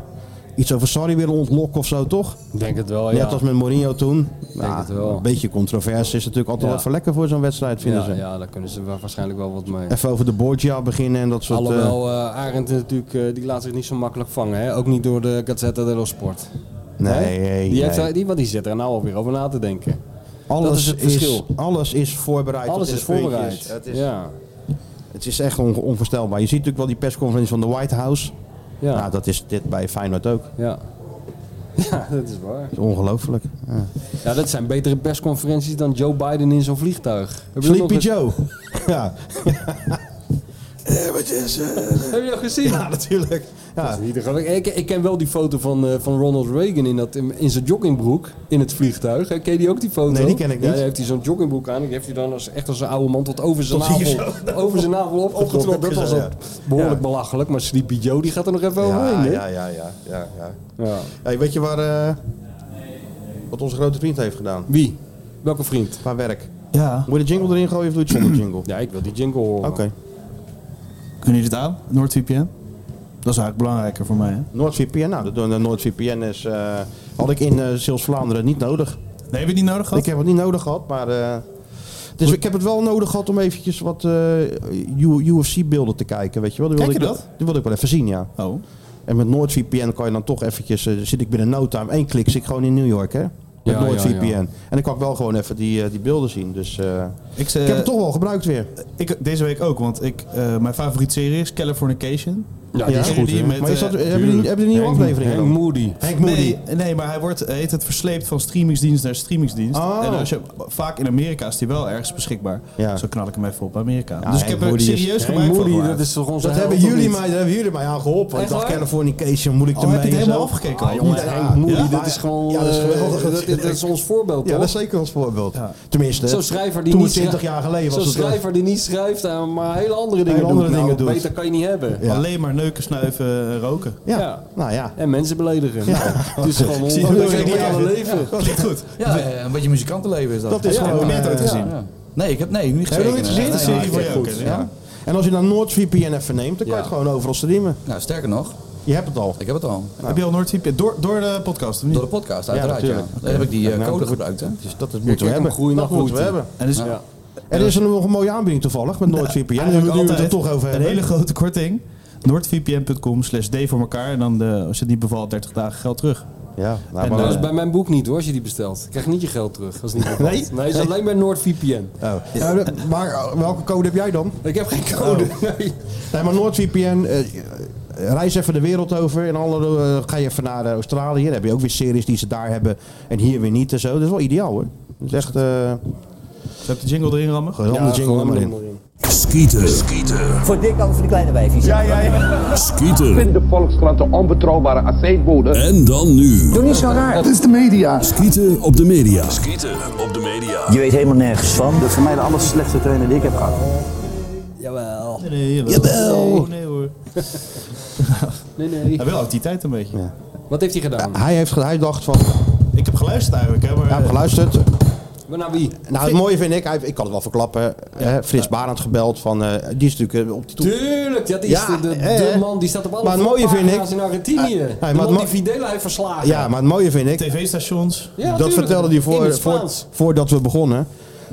Speaker 6: iets over sorry willen ontlokken of zo, toch?
Speaker 7: Ik denk het wel, ja.
Speaker 6: Net als met Mourinho toen.
Speaker 7: denk het wel.
Speaker 6: Een beetje controverse is natuurlijk altijd
Speaker 7: Ja.
Speaker 6: wel even lekker voor zo'n wedstrijd, vinden
Speaker 7: ja,
Speaker 6: ze.
Speaker 7: ja, daar kunnen ze wa- waarschijnlijk wel wat mee.
Speaker 6: Even over de Borgia beginnen en dat soort... eh,
Speaker 7: Alhoewel, eh Arend is natuurlijk, eh, die laat zich niet zo makkelijk vangen. Hè? Ook niet door de Gazzetta dello Sport.
Speaker 6: nee,
Speaker 7: Hè?
Speaker 6: nee,
Speaker 7: die, heeft,
Speaker 6: nee.
Speaker 7: daar- die, want die zit er nou alweer over na te denken.
Speaker 6: Alles
Speaker 7: dat is het verschil.
Speaker 6: alles is voorbereid. tot
Speaker 7: Alles
Speaker 6: in
Speaker 7: is
Speaker 6: de puntjes.
Speaker 7: voorbereid.
Speaker 6: Het is,
Speaker 7: Ja.
Speaker 6: het is echt on- onvoorstelbaar. Je ziet natuurlijk wel die persconferentie van de White House.
Speaker 7: Ja.
Speaker 6: Nou, dat is dit bij Feyenoord ook. Het
Speaker 7: ja. Ja, dat is waar.
Speaker 6: is ongelooflijk. Ja.
Speaker 7: Ja, dat zijn betere persconferenties dan Joe Biden in zo'n vliegtuig. Heb je dat nog
Speaker 6: Sleepy
Speaker 7: eens-
Speaker 6: Joe. ja.
Speaker 7: Heb je dat gezien?
Speaker 6: ja, natuurlijk. Ja.
Speaker 7: Dat is niet te geloven. ik, ik ken wel die foto van, eh, van Ronald Reagan in, dat, in, in zijn joggingbroek in het vliegtuig. Hè, Ken je die ook, die foto?
Speaker 6: Nee, die ken ik
Speaker 7: Ja,
Speaker 6: niet.
Speaker 7: daar heeft hij zo'n joggingbroek aan. Die heeft hij dan als, echt als een oude man tot over zijn navel, over zijn navel opgetrokken. Dat was
Speaker 6: zo,
Speaker 7: ook behoorlijk belachelijk. Maar Sleepy Joe die gaat er nog even overheen.
Speaker 6: Ja,
Speaker 7: hè?
Speaker 6: Ah, ja, ja, ja, ja, ja.
Speaker 7: Ja.
Speaker 6: Hey, weet je waar, eh, wat onze grote vriend heeft gedaan?
Speaker 7: Wie? Welke vriend?
Speaker 6: Qua werk.
Speaker 1: Ja.
Speaker 6: Moet je de jingle erin gooien of doe je het zonder jingle?
Speaker 7: Ja, ik wil die jingle horen.
Speaker 6: Oké.
Speaker 1: Kunnen jullie dit aan? NordVPN? Dat is eigenlijk belangrijker voor mij, hè?
Speaker 6: NoordVPN, nou, de, de NoordVPN is, eh, had ik in eh, Sils Vlaanderen niet nodig.
Speaker 1: Nee, heb je die nodig gehad?
Speaker 6: Ik heb het niet nodig gehad, maar... eh, dus ik heb het wel nodig gehad om eventjes wat eh, UFC-beelden te kijken, weet je wel. Die wilde
Speaker 1: Kijk je
Speaker 6: ik,
Speaker 1: dat?
Speaker 6: Die wilde ik wel even zien, ja.
Speaker 1: Oh.
Speaker 6: En met NoordVPN kan je dan toch eventjes... eh, zit ik binnen no time, één klik zit ik gewoon in New York, hè. Met
Speaker 7: Ja, ja,
Speaker 6: NoordVPN.
Speaker 7: ja.
Speaker 6: En dan kan ik wel gewoon even die, eh, die beelden zien, dus... eh,
Speaker 1: Ik, eh,
Speaker 6: ik heb het toch wel gebruikt weer.
Speaker 1: ik- deze week ook, want ik, eh, mijn favoriete serie is Californication.
Speaker 7: Ja, die is
Speaker 1: Jullie
Speaker 7: goed.
Speaker 1: die
Speaker 7: hè?
Speaker 1: met,
Speaker 6: Maar is
Speaker 1: eh,
Speaker 6: dat, hebben jullie hebben jullie nieuwe
Speaker 7: Henk-
Speaker 6: afleveringen
Speaker 7: Henk
Speaker 6: dan?
Speaker 7: Moody.
Speaker 6: Henk Moody.
Speaker 1: Nee, nee, maar hij wordt, heet het, versleept van streamingsdienst naar streamingsdienst.
Speaker 6: Oh.
Speaker 1: En als je, vaak in Amerika is die wel ergens beschikbaar.
Speaker 6: Ja.
Speaker 1: Zo knal ik hem even op Amerika.
Speaker 6: Ja,
Speaker 1: dus ik
Speaker 6: Henk
Speaker 1: heb er
Speaker 6: Moody is-
Speaker 1: serieus
Speaker 7: Henk
Speaker 1: gebruik van
Speaker 7: Moody,
Speaker 1: gemaakt.
Speaker 7: dat is toch onze
Speaker 6: Dat
Speaker 7: held,
Speaker 6: hebben,
Speaker 7: of
Speaker 6: jullie
Speaker 7: niet?
Speaker 6: mij, dat hebben jullie mij aan geholpen. want Ik
Speaker 7: Echt
Speaker 6: dacht,
Speaker 7: waar?
Speaker 6: Californication moet ik
Speaker 1: Oh,
Speaker 6: ermee.
Speaker 1: heb je het
Speaker 6: en
Speaker 1: helemaal
Speaker 6: zo.
Speaker 1: afgekeken al?
Speaker 6: Ah,
Speaker 7: Jongen,
Speaker 6: ja.
Speaker 7: Henk Moody,
Speaker 6: Ja,
Speaker 7: dit is gewoon...
Speaker 6: ja, dat is
Speaker 7: eh,
Speaker 6: geweldig.
Speaker 7: dat, dat is ons voorbeeld,
Speaker 6: Ja,
Speaker 7: toch?
Speaker 6: dat is zeker ons voorbeeld. Tenminste,
Speaker 7: Zo'n schrijver die
Speaker 6: toen
Speaker 7: niet
Speaker 6: 20
Speaker 7: schrijft-
Speaker 6: jaar geleden was
Speaker 7: Zo'n
Speaker 6: het eh, wel.
Speaker 7: schrijver die niet schrijft, eh, maar hele andere dingen
Speaker 6: Hele
Speaker 7: doet.
Speaker 6: andere
Speaker 7: Nou,
Speaker 6: dingen doet.
Speaker 7: Beter kan je niet hebben.
Speaker 6: Ja.
Speaker 1: Alleen maar neuken, snuiven en roken.
Speaker 6: Ja.
Speaker 7: Ja.
Speaker 6: nou ja.
Speaker 7: En mensen beledigen. Nou, Het is gewoon
Speaker 1: Zie je,
Speaker 7: ongelooflijk.
Speaker 1: dat
Speaker 7: Het
Speaker 1: is
Speaker 7: ideale
Speaker 1: niet
Speaker 7: leven.
Speaker 1: Dat klinkt goed.
Speaker 8: Ja, eh, een beetje muzikantenleven is dat.
Speaker 6: Dat is
Speaker 8: Ja,
Speaker 6: gewoon...
Speaker 1: heb je het
Speaker 6: eh,
Speaker 1: ooit gezien?
Speaker 8: ja. Nee, ik heb nee, niet
Speaker 6: Heb je
Speaker 8: gezien.
Speaker 6: nog niet gezien?
Speaker 8: Nee,
Speaker 6: De
Speaker 8: nee,
Speaker 1: serie voor
Speaker 8: nee,
Speaker 1: jou,
Speaker 8: goed.
Speaker 1: oké,
Speaker 8: Ja.
Speaker 6: En als je dan NoordVPN even neemt, dan kan
Speaker 7: Ja.
Speaker 6: je het gewoon overal streamen.
Speaker 8: Nou, sterker nog,
Speaker 6: Je hebt het al.
Speaker 8: ik heb het al.
Speaker 1: Heb je al NoordVPN? Door, door de podcast, of niet?
Speaker 8: Door de podcast, uiteraard. Ja,
Speaker 6: natuurlijk.
Speaker 8: Daar heb ik die eh,
Speaker 6: Nou,
Speaker 8: code
Speaker 6: dat-
Speaker 8: gebruikt. Hè.
Speaker 6: Dus dat is,
Speaker 7: Kijk,
Speaker 6: moeten we
Speaker 7: kijk,
Speaker 6: hebben.
Speaker 7: een goede
Speaker 6: dat
Speaker 7: nacht
Speaker 6: moeten we
Speaker 7: moet-ie.
Speaker 6: hebben.
Speaker 1: En dus
Speaker 8: Ja.
Speaker 6: En er is er nog een mooie aanbieding toevallig met NoordVPN. Nu we
Speaker 1: Eigenlijk
Speaker 6: nu we het er
Speaker 1: altijd
Speaker 6: toch over
Speaker 1: Een
Speaker 6: hebben.
Speaker 1: hele grote korting. NoordVPN.com slash D voor elkaar. En dan de, als je het niet bevalt, 30 dagen geld terug.
Speaker 6: Ja, nou,
Speaker 1: En eh,
Speaker 6: maar-
Speaker 7: Nou, dat is bij mijn boek niet hoor, als je die bestelt. Ik krijg niet je geld terug. Dat is niet betaald.
Speaker 6: Nee?
Speaker 7: Nee, het is alleen bij NoordVPN.
Speaker 6: Oh. Ja, maar- maar eh, welke code heb jij dan?
Speaker 7: Ik heb geen
Speaker 6: Oh.
Speaker 7: code. Nee.
Speaker 6: Nee, maar NoordVPN, eh, reis even de wereld over. En alle, eh, ga je even naar eh, Australië. Dan heb je ook weer series die ze daar hebben en hier weer niet en zo. Dat is wel ideaal hoor. Dat is echt eh
Speaker 1: Dus heb de jingle erin rammen.
Speaker 6: een andere jingle maar in.
Speaker 11: Skieten. Skieten.
Speaker 12: Voor dikke of voor de kleine wijfjes? Ja, ja, ja.
Speaker 11: Skieten.
Speaker 5: De Volkskrant, de onbetrouwbare aceetbode.
Speaker 11: En dan nu.
Speaker 12: Doe niet zo raar.
Speaker 10: Het is de media.
Speaker 11: Skieten op de media. Skieten op de media.
Speaker 12: Je weet helemaal nergens van.
Speaker 5: Dat is voor mij de aller slechtste trainer die ik heb gehad.
Speaker 7: Jawel.
Speaker 1: Nee, nee, jawel.
Speaker 6: Jawel.
Speaker 1: Nee hoor.
Speaker 7: Nee, nee.
Speaker 1: Ja, wel uit die tijd een beetje.
Speaker 7: Wat heeft hij gedaan?
Speaker 6: Hij, heeft, ge- hij dacht van,
Speaker 1: Ik heb geluisterd eigenlijk, hè. Maar,
Speaker 6: ja,
Speaker 1: eh,
Speaker 6: geluisterd.
Speaker 7: Maar naar wie?
Speaker 6: Nou, het mooie vind ik, hij, ik kan het wel verklappen. Hè, Frits Barend gebeld van, eh, die is natuurlijk eh, op de toer.
Speaker 7: Tuurlijk, dat is
Speaker 6: Ja,
Speaker 7: de, de, de
Speaker 6: hè?
Speaker 7: man die staat op alle
Speaker 6: Maar het mooie vind
Speaker 7: voorpagina's
Speaker 6: ik- Ah,
Speaker 7: in Argentinië.
Speaker 6: Ja, maar
Speaker 7: de
Speaker 6: het
Speaker 7: man
Speaker 6: mo-
Speaker 7: die Videla heeft verslagen.
Speaker 6: Ja, maar het mooie vind ik,
Speaker 1: eh, TV-stations.
Speaker 7: Ja,
Speaker 6: dat
Speaker 7: tuurlijk.
Speaker 6: vertelde hij
Speaker 7: In
Speaker 6: voor,
Speaker 7: het
Speaker 6: voor,
Speaker 7: Spaans.
Speaker 6: voordat we begonnen.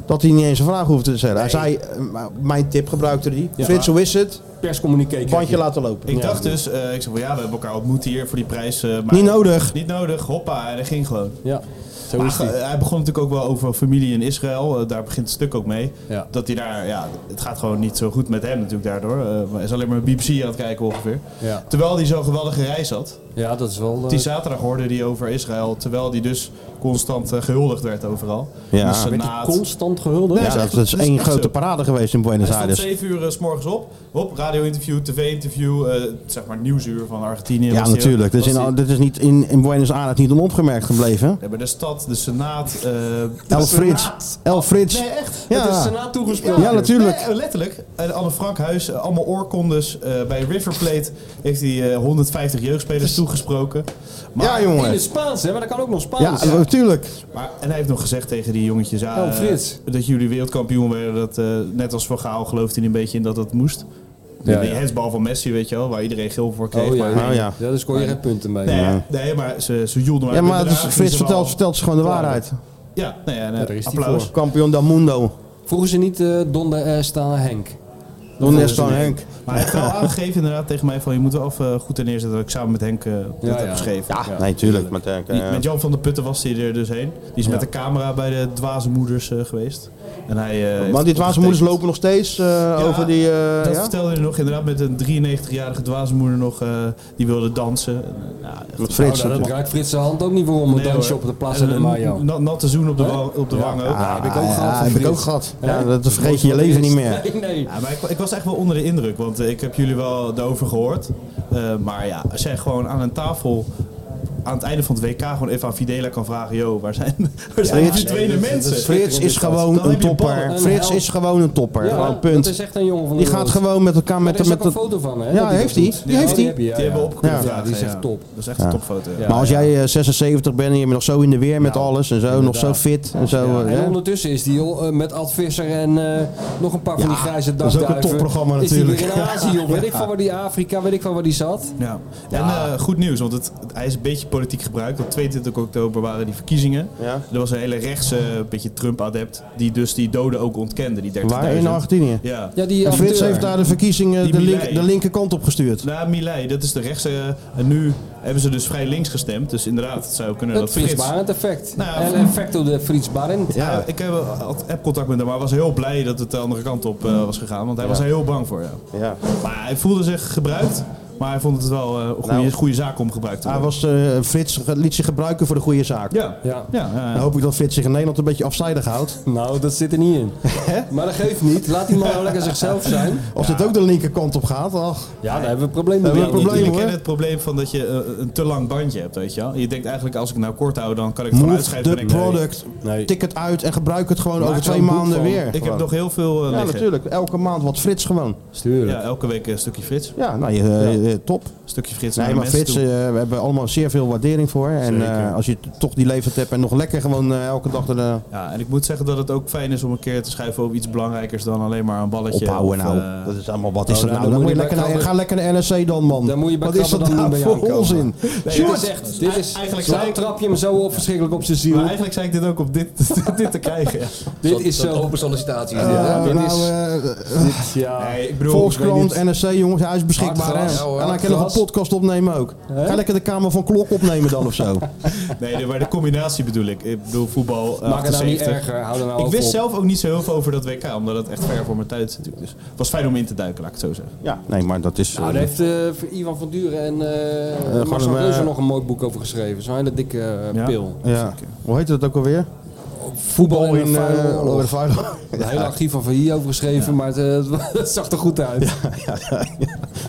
Speaker 6: Dat hij niet eens een vraag hoefde te stellen. Hij zei, eh, m- mijn tip gebruikte hij. Frits, hoe is het?
Speaker 7: Perscommunicatie.
Speaker 6: Bandje laten lopen.
Speaker 1: Ik dacht dus, eh, ik zei van ja, we hebben elkaar ontmoet hier voor die prijs. eh, maar
Speaker 6: Niet nodig.
Speaker 1: Niet nodig, hoppa, en hij ging gewoon.
Speaker 7: Ja, zo
Speaker 1: Maar,
Speaker 7: is hij.
Speaker 1: eh, hij begon natuurlijk ook wel over familie in Israël. eh, daar begint het stuk ook mee.
Speaker 7: Ja.
Speaker 1: Dat hij daar, ja, het gaat gewoon niet zo goed met hem natuurlijk daardoor. Eh, hij is alleen maar BBC aan het kijken ongeveer.
Speaker 7: Ja.
Speaker 1: Terwijl hij zo'n geweldige reis had.
Speaker 7: Ja, dat is wel... eh,
Speaker 1: Die zaterdag hoorde die over Israël, terwijl die dus constant eh, gehuldigd werd overal.
Speaker 6: Ja.
Speaker 1: Dus
Speaker 6: Werd die
Speaker 1: Senaat-
Speaker 7: constant gehuldigd?
Speaker 1: Nee,
Speaker 6: Ja, dat is
Speaker 1: echt
Speaker 6: één
Speaker 1: zo.
Speaker 6: grote parade geweest in Buenos
Speaker 1: Hij stond
Speaker 6: Aires.
Speaker 1: zeven uur eh, s morgens op. Hop, radio-interview, tv-interview, eh, zeg maar nieuwsuur van Argentinië.
Speaker 6: Ja,
Speaker 1: was die-
Speaker 6: natuurlijk. Dit is,
Speaker 1: was
Speaker 6: in,
Speaker 1: die-
Speaker 6: dit is niet in, in Buenos Aires niet onopgemerkt gebleven.
Speaker 1: Ja, maar de stad, de senaat... eh
Speaker 6: El
Speaker 1: de
Speaker 6: Frits.
Speaker 1: Senaat.
Speaker 6: El Frits.
Speaker 1: Nee, echt.
Speaker 6: Ja.
Speaker 1: Het is
Speaker 6: Senaat toegesproken. Ja, natuurlijk.
Speaker 1: Nee, eh, letterlijk. En Anne Frankhuis, eh, allemaal oorkondes. eh, bij River Plate heeft hij eh, 150
Speaker 7: Dus-
Speaker 1: jeugdspelers toegesproken.
Speaker 6: Ja, jongen. In het
Speaker 7: Spaans, hè? Maar dat kan ook nog Spaans.
Speaker 6: Ja, natuurlijk.
Speaker 1: Maar, en hij heeft nog gezegd tegen die jongetjes ja,
Speaker 7: Oh,
Speaker 1: eh,
Speaker 7: Frits.
Speaker 1: dat jullie wereldkampioen werden. Dat, eh, net als Van Gaal geloofde hij een beetje in dat dat moest.
Speaker 7: Ja,
Speaker 1: die
Speaker 7: ja.
Speaker 1: hensbal van Messi, weet je wel, waar iedereen geel voor kreeg.
Speaker 7: Oh, ja.
Speaker 1: maar,
Speaker 7: Oh, ja. Ja, daar scoor je geen punten mee.
Speaker 1: Nee,
Speaker 7: Ja. dus
Speaker 1: nee, maar ze, ze joelden
Speaker 6: Ja, maar
Speaker 1: Daarna
Speaker 6: het is-
Speaker 1: gingen
Speaker 6: Frits
Speaker 1: ze wel-
Speaker 6: vertelt, vertelt ze gewoon de waarheid.
Speaker 1: Ja, nou ja,
Speaker 7: daar is die
Speaker 1: applaus.
Speaker 7: voor.
Speaker 6: Kampioen del mundo.
Speaker 7: Vroegen ze niet eh Donde Esta Henk?
Speaker 6: Don
Speaker 7: Vroegen ze
Speaker 6: Nestor
Speaker 7: niet.
Speaker 6: Henk.
Speaker 1: Maar hij heeft wel aangegeven inderdaad tegen mij van je moet wel even eh, goed ten neerzetten dat ik samen met Henk eh dat
Speaker 7: Ja,
Speaker 1: heb
Speaker 7: ja.
Speaker 1: geschreven.
Speaker 6: Ja, nee, tuurlijk. Met, eh,
Speaker 1: Die- met Jan van der Putten was hij er dus heen. Die is
Speaker 6: Ja.
Speaker 1: met de camera bij de dwaze moeders eh, geweest. En hij, eh, heeft
Speaker 6: maar die dwaasmoeders
Speaker 1: opgetekend.
Speaker 6: lopen nog steeds eh, over die... eh,
Speaker 1: dat
Speaker 6: ja?
Speaker 1: vertelde hij nog inderdaad met een 93-jarige dwaasmoeder nog. eh, die wilde dansen. En, eh, nou, echt-
Speaker 6: Met Frits
Speaker 1: Oh, nou,
Speaker 7: Dat
Speaker 1: dat-
Speaker 7: raakt Frits zijn hand ook niet voor om een
Speaker 1: Nee,
Speaker 7: dansje
Speaker 1: hoor.
Speaker 7: op de Plaza
Speaker 1: En
Speaker 7: de
Speaker 1: een
Speaker 7: Mayo.
Speaker 1: na- Natte zoen op de, wa- op de wangen. ook.
Speaker 7: Ja, heb ik ook
Speaker 6: Ah,
Speaker 7: gehad. van
Speaker 6: heb ik
Speaker 7: Frits.
Speaker 6: ook gehad.
Speaker 7: Hè?
Speaker 6: Ja, dat vergeet je je
Speaker 7: wordt
Speaker 6: leven niet
Speaker 7: Frits.
Speaker 6: meer.
Speaker 7: Nee, nee.
Speaker 1: Ja, maar ik, ik was echt wel onder de indruk, want eh, ik heb jullie wel daarover gehoord. Eh, maar ja, als jij gewoon aan een tafel aan het einde van het WK gewoon even aan Fidela kan vragen, joh, waar zijn, waar zijn die tweede mensen?
Speaker 6: Frits is gewoon
Speaker 1: Dan
Speaker 6: een
Speaker 1: heb je ballen.
Speaker 6: topper.
Speaker 7: Een
Speaker 6: Frits
Speaker 7: held.
Speaker 6: is gewoon een topper.
Speaker 7: Ja,
Speaker 6: Gewoon punt.
Speaker 7: Dat is echt een jongen van de
Speaker 6: Die gaat
Speaker 7: wereld.
Speaker 6: gewoon met elkaar met...
Speaker 7: Maar er is
Speaker 6: met
Speaker 7: ook een foto van, hè?
Speaker 6: Ja,
Speaker 7: dat hij
Speaker 6: heeft
Speaker 7: dat
Speaker 6: hij.
Speaker 7: doet.
Speaker 6: Die
Speaker 7: Ja,
Speaker 6: heeft
Speaker 7: die
Speaker 6: hij.
Speaker 7: heb je, ja,
Speaker 1: Die hebben
Speaker 7: ja.
Speaker 1: we op kunnen
Speaker 6: Ja.
Speaker 1: vragen,
Speaker 7: Ja, die is echt top.
Speaker 1: Dat is echt een topfoto. ja.
Speaker 6: Maar als jij eh, 76 bent en je bent nog zo in de weer met alles en zo, nog zo
Speaker 7: Nou, inderdaad.
Speaker 6: fit en zo. eh,
Speaker 7: En
Speaker 6: hè?
Speaker 7: ondertussen is die al, eh, met Ad Visser en eh, nog een paar van die grijze
Speaker 6: dat is ook
Speaker 7: dakduiven.
Speaker 6: een topprogramma
Speaker 7: Is die weer in
Speaker 6: natuurlijk.
Speaker 7: Azië, joh. Weet ik van waar die Afrika, weet ik van waar die zat.
Speaker 1: Ja. En eh, goed nieuws, want het, het- hij is een beetje politiek gebruikt. Op 22 oktober waren die verkiezingen.
Speaker 6: Ja.
Speaker 1: Er was een hele rechtse, een beetje Trump-adept, die dus die doden ook ontkende, die 30.000.
Speaker 6: Waar? In Argentinië?
Speaker 1: Ja.
Speaker 7: Ja, die
Speaker 6: En Frits
Speaker 7: amateur.
Speaker 6: heeft daar de verkiezingen
Speaker 1: Die
Speaker 6: de,
Speaker 1: Milei.
Speaker 6: link, de linkerkant op gestuurd.
Speaker 1: Nou, Milei, dat is de rechtse. En nu hebben ze dus vrij links gestemd. Dus inderdaad, het zou kunnen
Speaker 7: Het
Speaker 1: dat
Speaker 7: Frits
Speaker 1: Frits...
Speaker 7: Barend effect.
Speaker 1: Nou,
Speaker 7: en effect op de Frits Barend.
Speaker 1: Ja, ik heb wel altijd app-contact met hem, maar was heel blij dat het de andere kant op eh, was gegaan. Want hij was er heel bang voor, ja.
Speaker 6: Ja.
Speaker 1: Maar hij voelde zich gebruikt, maar hij vond het wel eh, een goede,
Speaker 6: Nou.
Speaker 1: goede zaak om gebruikt te
Speaker 6: Hij
Speaker 1: worden.
Speaker 6: was, eh, Frits ge- liet zich gebruiken voor de goede zaak.
Speaker 1: Ja,
Speaker 7: Ja.
Speaker 1: ja, ja,
Speaker 6: Dan
Speaker 1: ja.
Speaker 6: hoop ik dat Frits zich in Nederland een beetje afzijdig houdt.
Speaker 7: Nou, dat zit er niet in. maar dat geeft niet. Laat die man nou lekker zichzelf zijn.
Speaker 6: Als dit ook de linkerkant op gaat, ach.
Speaker 7: Ja, dan hebben we problemen.
Speaker 6: hebben we
Speaker 7: mee.
Speaker 6: een probleem,
Speaker 1: Jullie
Speaker 6: hoor.
Speaker 1: kennen het probleem van dat je eh, een te lang bandje hebt, weet je wel. Je denkt eigenlijk, als ik het nou kort hou, dan kan ik het gewoon
Speaker 6: Move
Speaker 1: uitschrijven.
Speaker 6: the
Speaker 1: en ik-
Speaker 6: product.
Speaker 7: Nee.
Speaker 6: Tik het uit en gebruik het gewoon
Speaker 7: Maak
Speaker 6: over
Speaker 7: er
Speaker 6: twee
Speaker 7: een boek
Speaker 6: maanden
Speaker 7: van.
Speaker 6: weer.
Speaker 1: Ik heb
Speaker 6: Gewoon.
Speaker 1: nog heel veel eh,
Speaker 6: Ja,
Speaker 1: liggen.
Speaker 6: natuurlijk. Elke maand wat Frits gewoon.
Speaker 7: Sturen.
Speaker 1: Ja, elke week een stukje Frits.
Speaker 6: Ja, nou, je, eh, eh, top.
Speaker 1: Een stukje Frits naar
Speaker 6: Nee,
Speaker 1: de
Speaker 6: maar
Speaker 1: mensen
Speaker 6: Frits,
Speaker 1: toe.
Speaker 6: eh, we hebben allemaal zeer veel waardering voor. En
Speaker 1: Zeker.
Speaker 6: eh, als je t- toch die leeftijd hebt en nog lekker gewoon eh, elke dag er... eh,
Speaker 1: Ja, en ik moet zeggen dat het ook fijn is om een keer te schrijven over iets belangrijkers dan alleen maar een balletje.
Speaker 6: Ophouden
Speaker 1: of,
Speaker 6: nou.
Speaker 1: eh,
Speaker 6: dat is allemaal, wat is
Speaker 7: oh,
Speaker 6: dat
Speaker 7: nou,
Speaker 6: nou? Dan
Speaker 7: dan moet
Speaker 6: moet je
Speaker 7: je
Speaker 6: lekker
Speaker 7: bij
Speaker 6: naar,
Speaker 7: Krabbe-
Speaker 6: ga lekker naar NRC dan, man.
Speaker 7: Dan moet je bij
Speaker 6: wat is
Speaker 7: Krabbe
Speaker 6: dat
Speaker 7: dan niet
Speaker 6: nou
Speaker 7: bij
Speaker 6: voor
Speaker 7: aankomen.
Speaker 6: onzin?
Speaker 7: Dit
Speaker 1: Sjoerd!
Speaker 7: is echt, dit is,
Speaker 1: Eigenlijk
Speaker 7: zo
Speaker 1: zei ik-
Speaker 7: trap je hem zo op verschrikkelijk op zijn ziel.
Speaker 1: Maar eigenlijk zei ik dit ook op dit, dit, dit te krijgen. ja.
Speaker 7: dit is
Speaker 8: Zo'n
Speaker 7: zo.
Speaker 8: open sollicitatie.
Speaker 6: Eh,
Speaker 7: Ja, dit
Speaker 6: nou,
Speaker 7: is-
Speaker 6: eh,
Speaker 7: Dit, ja.
Speaker 1: Nee, ik bedoel, ik
Speaker 6: Volkskrant,
Speaker 1: weet niet.
Speaker 6: NRC, jongens, hij is beschikbaar.
Speaker 8: Hartgras.
Speaker 6: hè?
Speaker 8: Ja, hoor,
Speaker 6: en hij kan nog
Speaker 7: hartgras.
Speaker 6: een podcast opnemen ook. Ga lekker de Kamer van Klok opnemen dan of zo.
Speaker 1: Nee, maar de combinatie bedoel ik. Ik bedoel voetbal. eh,
Speaker 7: Maak het nou niet
Speaker 1: 78.
Speaker 7: erger. Hou er nou
Speaker 1: Ik
Speaker 7: over
Speaker 1: wist
Speaker 7: op.
Speaker 1: zelf ook niet zo heel veel over dat WK, omdat het echt ver voor mijn tijd is natuurlijk. Dus het was fijn om in te duiken, laat ik het zo zeggen.
Speaker 6: ja, nee, maar dat is...
Speaker 7: Nou,
Speaker 6: eh,
Speaker 7: daar heeft eh, voor Ivan van Duren en eh
Speaker 6: gewoon
Speaker 7: Marcel
Speaker 6: een,
Speaker 7: Reuser
Speaker 6: eh,
Speaker 7: nog een mooi boek over geschreven. Zo'n hele dikke eh,
Speaker 1: Ja.
Speaker 7: pil.
Speaker 6: ja. Hoe heet dat ook alweer?
Speaker 7: Voetbal in,
Speaker 6: eh,
Speaker 7: de
Speaker 6: over de
Speaker 7: oorlog.
Speaker 6: Veilig-
Speaker 7: Het hele archief van VI over geschreven, maar het, eh, het zag er goed uit.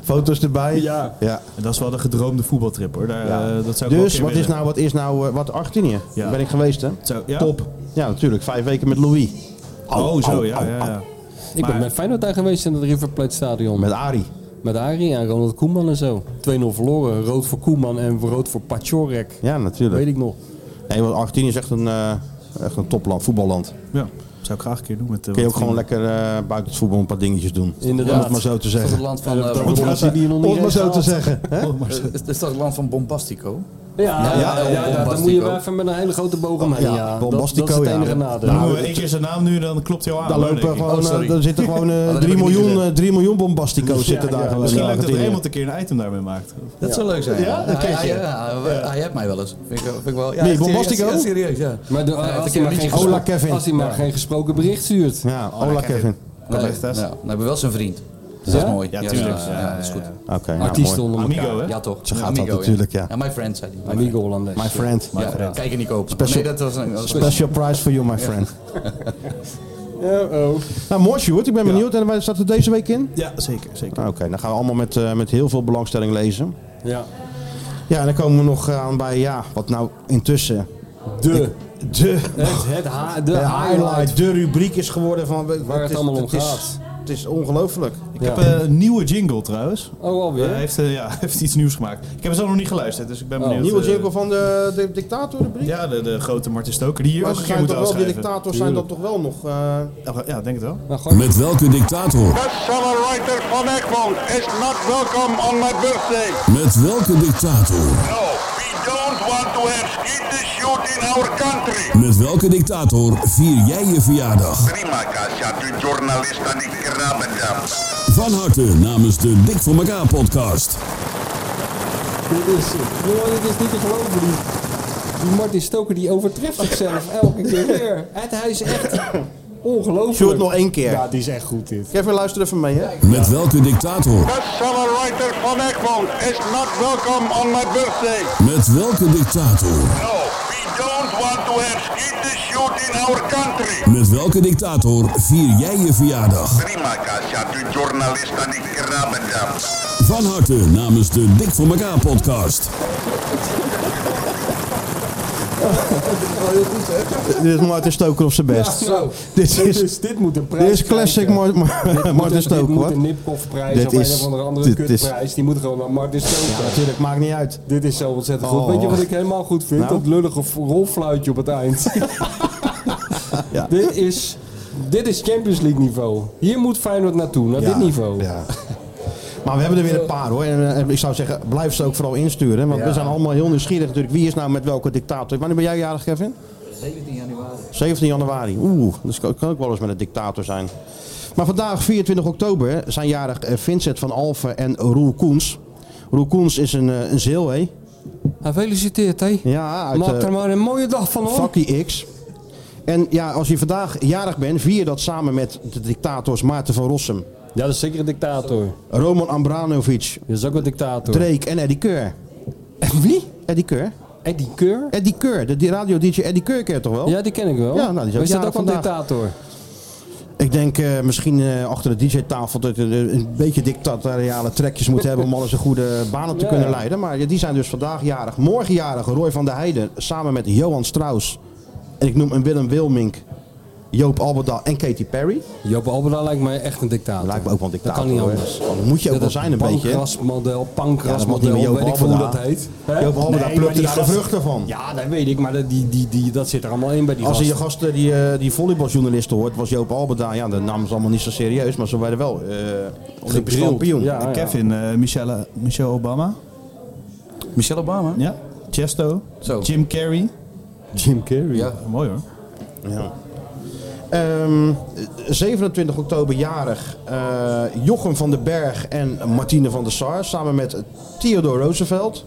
Speaker 6: Foto's erbij.
Speaker 7: Ja.
Speaker 6: ja.
Speaker 1: En dat is wel de gedroomde voetbaltrip hoor. Daar,
Speaker 6: Ja.
Speaker 1: eh, dat zou ik wel een
Speaker 6: Dus
Speaker 1: keer
Speaker 6: wat is
Speaker 1: willen.
Speaker 6: nou, wat is nou, eh, wat 18e?
Speaker 1: Ja.
Speaker 6: Ben ik geweest hè?
Speaker 1: Zo, ja?
Speaker 6: Top. Ja, natuurlijk. Vijf weken met Louis.
Speaker 1: Oh, zo, ja, ja, ja.
Speaker 7: Ik ben met Feyenoord daar geweest in het River Plate Stadion.
Speaker 6: Met Ari.
Speaker 7: Met Arie en Ronald Koeman en zo. 2-0 verloren. Rood voor Koeman en rood voor Pachorek.
Speaker 6: Ja,
Speaker 7: Weet
Speaker 6: natuurlijk.
Speaker 7: ik nog.
Speaker 6: Nee, want 18 is echt een, eh, echt een topland, voetballand.
Speaker 1: Ja, zou ik graag een keer doen met eh,
Speaker 6: Kun je ook
Speaker 1: wat
Speaker 6: gewoon
Speaker 1: vrienden.
Speaker 6: lekker eh, buiten het voetbal een paar dingetjes doen.
Speaker 7: Inderdaad.
Speaker 6: Om het maar zo te
Speaker 8: Het is
Speaker 6: zeggen.
Speaker 8: het land van, eh,
Speaker 7: dat-
Speaker 8: Bom-
Speaker 7: dat- die hier nog niet
Speaker 6: Om het maar
Speaker 7: eens
Speaker 6: zo te
Speaker 7: gehaald.
Speaker 6: zeggen. hè?
Speaker 8: het is toch het land van Bombastico?
Speaker 7: Ja, ja, ja,
Speaker 8: ja,
Speaker 7: ja,
Speaker 8: ja,
Speaker 7: dan moet je
Speaker 8: Bombastico.
Speaker 7: wel even met een hele grote boog omheen.
Speaker 6: Ja,
Speaker 7: Ja, Dat-
Speaker 6: Bombastico,
Speaker 7: dat, is
Speaker 6: ja.
Speaker 7: het enige nadeel.
Speaker 1: Noemen we één keer zijn naam nu, dan klopt hij al aan.
Speaker 6: Nou, Daar
Speaker 1: hoor,
Speaker 6: lopen
Speaker 1: denk ik.
Speaker 6: gewoon,
Speaker 8: Oh, sorry.
Speaker 6: eh, daar zitten gewoon eh,
Speaker 8: heb
Speaker 6: 3
Speaker 8: ik niet
Speaker 6: miljoen,
Speaker 8: gezegd.
Speaker 6: eh, 3 miljoen bombastico's zitten daar gewoon.
Speaker 1: Misschien
Speaker 6: in
Speaker 1: leuk dat
Speaker 6: Argentinië.
Speaker 1: Raymond een keer een item daarmee maakt.
Speaker 8: Dat zou leuk zijn. Ja,
Speaker 6: een
Speaker 8: Hij- hij-
Speaker 6: keertje.
Speaker 8: ja, hij- Hij hebt mij wel eens. Vind ik, vind ik wel, ja,
Speaker 6: Nee,
Speaker 8: echt serieus,
Speaker 6: Bombastico?
Speaker 8: ja, serieus, ja.
Speaker 7: Maar de-
Speaker 8: Hij heeft een
Speaker 7: als,
Speaker 8: keer
Speaker 7: hij maar
Speaker 8: een
Speaker 7: geen
Speaker 8: liedje
Speaker 6: Ola
Speaker 7: gesproken,
Speaker 6: Kevin.
Speaker 7: als hij maar geen gesproken bericht stuurt.
Speaker 6: Ja, oh, Ola Kevin.
Speaker 1: Dat
Speaker 8: Nee,
Speaker 1: ligt thuis.
Speaker 8: ja, Dan hebben we wel zijn vriend. Dus dat is
Speaker 7: Ja?
Speaker 8: mooi.
Speaker 7: Ja,
Speaker 8: dat is
Speaker 7: tuurlijk.
Speaker 8: goed.
Speaker 7: Ja,
Speaker 8: Ja,
Speaker 7: ja,
Speaker 8: dat is goed.
Speaker 7: ja. Oké, nou, Artiesten mooi. onder elkaar.
Speaker 8: Amigo, hè? Ja, toch.
Speaker 6: Zo gaat dat
Speaker 8: Amigo,
Speaker 6: natuurlijk, ja.
Speaker 8: Ja, my friend, zei hij.
Speaker 7: Amigo Hollandes.
Speaker 8: My friend.
Speaker 7: My
Speaker 8: Ja,
Speaker 7: friend.
Speaker 8: Kijk er niet kopen.
Speaker 6: Special-
Speaker 8: nee, dat was een, dat was-
Speaker 6: Special prize for you, my
Speaker 8: Ja.
Speaker 6: friend.
Speaker 7: oh.
Speaker 6: Nou, mooi Sjoerd. Ik ben benieuwd. En waar staat het deze week in?
Speaker 1: Ja, zeker. zeker.
Speaker 6: Oké, dan gaan we allemaal met, eh, met heel veel belangstelling lezen.
Speaker 7: Ja.
Speaker 6: Ja, en dan komen we nog eh, aan bij, ja, wat nou intussen...
Speaker 7: De.
Speaker 6: Ik- de.
Speaker 7: Het, het ha- de
Speaker 6: de
Speaker 7: highlight.
Speaker 6: highlight, de rubriek is geworden van...
Speaker 7: Waar het
Speaker 6: is-
Speaker 7: allemaal om
Speaker 6: is-
Speaker 7: gaat.
Speaker 6: Het is ongelooflijk.
Speaker 1: Ik heb eh, een nieuwe jingle trouwens.
Speaker 7: Oh, alweer?
Speaker 1: Hij heeft, eh, ja, hij heeft iets nieuws gemaakt. Ik heb het zo nog niet geluisterd, dus ik ben benieuwd.
Speaker 6: Oh, Nieuwe
Speaker 1: eh,
Speaker 6: jingle van de, de dictator rubriek?
Speaker 1: Ja, de, de grote Martin Stoker die hier
Speaker 6: Maar
Speaker 1: ook
Speaker 6: ze
Speaker 1: een keer
Speaker 6: zijn
Speaker 1: moet
Speaker 6: toch wel, die
Speaker 1: uitschrijven.
Speaker 6: dictators zijn dan toch wel nog... eh,
Speaker 1: Ja, denk het wel.
Speaker 7: Nou,
Speaker 11: Met welke dictator?
Speaker 13: Accelerator van Egmond is not welcome on my birthday.
Speaker 11: Met welke dictator?
Speaker 13: No, we don't want to have skeet the shoot in our country.
Speaker 11: Met welke dictator vier jij je verjaardag?
Speaker 13: Prima casa, de journalist aan die krabbendam.
Speaker 11: Van harte namens de Dik voor elkaar podcast.
Speaker 7: Dit is, jongen, dit is niet te geloven. Die, die Martin Stoker die overtreft zichzelf elke keer weer. Het, hij is echt ongelooflijk.
Speaker 6: Sjoerd, nog één keer.
Speaker 7: Ja, die is echt goed dit.
Speaker 6: Kevin, luister even mee, hè?
Speaker 11: Met welke dictator?
Speaker 13: Accelerator van Egmond is not welcome on my birthday.
Speaker 11: Met welke dictator?
Speaker 13: No, we don't want to have skeet the shoot in our country.
Speaker 11: Met welke dictator vier jij je verjaardag?
Speaker 13: Prima casa, de journalist aan die krabbendam.
Speaker 11: Van harte namens de Dik voor elkaar podcast.
Speaker 6: Dit is Martin Stoker op zijn best.
Speaker 7: Ja, zo.
Speaker 6: Dit
Speaker 7: Dit
Speaker 6: is,
Speaker 7: is- dit moet een prijs
Speaker 6: Dit is classic
Speaker 7: krijgen.
Speaker 6: Mar- Mar-
Speaker 7: Dit moet een-
Speaker 6: Martin Stoker,
Speaker 7: Dit moet
Speaker 6: hoor.
Speaker 7: een Nipkoff-prijs
Speaker 6: Dit
Speaker 7: of een
Speaker 6: is-
Speaker 7: of andere, andere
Speaker 6: dit is-
Speaker 7: kutprijs. Die moet gewoon naar Martin
Speaker 6: Ja,
Speaker 7: Stoker.
Speaker 6: natuurlijk, maakt niet uit.
Speaker 7: dit is zo ontzettend goed.
Speaker 6: Oh.
Speaker 7: Weet je wat ik helemaal goed vind?
Speaker 6: Nou?
Speaker 7: Dat lullige f- rolfluitje op het eind.
Speaker 6: Ja.
Speaker 7: dit, is, dit is Champions League niveau. Hier moet Feyenoord naartoe, naar dit niveau.
Speaker 6: Ja. Maar we hebben er weer een paar hoor. En eh, ik zou zeggen, blijf ze ook vooral insturen. Want
Speaker 7: Ja.
Speaker 6: we zijn allemaal heel nieuwsgierig natuurlijk. Wie is nou met welke dictator? Wanneer ben jij jarig, Kevin?
Speaker 8: 17 januari.
Speaker 6: 17 januari. Oeh, dus kan, kan ook wel eens met een dictator zijn. Maar vandaag, 24 oktober, zijn jarig eh, Vincent van Alphen en Roel Koens. Roel Koens is een, eh, een zeel, hè?
Speaker 7: Nou, Gefeliciteerd, hé.
Speaker 6: Ja, uit,
Speaker 7: Maak
Speaker 6: eh,
Speaker 7: er maar een mooie dag van, hoor.
Speaker 6: Fakkie X. En ja, als je vandaag jarig bent, vier je dat samen met de dictators Maarten van Rossum,
Speaker 7: Ja, dat is zeker een dictator.
Speaker 6: Roman Ambranovic,
Speaker 7: Dat is ook een dictator.
Speaker 6: Drake en Eddie Keur.
Speaker 7: Wie?
Speaker 6: Eddie Keur?
Speaker 7: Eddie Keur?
Speaker 6: Eddie Keur, de radio-dj Eddie Keur ken je toch wel?
Speaker 7: Ja, die ken ik wel.
Speaker 6: Ja, nou, die is ook
Speaker 7: Maar is dat
Speaker 6: jarig
Speaker 7: ook een
Speaker 6: vandaag.
Speaker 7: dictator?
Speaker 6: Ik denk eh, misschien eh, achter de DJ-tafel dat je eh, een beetje dictatoriale trekjes moet hebben om alles een goede baan op te
Speaker 7: Ja,
Speaker 6: kunnen
Speaker 7: ja.
Speaker 6: leiden. Maar ja, die zijn dus vandaag jarig. Morgen jarig Roy van der Heijden samen met Johan Strauss. En ik noem hem Willem Wilmink, Joop Albeda en Katy Perry.
Speaker 7: Joop Albeda lijkt mij echt een dictator.
Speaker 6: Lijkt me ook wel een dictator.
Speaker 7: Dat kan niet
Speaker 6: hoor.
Speaker 7: anders.
Speaker 6: Dan moet je ook wel zijn een beetje. hè?
Speaker 7: Pankrasmodel,
Speaker 6: Ja, dat mag niet
Speaker 7: pankrasmodel,
Speaker 6: met Joop
Speaker 7: weet ik veel hoe dat
Speaker 6: Albeda.
Speaker 7: heet.
Speaker 6: Joop Albeda
Speaker 7: daar
Speaker 6: plukte daar de vruchten van.
Speaker 7: Ja, dat weet ik, maar dat- die, die, die, dat zit er allemaal in bij die
Speaker 6: Als je je
Speaker 7: gasten.
Speaker 6: gasten, die, eh, die volleybaljournalisten hoort, was Joop Albeda. Ja, de naam is allemaal niet zo serieus, maar ze werden wel eh Olympisch
Speaker 7: Gedrild.
Speaker 6: kampioen.
Speaker 7: Ja, ja.
Speaker 1: Kevin, eh, Michelle, Michelle Obama.
Speaker 8: Michelle Obama?
Speaker 1: Ja. Chesto.
Speaker 8: Zo.
Speaker 1: Jim Carrey.
Speaker 7: Jim Carrey.
Speaker 8: Ja.
Speaker 1: Mooi hoor.
Speaker 6: Ja. Ehm, 27 oktober jarig eh, Jochem van den Berg en Martine van der Sar samen met Theodore Roosevelt,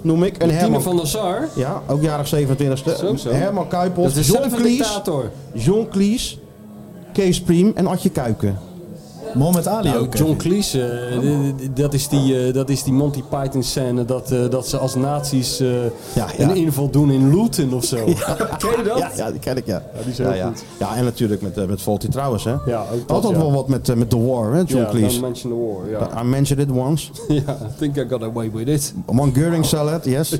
Speaker 6: noem ik. En
Speaker 7: Tine
Speaker 6: Herman,
Speaker 7: van der Sar,
Speaker 6: ja, ook jarig 27
Speaker 7: Zo,
Speaker 6: e
Speaker 7: zo.
Speaker 6: Herman
Speaker 7: dat
Speaker 6: Kuiphoff,
Speaker 7: is
Speaker 6: John
Speaker 7: zelf een
Speaker 6: Cleese,
Speaker 7: dictator.
Speaker 6: John Cleese, Kees Priem en Adje Kuiken.
Speaker 1: Mohammed Ali
Speaker 7: Nou,
Speaker 1: ook.
Speaker 7: John Cleese, eh, d- d- d- dat, is die, eh, dat is die Monty Python scène dat, eh, dat ze als nazi's eh,
Speaker 6: Ja, ja.
Speaker 7: een inval doen in Luton of zo. Ken je dat?
Speaker 6: Ja, ja, die ken ik, ja. Ja,
Speaker 7: die is heel
Speaker 6: ja, ja.
Speaker 7: goed.
Speaker 6: Ja, en natuurlijk met, eh, met Volty trouwens, hè.
Speaker 7: Ja, ook dat,
Speaker 6: Altijd
Speaker 7: ja.
Speaker 6: wel wat met, eh, met The War, hè, John
Speaker 7: Ja,
Speaker 6: Cleese.
Speaker 7: don't mention the war, ja.
Speaker 6: I mentioned it once.
Speaker 7: Ja, I think I got away with it.
Speaker 6: Manguring salad, yes.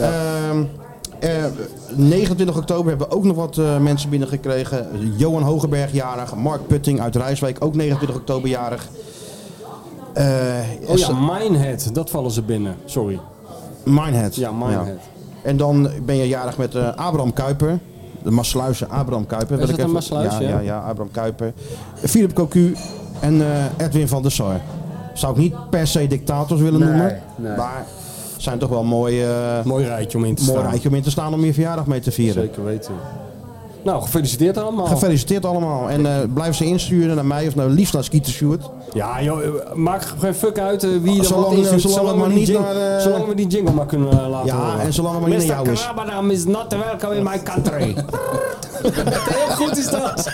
Speaker 6: Ehm, eh, 29 oktober hebben we ook nog wat eh, mensen binnengekregen. Johan Hogeberg jarig, Mark Putting uit Rijswijk ook 29 oktober jarig. Eh,
Speaker 7: Oh
Speaker 6: is-
Speaker 7: ja, Minehead, dat vallen ze binnen. Sorry.
Speaker 6: Minehead.
Speaker 7: Ja, Minehead.
Speaker 6: En dan ben je jarig met eh, Abraham Kuiper. De Maasluiser Abraham Kuiper. wil
Speaker 7: dat
Speaker 6: ik
Speaker 7: een
Speaker 6: even-
Speaker 7: Maasluis,
Speaker 6: Ja,
Speaker 7: ja?
Speaker 6: ja, ja, Abraham Kuiper. Philip Cocu en eh, Edwin van der Sar. Zou ik niet per se dictators willen noemen. Maar zijn toch wel mooie... eh,
Speaker 7: Mooi rijtje om in te
Speaker 6: Mooi
Speaker 7: staan.
Speaker 6: rijtje om in te staan om je verjaardag mee te vieren.
Speaker 7: Zeker weten. Nou, gefeliciteerd allemaal.
Speaker 6: Gefeliciteerd allemaal. En eh, blijf ze insturen naar mij of naar, liefst naar Skeeter Stewart.
Speaker 7: ja, joh, eh, maak geen fuck uit eh, wie er
Speaker 6: Zolang,
Speaker 7: wat instuurt.
Speaker 6: eh, zolang het maar
Speaker 7: we die
Speaker 6: niet
Speaker 7: jing-
Speaker 6: naar, eh,
Speaker 7: zolang we die jingle maar kunnen eh, laten
Speaker 6: Ja,
Speaker 7: horen.
Speaker 6: en zolang het maar niet naar jou
Speaker 7: Mr.
Speaker 6: is.
Speaker 7: Krabbenam is not welcome in my country. Heel goed is dat.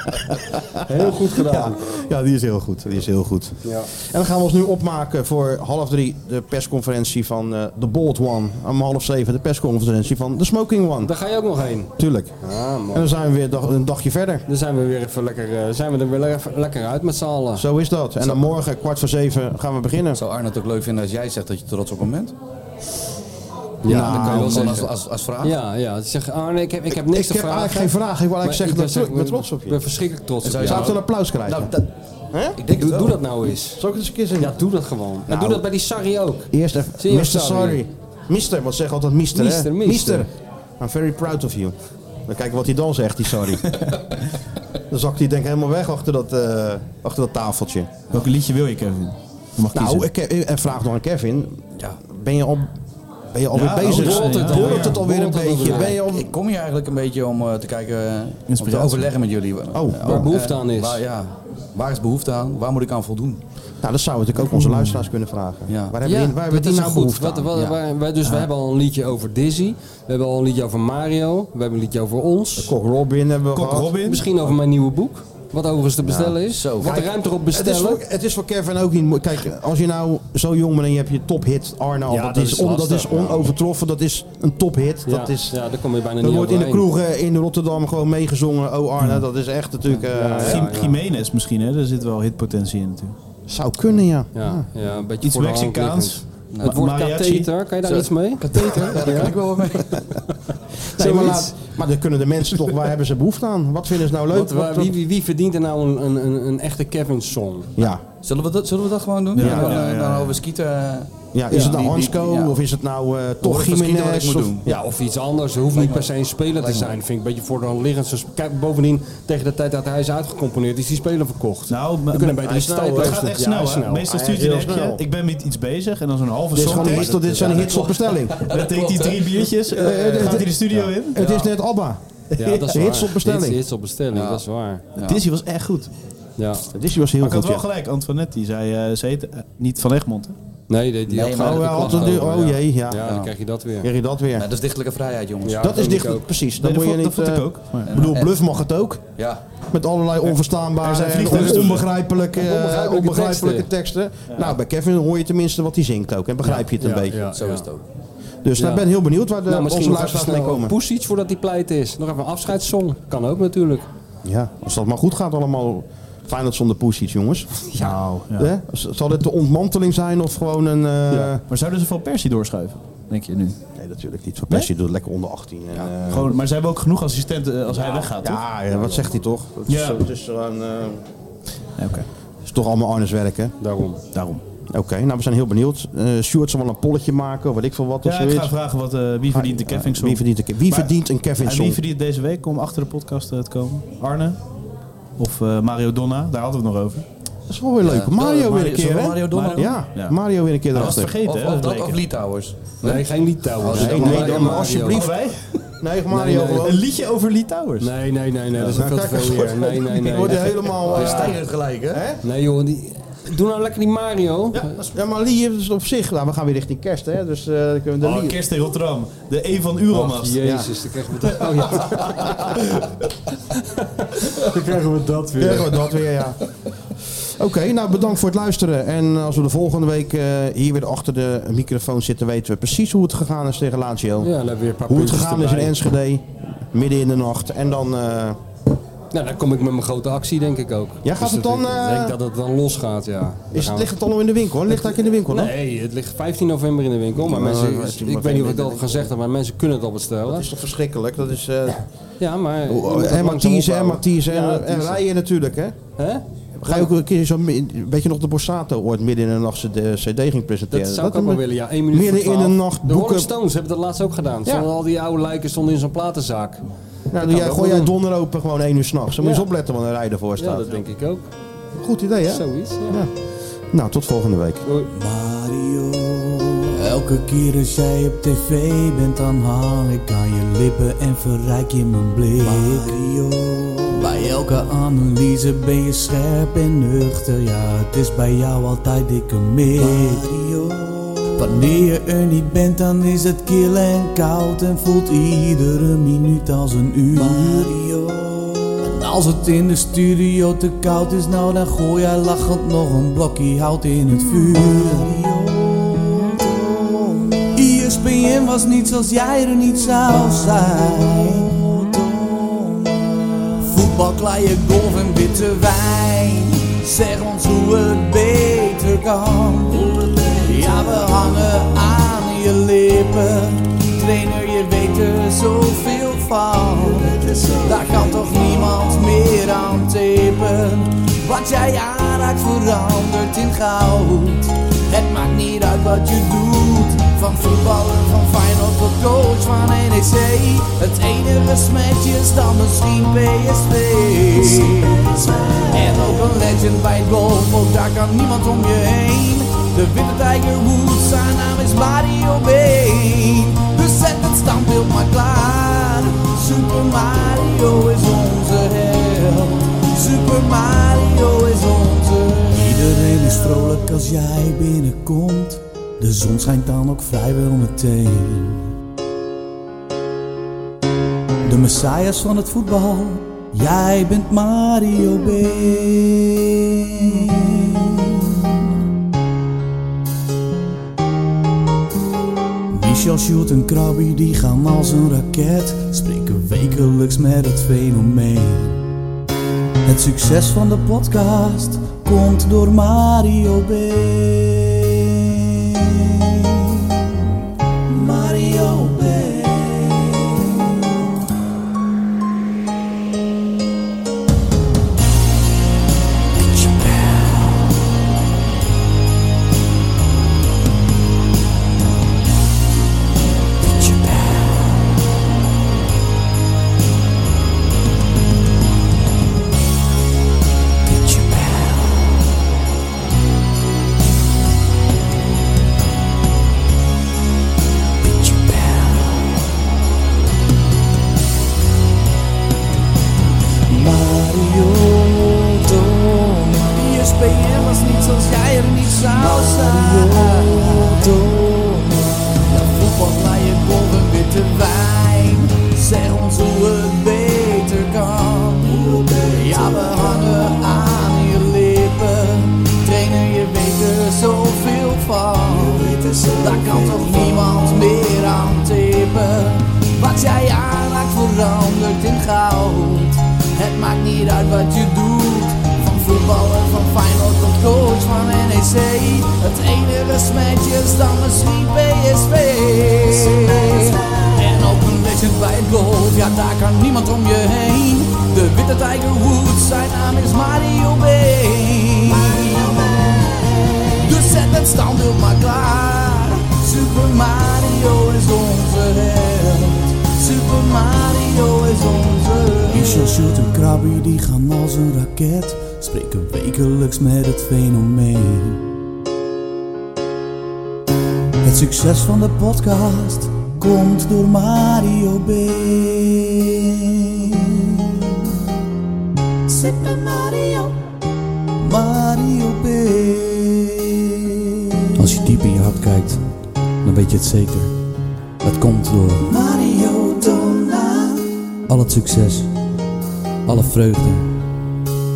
Speaker 7: Heel goed gedaan.
Speaker 6: Ja, die is heel goed. Die is heel goed.
Speaker 7: Ja.
Speaker 6: En dan gaan we ons nu opmaken voor half drie de persconferentie van eh The Bold One. Om half zeven de persconferentie van The Smoking One.
Speaker 7: Daar ga je ook nog heen.
Speaker 6: Tuurlijk.
Speaker 7: Ah, man.
Speaker 6: En dan zijn we weer dag- een dagje verder.
Speaker 7: Dan zijn we, weer even lekker, eh, zijn we er weer lekker, lekker uit met z'n allen.
Speaker 6: Zo is dat. En dan morgen kwart voor zeven gaan we beginnen.
Speaker 8: Zou Arne het ook leuk vinden als jij zegt dat je trots op hem bent?
Speaker 6: Ja,
Speaker 8: dat kan je wel
Speaker 6: man.
Speaker 8: zeggen. Als, als, als vraag.
Speaker 7: Ja, ja. Zeg, Arne, ik heb, ik heb niks
Speaker 6: Ik
Speaker 7: te
Speaker 6: heb
Speaker 7: vragen.
Speaker 6: eigenlijk geen vraag. Ik wil eigenlijk zeggen
Speaker 7: Maar ben
Speaker 6: dat ik
Speaker 7: zeg-
Speaker 6: ben trots op je.
Speaker 7: Ik ben verschrikkelijk trots op
Speaker 6: Zou
Speaker 7: jou.
Speaker 6: je wel een applaus krijgen?
Speaker 8: Nou, dat,
Speaker 6: Hè?
Speaker 8: ik denk het
Speaker 7: doe,
Speaker 8: wel.
Speaker 7: doe dat nou eens.
Speaker 6: Zal ik het eens een keer zeggen?
Speaker 7: Ja, doe dat gewoon. En
Speaker 6: Nou.
Speaker 7: doe dat bij die Sarri ook.
Speaker 6: Eerst even.
Speaker 7: Zie je,
Speaker 6: Mr.
Speaker 7: sorry.
Speaker 6: Sorry. Mister, wat zeg altijd mister, hè?
Speaker 7: Mister, mister.
Speaker 6: I'm very proud of you. Dan kijken wat hij dan zegt, die sorry. dan zakt hij denk ik helemaal weg achter dat, eh, achter dat tafeltje.
Speaker 4: Welk liedje wil je, Kevin? Je mag kiezen.
Speaker 6: Nou, ik, eh, eh, vraag nog aan Kevin. Ben je al, ben je alweer
Speaker 4: Ja,
Speaker 6: bezig?
Speaker 4: oh, rolt het alweer.
Speaker 6: Rolt het alweer een
Speaker 4: Rolt het
Speaker 6: beetje?
Speaker 4: alweer.
Speaker 6: Ben je al...
Speaker 8: Ik kom hier eigenlijk een beetje om eh, te kijken, eh, om te
Speaker 4: Inspiratie.
Speaker 8: overleggen met jullie.
Speaker 6: Oh,
Speaker 7: Waar behoefte aan is.
Speaker 8: eh, Waar, ja, waar is behoefte aan? Waar moet ik aan voldoen?
Speaker 6: Nou, dat zouden we natuurlijk ook onze luisteraars kunnen vragen.
Speaker 8: Ja.
Speaker 6: Waar hebben, die- waar hebben
Speaker 7: dat
Speaker 6: die
Speaker 7: is
Speaker 6: nou
Speaker 7: goed.
Speaker 6: behoefte
Speaker 7: Wat-
Speaker 6: aan?
Speaker 7: wat-
Speaker 6: Ja.
Speaker 7: waar- wij- dus we hebben al een liedje over Dizzy. We hebben al een liedje over Mario. We hebben een liedje over ons.
Speaker 6: Kok Robin hebben we gehad.
Speaker 7: Misschien over mijn nieuwe boek. Wat overigens te bestellen is.
Speaker 8: zo.
Speaker 7: Wat de
Speaker 6: Kijk,
Speaker 7: ruimte op
Speaker 6: Het is,
Speaker 7: bestellen.
Speaker 6: voor, het is voor Kevin ook niet moeilijk. Kijk, als je nou zo jong bent en je hebt je tophit Arno,
Speaker 7: Ja,
Speaker 6: dat,
Speaker 7: dat
Speaker 6: is
Speaker 7: is
Speaker 6: on- dat
Speaker 7: lastig,
Speaker 6: is onovertroffen. Dat is een tophit.
Speaker 7: ja,
Speaker 6: dat is,
Speaker 7: ja, daar kom je bijna
Speaker 6: dat
Speaker 7: niet
Speaker 6: wordt in de
Speaker 7: overheen. Hmm.
Speaker 6: kroegen in Rotterdam gewoon meegezongen. Oh Arno, dat is echt natuurlijk... eh,
Speaker 4: Jim- Jiménez misschien, hè? Daar zit wel hitpotentie in natuurlijk.
Speaker 6: Zou kunnen, ja.
Speaker 7: Ja, ja, een beetje
Speaker 4: Iets
Speaker 7: voor de hand
Speaker 4: Mexicaans.
Speaker 7: liggend.
Speaker 6: Nou,
Speaker 7: Het woord
Speaker 4: mariachi.
Speaker 7: katheter, kan je daar
Speaker 8: Zo.
Speaker 7: iets mee?
Speaker 8: Katheter? Ja, daar kan ik wel wat mee.
Speaker 6: Nee, maar,
Speaker 7: Zoiets.
Speaker 6: laat- maar dan kunnen de mensen toch... Waar hebben ze behoefte aan? Wat vinden ze nou leuk?
Speaker 7: Wat- waar-
Speaker 6: Wat-
Speaker 7: wie, wie, wie verdient er nou een, een, een, een echte Kevin-song?
Speaker 6: Ja.
Speaker 8: Zullen we dat, zullen we dat gewoon doen?
Speaker 6: Ja.
Speaker 8: Dan, eh,
Speaker 4: Ja, ja,
Speaker 8: dan
Speaker 4: ja.
Speaker 8: over skieten.
Speaker 6: ja, is
Speaker 8: Wie-
Speaker 6: het nou
Speaker 8: wie-
Speaker 6: Hansco?
Speaker 8: ja.
Speaker 6: Of is het nou eh, toch
Speaker 8: ik verschieten
Speaker 6: Jiménez?
Speaker 8: wat ik moet
Speaker 6: of-
Speaker 8: doen?
Speaker 7: Ja, of iets anders. Het hoeft niet per se een speler te zijn. Vind ik een beetje voor de hand liggend. Zo sp- Kijk, bovendien, tegen de tijd dat hij is uitgecomponeerd, is die speler verkocht.
Speaker 4: Nou,
Speaker 7: we kunnen beter
Speaker 4: hij
Speaker 7: iets
Speaker 4: is
Speaker 7: tijd
Speaker 4: snel,
Speaker 1: eh,
Speaker 4: het gaat
Speaker 7: lopen.
Speaker 4: echt
Speaker 7: Ja, hij
Speaker 4: snel,
Speaker 7: is
Speaker 4: hè? Meestal stuurt hij
Speaker 6: Hij
Speaker 4: een
Speaker 6: is heel
Speaker 4: appje,
Speaker 6: snel.
Speaker 4: ik ben met iets bezig en dan zo'n halve
Speaker 6: Dit is
Speaker 4: song.
Speaker 6: gewoon een hit, dit is een hits op bestelling.
Speaker 4: Dan drinkt hij drie biertjes, eh, gaat hij de studio in.
Speaker 6: Het is net Abba.
Speaker 7: Ja, dat is waar.
Speaker 6: hits op bestelling.
Speaker 7: Hits, hits op bestelling, dat is waar.
Speaker 4: Dizzy was echt goed. Maar
Speaker 7: Ja.
Speaker 6: Dit was heel
Speaker 4: ik had
Speaker 6: goed,
Speaker 4: wel
Speaker 6: ja.
Speaker 4: gelijk, Antoinette, die zei, eh, ze heet eh, niet Van Egmond. hè?
Speaker 7: Nee, die, die
Speaker 8: Nee,
Speaker 7: had
Speaker 8: maar-
Speaker 7: gelijk
Speaker 6: Oh,
Speaker 7: de
Speaker 6: ja,
Speaker 7: klacht
Speaker 6: altijd nu-
Speaker 7: over,
Speaker 6: oh jee, ja.
Speaker 7: Ja, dan krijg je dat weer.
Speaker 6: Krijg je dat weer.
Speaker 8: Ja, dat is dichtelijke vrijheid, jongens.
Speaker 7: Ja,
Speaker 6: dat is
Speaker 7: vind ik ook.
Speaker 6: dicht,
Speaker 4: Nee,
Speaker 6: precies. Dan
Speaker 4: dat
Speaker 6: moet je
Speaker 4: vond, dat
Speaker 6: niet...
Speaker 4: vond ik
Speaker 6: eh,
Speaker 4: ook. Maar,
Speaker 6: Ik bedoel, bluff mag het ook.
Speaker 8: Ja.
Speaker 6: Met allerlei onverstaanbare
Speaker 4: zijn
Speaker 6: en
Speaker 4: vliegtuigen
Speaker 6: on- onbegrijpelijke, eh,
Speaker 7: Onbegrijpelijke
Speaker 6: onbegrijpelijke teksten. Nou, bij Kevin hoor je tenminste wat hij zingt ook. En begrijp je het een
Speaker 7: Ja,
Speaker 6: beetje.
Speaker 7: ja,
Speaker 8: zo
Speaker 7: ja.
Speaker 8: is het ook.
Speaker 6: Dus daar
Speaker 7: Ja.
Speaker 6: ben ik heel benieuwd waar de,
Speaker 7: Nou,
Speaker 6: onze
Speaker 7: misschien nog even
Speaker 6: luisteraars mee
Speaker 7: snel
Speaker 6: komen.
Speaker 7: poes iets voordat die pleit is. Nog even een afscheidssong. Kan ook natuurlijk.
Speaker 6: Ja, als dat maar goed gaat allemaal. Feyenoord zonder Pusic, jongens.
Speaker 4: nou, ja.
Speaker 6: Hè? Z- Zal dit de ontmanteling zijn of gewoon een... eh,
Speaker 4: maar zouden ze Van Persie doorschuiven? Denk je nu?
Speaker 6: Nee, natuurlijk niet. Van Persie doet lekker onder 18. En, eh,
Speaker 4: Gewoon, maar ze hebben ook genoeg assistenten eh, als hij weggaat, toch?
Speaker 6: ja, ja, wat zegt hij toch? Het is,
Speaker 4: Ja.
Speaker 6: zo- het is, zo'n, eh,
Speaker 4: Nee, Oké,
Speaker 6: het is toch allemaal Arnes werk, hè?
Speaker 7: Daarom.
Speaker 4: daarom.
Speaker 6: Oké, nou we zijn heel benieuwd. Eh Stuart zal wel een polletje maken of weet ik veel wat. of
Speaker 4: Ja, Dus, ik
Speaker 6: zoiets.
Speaker 4: ga vragen wat, eh, wie verdient de Kevin
Speaker 6: Wie verdient een, Ke- wie
Speaker 4: Maar-
Speaker 6: verdient een Kevin
Speaker 4: En wie
Speaker 6: Song?
Speaker 4: verdient deze week om achter de podcast eh, te komen? Arne? Of eh, Mario Donna? Daar hadden we het nog over.
Speaker 6: Dat is wel weer leuk. Mario weer een
Speaker 8: Mario-
Speaker 6: keer,
Speaker 8: zullen we
Speaker 6: hè?
Speaker 8: Mario Donner doen?
Speaker 6: Ja,
Speaker 4: Ja.
Speaker 6: Mario weer een keer
Speaker 4: Dat was
Speaker 6: erachter.
Speaker 4: vergeten, hè?
Speaker 8: Of, of
Speaker 4: dat
Speaker 8: dat,
Speaker 4: weken.
Speaker 8: of Litouwers.
Speaker 7: Nee, geen Litouwers.
Speaker 6: Oh, Nee, nee, dan maar alsjeblieft.
Speaker 4: Of Oh, wij?
Speaker 6: Nee, Mario
Speaker 7: Nee, nee.
Speaker 6: gewoon.
Speaker 4: Een liedje over Lee Towers.
Speaker 7: Nee, nee, nee, nee. Dat is veel te veel hier. Nee, nee,
Speaker 6: Ik word er
Speaker 7: nee.
Speaker 6: helemaal... eh,
Speaker 8: Stijgend gelijk, hè?
Speaker 7: Nee, joh. Die... Doe nou lekker die Mario.
Speaker 6: Ja, maar Lee is op zich... Nou, we gaan weer richting kerst, hè? Dus eh, dan kunnen we de
Speaker 4: Oh,
Speaker 6: Lee-
Speaker 4: kerst in Rotterdam. De E van Euromast.
Speaker 7: Jezus, dan krijgen we dat. Oh, ja. dan krijgen we dat weer.
Speaker 6: Ja, dat weer, ja. Oké, nou bedankt voor het luisteren. En als we de volgende week eh, hier weer achter de microfoon zitten, weten we precies hoe het gegaan is tegen Lazio.
Speaker 7: Ja, dan hebben we weer een paar
Speaker 6: hoe het
Speaker 7: puntjes
Speaker 6: gegaan is in
Speaker 7: erbij.
Speaker 6: Enschede, midden in de nacht. En dan, eh,
Speaker 7: Nou, dan kom ik met mijn grote actie, denk ik ook. Dus
Speaker 6: Ja, gaat het
Speaker 7: dat-
Speaker 6: dan, eh,
Speaker 7: Ik denk dat het dan los gaat, ja. Dan
Speaker 6: is
Speaker 7: gaan
Speaker 6: het,
Speaker 7: we-
Speaker 6: ligt het allemaal in de winkel? hoor? Ligt het eigenlijk in de winkel dan?
Speaker 7: Nee, het ligt 15 november in de winkel. Maar
Speaker 6: Ja,
Speaker 7: mensen,
Speaker 6: maar
Speaker 7: ik weet niet of ik dat al gezegd heb, maar mensen kunnen het al
Speaker 6: Dat
Speaker 7: bestellen.
Speaker 6: is toch verschrikkelijk? Dat is, eh,
Speaker 7: Ja, maar...
Speaker 6: en Mathies, en Mathies, en,
Speaker 7: Ja,
Speaker 6: en rijden natuurlijk, hè?
Speaker 7: Hè?
Speaker 6: Ga je ook een keer zo, weet je nog, de Borsato ooit midden in de nacht de CD ging presenteren?
Speaker 7: Dat zou ik ook
Speaker 6: hem-
Speaker 7: wel willen, ja. 1 minuut
Speaker 6: Midden
Speaker 7: voor
Speaker 6: in de
Speaker 7: 12.
Speaker 6: nacht
Speaker 7: De Rolling
Speaker 6: boeken-
Speaker 7: Stones hebben dat laatst ook gedaan. Stonden Al die oude lijken stonden in zo'n platenzaak.
Speaker 6: Nou, doe jij,
Speaker 7: wel
Speaker 6: gooi jij
Speaker 7: doen.
Speaker 6: donder open gewoon één uur s'nachts. Dan moet je
Speaker 7: Ja.
Speaker 6: eens opletten wat een rijder voor
Speaker 7: Ja,
Speaker 6: staat.
Speaker 7: dat denk ik ook.
Speaker 6: Goed idee, hè?
Speaker 7: Zoiets, ja.
Speaker 6: Ja. Nou, tot volgende week.
Speaker 5: Mario. Elke keer als jij op tv bent, dan hang ik aan je lippen en verrijk je mijn blik. Mario. Bij elke analyse ben je scherp en nuchter, ja, het is bij jou altijd dikke mik. Mario. Wanneer je er niet bent, dan is het kil en koud en voelt iedere minuut als een uur. Mario. Als het in de studio te koud is, nou dan gooi jij lachend nog een blokje hout in het vuur. E ESPN was niets als jij er niet zou zijn. Voetbal, klaaien, golf en witte wijn. Zeg ons hoe het beter kan. Ja, we hangen aan je lippen. Trainer, je weet er zoveel van. Daar kan toch niemand meer aan tapen. Wat jij aanraakt verandert in goud. Het maakt niet uit wat je doet. Van voetballer, van Feyenoord tot coach van NEC. Het enige smetje is dan misschien PSV. En ook een legend bij het golf, ook daar kan niemand om je heen. De witte Tiger Woods, zijn naam is Mario Been. Dus zet het standbeeld maar klaar. Super Mario is onze held. Super Mario is onze held. Iedereen is vrolijk als jij binnenkomt. De zon schijnt dan ook vrijwel meteen. De messias van het voetbal, jij bent Mario B. Michel Sjoerd en Krabby die gaan als een raket, spreken wekelijks met het fenomeen. Het succes van de podcast komt door Mario B. Mario B. Mario Doma. ESPN was niets als jij er niet zou zijn. Mario Doma. Ja, voetbal, je golf en witte wijn. Zeg ons hoe het beter kan. Ja, we hangen aan je lippen. Trainer, je weet er zoveel van. Daar kan toch niemand meer aan tippen. Wat jij aanraakt verandert in goud. Het maakt niet uit wat je doet. Van voetballer, van Feyenoord tot coach van NEC. Het enige smetje is dan misschien PSV. En op een legend bij het goal, ja daar kan niemand om je heen. De witte Tiger Woods, zijn naam is Mario B. Dus zet het standbeeld maar klaar. Super Mario is onze held. Super Mario is onze Michel Sjoerd en Krabby die gaan als een raket Spreken wekelijks met het fenomeen Het succes van de podcast komt door Mario B Super Mario Mario B
Speaker 14: Als je diep in je hart kijkt, dan weet je het zeker. Dat komt door
Speaker 5: Mario Dona
Speaker 14: al het succes, alle vreugde,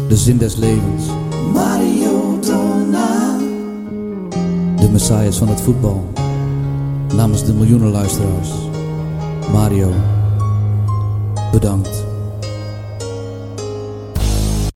Speaker 14: de zin des levens,
Speaker 5: Mario Dona
Speaker 14: de messias van het voetbal. Namens de miljoenen luisteraars, Mario, bedankt.